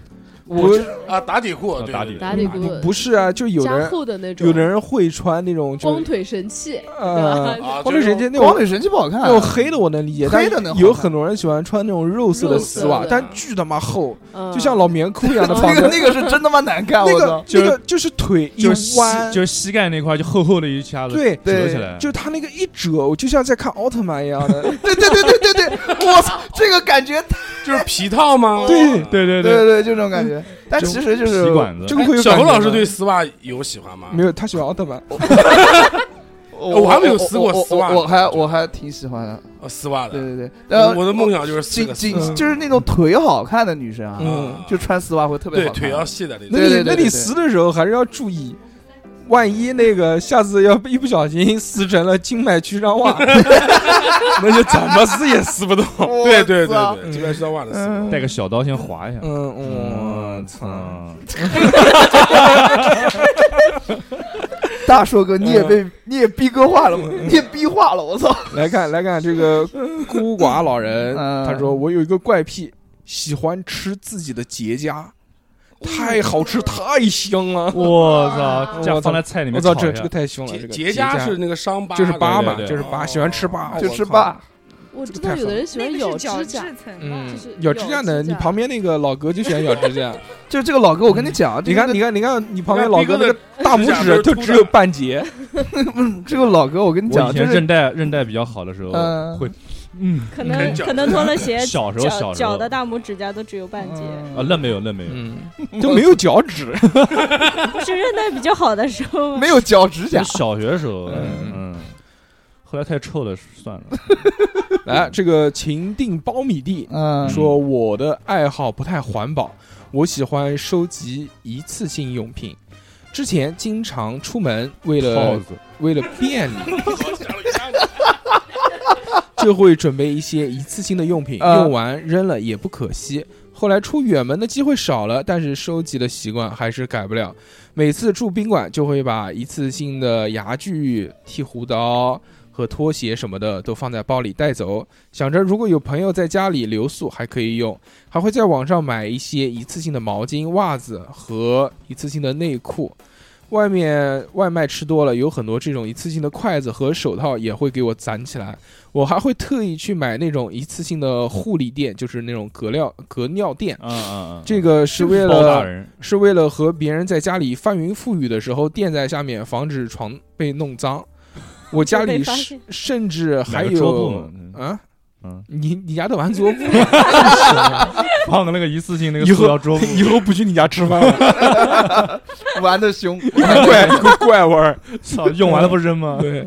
不是
啊，打底裤
啊，
对
打
对
底
打底
对
裤
不不是啊，就有的
加
人
厚的那种，
有的人会穿那种就
光腿神器，
呃
对吧
啊，就
光腿
是
神器那
光
种。
腿神器不好看啊，
那种黑的我能理解，
黑的
但
能好
有
看
很多人喜欢穿那种肉色的
肉
丝
色
袜，
的
但巨他妈厚，
嗯
就像老棉裤一样的绑
嗯那
着
个。那个是真他妈难看，
那
我
个
操！
那
就
个就是腿一
就是膝
弯，
就是膝盖那块就厚厚的一下子
对
折起来，
就他那个一折，我就像在看奥特曼一样的。
对对对对对对，我操，这个感觉，
就是皮套吗？
对
对对
对对对，就这种感觉。但其实就是
皮管子
这个会有
小
感
何
觉
老师
吗
对丝袜有喜欢吗？
没有，他喜欢奥特曼。
我
我还没有撕过
我
丝袜呢
我我还我还挺喜欢的。
有哦丝袜
对
的。
对对，然后
我我的梦想就是四
紧
个
紧
丝袜
嗯
就是那种腿好看的女生啊，
嗯
啊
就穿丝袜会特别
对
好看。
腿要细的那种。
那你
对对
那
对
你
对
撕的时候还是要注意，万一那个下次要一不小心撕成了静脉曲张袜，那就怎么 撕也撕不动。
对对对
我
对，这边是要袜的丝袜。
嗯
带个小刀先划一下。
嗯，我
嗯
操！
大硕哥，你也被你也逼哥化了吗？你也逼化了，我操！
来看来看这 个孤寡老人，
嗯
他说我有一个怪癖，喜欢吃自己的结痂，太好吃太香了。
哦 我操，这样放在菜里
我
面
操，
炒
这
一
这
下
个，太凶了。这
结
个
结痂是那个伤疤的，
就是疤嘛，
对对对
就是
哦
疤，喜欢吃疤，
就
我
吃
靠。
吧，
我知道有的人喜欢咬指甲，
层
嗯
就是，
咬指甲呢？
咬指
你
甲
旁边那个老哥就喜欢咬指甲。
就这个老哥，我跟你讲，
你
这
看，
个
你看，你看，你旁边老哥那
那
个大拇指都只有半截。
这个老哥，我跟你
我
讲，
以
就
前
是
韧带韧带比较好的时候
嗯
会，嗯，
可
啃
能
脚
可能脱了鞋，
小时候小
脚
时候
脚的大拇指甲都只有半截，
啊，那没有那没有，
嗯，都没有脚趾。
不是韧带比较好的时候吗？
没有脚指甲
就，小学的时候，
嗯
嗯，后来太臭了，算了。
来，这个秦定苞米地
嗯，
说，我的爱好不太环保，我喜欢收集一次性用品。之前经常出门，为
耗
了
子，
为了便利，就会准备一些一次性的用品，
啊
用完扔了也不可惜。后来出远门的机会少了，但是收集的习惯还是改不了。每次住宾馆就会把一次性的牙具、剃胡刀。和拖鞋什么的都放在包里带走，想着如果有朋友在家里留宿还可以用，还会在网上买一些一次性的毛巾、袜子和一次性的内裤。外面外卖吃多了，有很多这种一次性的筷子和手套也会给我攒起来。我还会特意去买那种一次性的护理垫，就是那种隔尿隔尿垫。
嗯嗯嗯，
这个是为
包大
了
人，
是为了和别人在家里翻云覆雨的时候垫在下面，防止床被弄脏。我家
被
里
发
是
现
甚至还
买个桌布
有
嘛嗯
啊，
嗯，
你你家都玩桌布，
放的那个一次性那个
以后
塑料桌布，
以后不去你家吃饭了，
玩的凶，
怪怪味儿。
操，用完了不扔吗？
对，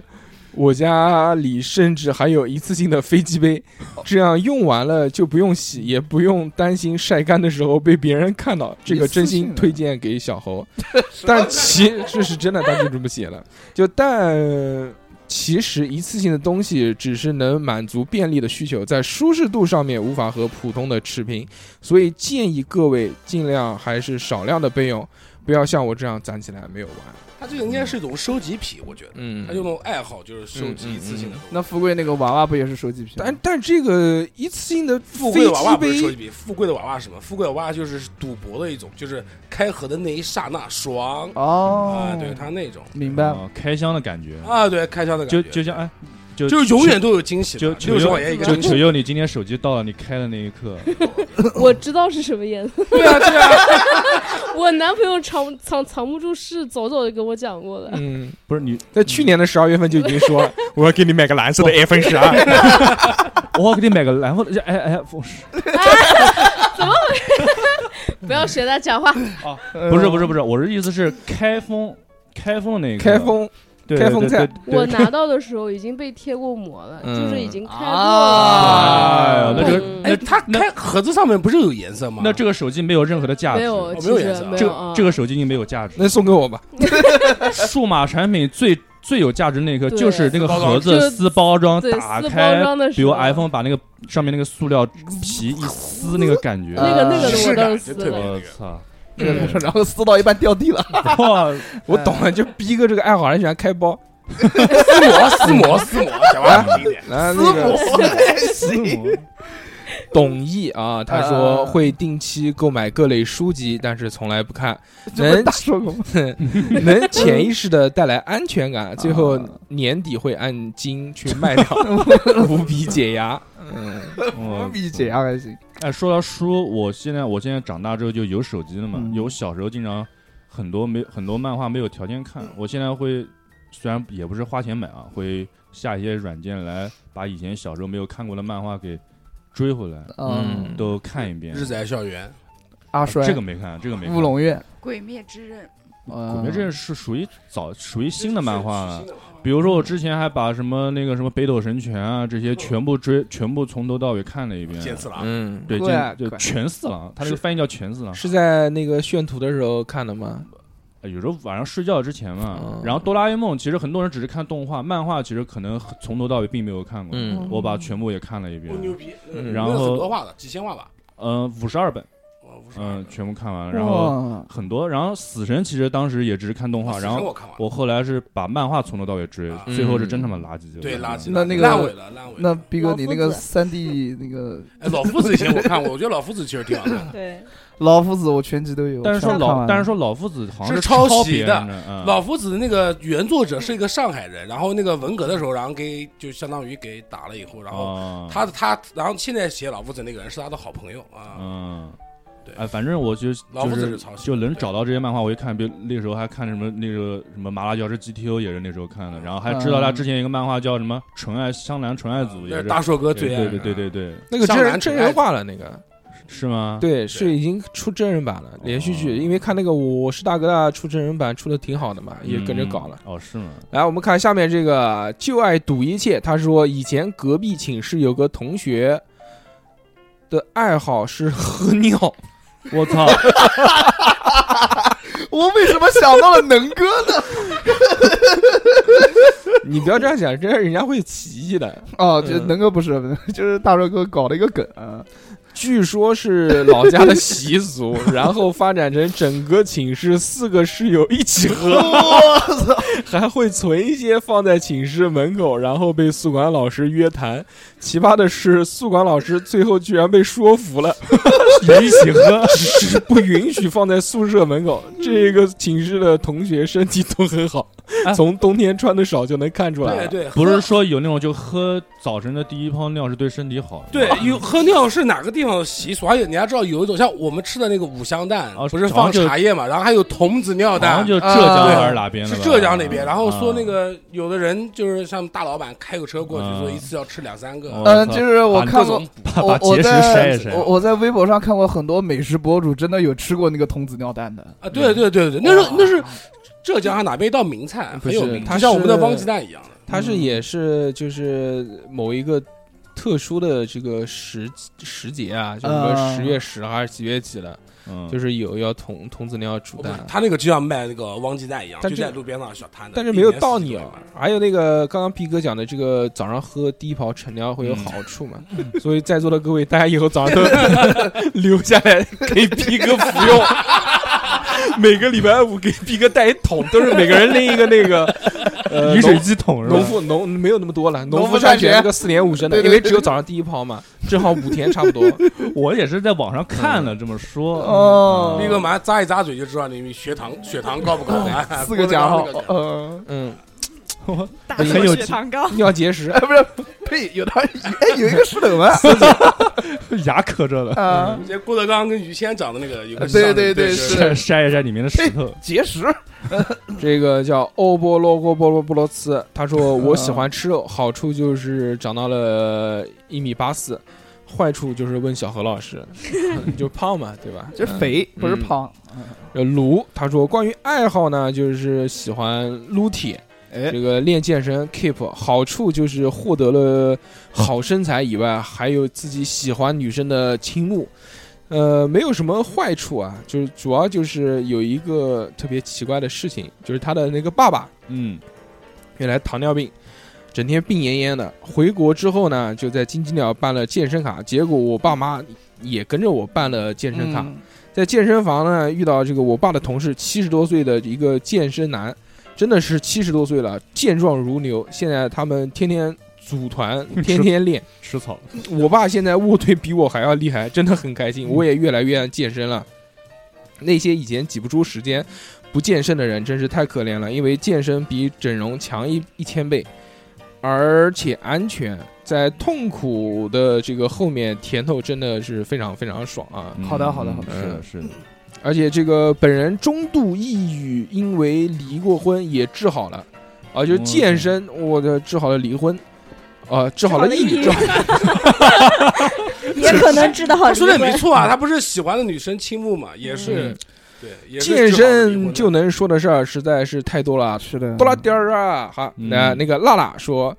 我家里甚至还有一次性的飞机杯，这样用完了就不用洗，也不用担心晒干的时候被别人看到。这个真
一次性
心
的
推荐给小猴，但其这是真的，他就这么写了。就但其实一次性的东西只是能满足便利的需求，在舒适度上面无法和普通的持平，所以建议各位尽量还是少量的备用。不要像我这样攒起来没有玩，
他这个应该是一种收集癖，我觉得，
嗯，
他有种爱好，就是收集一次性的东西。
那富贵那个娃娃不也是收集癖吗？
但但这个一次性的
富
飞
贵的娃娃
机
不是收集
杯，
癖，富贵的娃娃是什么？富贵的娃娃就是赌博的一种，就是开盒的那一刹那爽
哦
啊，，对他那种
明白了。
哦开箱的感觉，
啊，对开箱的
就
感觉，
就像哎，就
就是永远都有惊喜的，
就
六十块钱一个
就
惊
求
喜，
求你今天手机到了，你开的那一刻，
我知道是什么颜色。
对啊对啊，
我男朋友藏藏藏不住事，早早就跟我讲过 了。
嗯，
不是你，
在去年的十二月份就已经 说了，
我要给你买个蓝色的 iPhone 十
嗯
二，
我要给你买个蓝色的，哎哎，不是
不要学他讲话，
哦呃
不是不是不是，我的意思是开封开封的那个
开封
对
开封菜，
我拿到的时候已经被贴过膜了，
嗯
就是已经开过了。
哎
啊
呦，那这个
嗯
那
哎，他开盒子上面不是有颜色吗？
那这个手机没有任何的价值，
没有，
没
其
有
实
颜色啊
没
这
有
个
啊。
这个手机已经没有价值
那送给我吧。
了。 数码产品最最有价值那一刻
对
就是那个盒
就
子撕包装
对
打
撕
开
包装的，时
比如
候
iPhone 把那个上面那个塑料皮一撕那个感觉，
那个那个
仪
的
式
我
感
倒
就
撕
特别
了，
我操！
然后撕到一半掉地了。
哇，
我懂了，就逼哥这个爱好，还喜欢开 包，
撕膜撕膜撕膜，讲
哎
话好听一 点。
然后啊那个
撕膜
董毅啊，他说会定期购买各类书籍，但是从来不看，
这不是
能
大说过吗？
能潜意识的带来安全
啊
感，最后年底会按斤去卖 掉，无比解压。
嗯我
比解压还行。
哎，说到书，我现在我现在长大之后就有手机了嘛，
嗯
有小时候经常很多没很多漫画没有条件
嗯
看，我现在会虽然也不是花钱买啊，会下一些软件来把以前小时候没有看过的漫画给追回来，
嗯，
嗯，
都看一遍。
日仔校园，
阿
啊
衰，
这个没看，这个没看。
乌龙院，
鬼灭之刃》
我
呃
我觉得这是属于早属于新的漫画了。比如说，我之前还把什么那个什么《北斗神拳》啊这些全部追，全部从头到尾看了一遍。
见次郎，
嗯，
对，
对啊
剑就
快
全四郎，他这个
是
翻译叫全四郎。
是在那个炫图的时候看的吗？
呃有时候晚上睡觉之前嘛，
嗯
然后哆啦 A 梦其实很多人只是看动画，漫画其实可能很从头到尾并没有看过。
嗯
我把全部也看了一遍
不，牛逼，嗯
嗯
然
那
后
很多话的，几千话吧，
嗯，五十二本，
我不是
嗯、全部看完了。
哇
然后很多，然后死神其实当时也只是看动画，
啊死神
然后
我看完了，
我后来是把漫画从头到尾追，
啊
最后是真他
嗯
妈垃圾。
对垃圾，
那那个
烂尾了，烂尾了。
那逼哥，你那个
老夫子
三 D 那个
哎，老夫子以前我看过，我觉得老夫子其实挺好看的。
对，
老夫子，我全集都有。
但是说
全部看完
老，
了
但是说老夫子好像
是
抄
抄袭
别
的
人的，嗯、
老夫子的那个原作者是一个上海人，然后那个文革的时候，然后给就相当于给打了以后，然后
哦
他他，然后现在写老夫子那个人是他的好朋友啊。
嗯，
对
哎，反正我就
老夫
就
子
是
是抄袭
就能
对
找到这些漫画，我一看，比如那时候还看什么那个什么《麻辣教师 GTO》也是那时候看的，然后还知道他
嗯
之前一个漫画叫什么《纯爱湘南纯爱组》，也
啊那
是
是大硕哥最
对
爱
对
人
对
啊
对对对，
那个真
上
人
篮
真
指爱
人化了那个，
是吗？哦
对，是已经出真人版了，连续剧，因为看那个《我是大哥大》出真人版出的挺好的嘛，
嗯，
也跟着搞了。
哦，是吗？
来，我们看下面这个，就爱赌一切。他说以前隔壁寝室有个同学的爱好是喝尿，
我 操！
我为什么想到了能哥呢？
你不要这样想，这样人家会起义的。
哦，就
嗯
能哥不是，就是大帅哥搞了一个梗啊，
据说是老家的习俗，然后发展成整个寝室四个室友一起 喝， 还会存一些放在寝室门口，然后被宿管老师约谈。奇葩的是，宿管老师最后居然被说服了，
一起喝，
只是不允许放在宿舍门口。这个寝室的同学身体都很好，
哎
从冬天穿的少就能看出来
对
了。
对，
不
喝
是说有那种就喝早晨的第一泡尿是对身体好的吗？
对，有喝尿是哪个地方的习俗？而且你要知道，有一种像我们吃的那个五香蛋
哦，
不是
好像
放
就
茶叶嘛，然后还有童子尿
好像
蛋，
就浙江
啊
还是哪边的
是
吧？
浙江那边。嗯然后说那
啊，
个有的人就是像大老板开个车过去，
嗯
说一次要吃两三个，
哦
嗯，就是我
把
看
各
过
种。
把把
我
结
我
石
在
筛一筛。
我我在微博上看过很多美食博主，真的有吃过那个童子尿蛋 的。
啊，对对对对，那是那是浙江还啊哪边一道名菜，
不
很有
是
名，
它
就像我们的
是
汪鸡蛋一样的。
它是也是就是某一个特殊的这个时时节啊，就是说
啊
十月十还是几月几的，
嗯
就是有要童童子尿煮
哦不是
蛋，，啊
他那个就像卖那个汪鸡蛋一样，
但
就
这
在路边上小摊的，
但是
一
没有
年四
到
季
你
都
哦
会卖。
还有那个刚刚皮哥讲的这个早上喝第一泡陈酿会
嗯
有好处嘛，所以在座的各位，大家以后早上都 留下来给皮哥服用。 每个礼拜五给皮哥带一桶，都是每个人拎一个那个，呃，
饮水
农
机桶是吧？
农夫农没有那么多了，嗯农
农
夫
夫
山
山
泉
泉
那个四点五升的，
对
因
对
为
对
只有早上第一泡嘛，正好五天差不多。嗯
我也是在网上看了这么说。
哦
嗯逼哥马上咂一咂嘴就知道你血糖血糖高不高啊？
四个加号
不知道那，个
嗯，
嗯，
大
很
口
有
血
劲
糖高，
尿结石
哎，不是，呸，有他，哎，有一个是冷门
牙磕着了，
啊，
这郭德纲跟于谦长的那个有个
对
像
对对
是
筛
是
筛一筛里面的石头。
结石，
这个叫欧波洛波波罗波罗茨，他说我喜欢吃肉，好处就是长到了一米八四，坏处就是问小何老师， 你就胖嘛，对吧？
就是肥，不是
嗯
胖。
呃，卢他说关于爱好呢，就是喜欢撸铁，
哎
这，个练健身 keep 好处就是获得了好身材以外，还有自己喜欢女生的倾慕。呃，没有什么坏处啊，就是主要就是有一个特别奇怪的事情，就是他的那个爸爸
嗯，
原来糖尿病，整天病恹恹的。回国之后呢，就在金鸡鸟办了健身卡，结果我爸妈也跟着我办了健身卡。
嗯
在健身房呢遇到这个我爸的同事，七十多岁的一个健身男，真的是七十多岁了，健壮如牛。现在他们天天组 团，天天练。
吃草。
我爸现在卧推比我还要厉害，真的很开
嗯
心。我也越来越爱健身了。那些以前挤不出时间不健身的人，真是太可怜了，因为健身比整容强一一千倍，而且安全。在痛苦的这个后面，甜头真的是非常非常爽啊！
嗯
好的好的好的
嗯是的，是的。
而且这个本人中度抑郁，因为离过婚也治好了，啊，
哦
就是健身，我的治好了离婚，啊，治好了抑郁，
治
治
好
好
也可能治得好
他
离
说的没
婚。
错啊，他不是喜欢的女生倾慕嘛，也是
嗯
对，也是
健
治好了离婚
身
的
就能说的事儿实在是太多了，啊
是的，
多了点儿啊！好，
嗯
那那个娜娜说，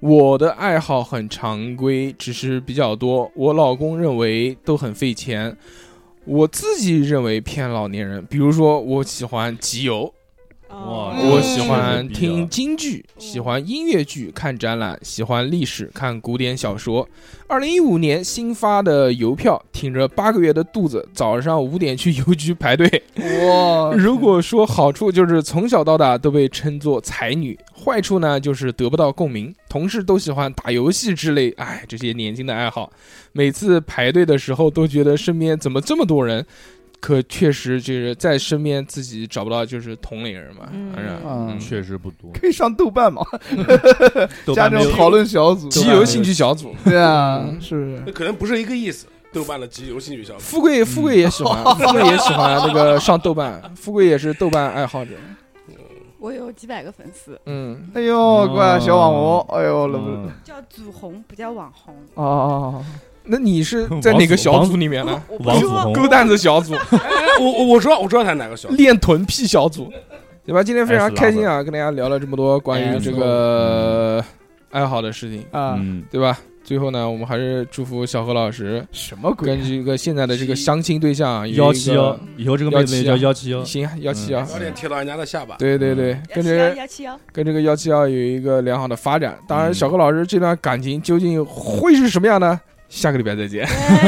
我的爱好很常规，只是比较多。我老公认为都很费钱，我自己认为偏老年人。比如说，我喜欢集邮，
哇
嗯
我喜欢
嗯
听京剧，喜欢音乐剧，看展览，喜欢历史，看古典小说。二零一五年新发的邮票，挺着八个月的肚子，早上五点去邮局排队。
哇，
呃如果说好处就是从小到大都被称作才女，坏处呢就是得不到共鸣，同事都喜欢打游戏之类，哎，这些年轻的爱好，每次排队的时候都觉得身边怎么这么多人，可确实就是在身边自己找不到就是同龄人嘛，
嗯
反正
嗯
确实不多。
可以上豆瓣嘛，
豆
加
瓣
这
没有
种讨论小组，
集邮兴趣小组，
对啊，是不
那
是？
可能不是一个意思。豆瓣的集游戏女小嗯组，
富贵富贵也喜欢，
嗯
富贵也喜欢啊那个上豆瓣，富贵也是豆瓣爱好者，
我有几百个粉丝，
嗯，
哎呦，乖小网红，哎呦，冷不冷？
嗯
叫组红，不叫网红。
哦哦，
那你是在哪个小组里面呢？
我不
王
是
子
说
勾
红，
蛋子 小组。
哎我我我知道我知道他哪个小组，
练臀屁小组，对吧？今天非常开心
哎
啊，跟大家聊了这么多关于这个爱好的事情，
哦啊，
嗯，
对吧？最后呢，我们还是祝福小何老师
什么鬼啊
跟这个现在的这个相亲对象
幺七幺
幺，
以后这个妹子也叫幺七幺。嗯
行啊幺七幺，
嗯早点贴到人家的下巴。
对对对，
嗯
跟这
啊
个
幺七幺，
跟这个幺七幺有一个良好的发展。当然，
嗯
小何老师这段感情究竟会是什么样呢？下个礼拜再见。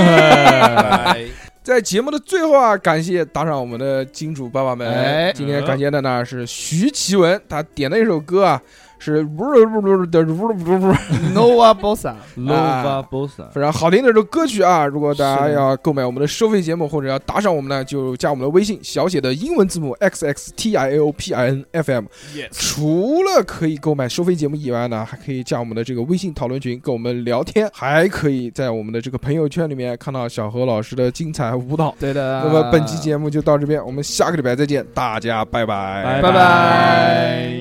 拜。
在节目的最后啊，感谢打赏我们的金主爸爸们。
哎
今天感谢的呢是徐奇文，他点的一首歌啊 是呜噜呜噜的呜噜呜噜，
？Nova Bossa，
啊
Lova Bossa，
非常好听的一首歌曲啊。如果大家
是的
要购买我们的收费节目或者要打赏我们呢，就加我们的微信小写的英文字母 x x t i o p i n f m。除了可以购买收费节目以外呢，还可以加我们的这个微信讨论群跟我们聊 天，还可以在我们的这个朋友圈里面看到小何老师的精彩舞蹈。
对的。
那么本期节目就到这边，我们下个礼拜再见，大家拜拜，
拜拜。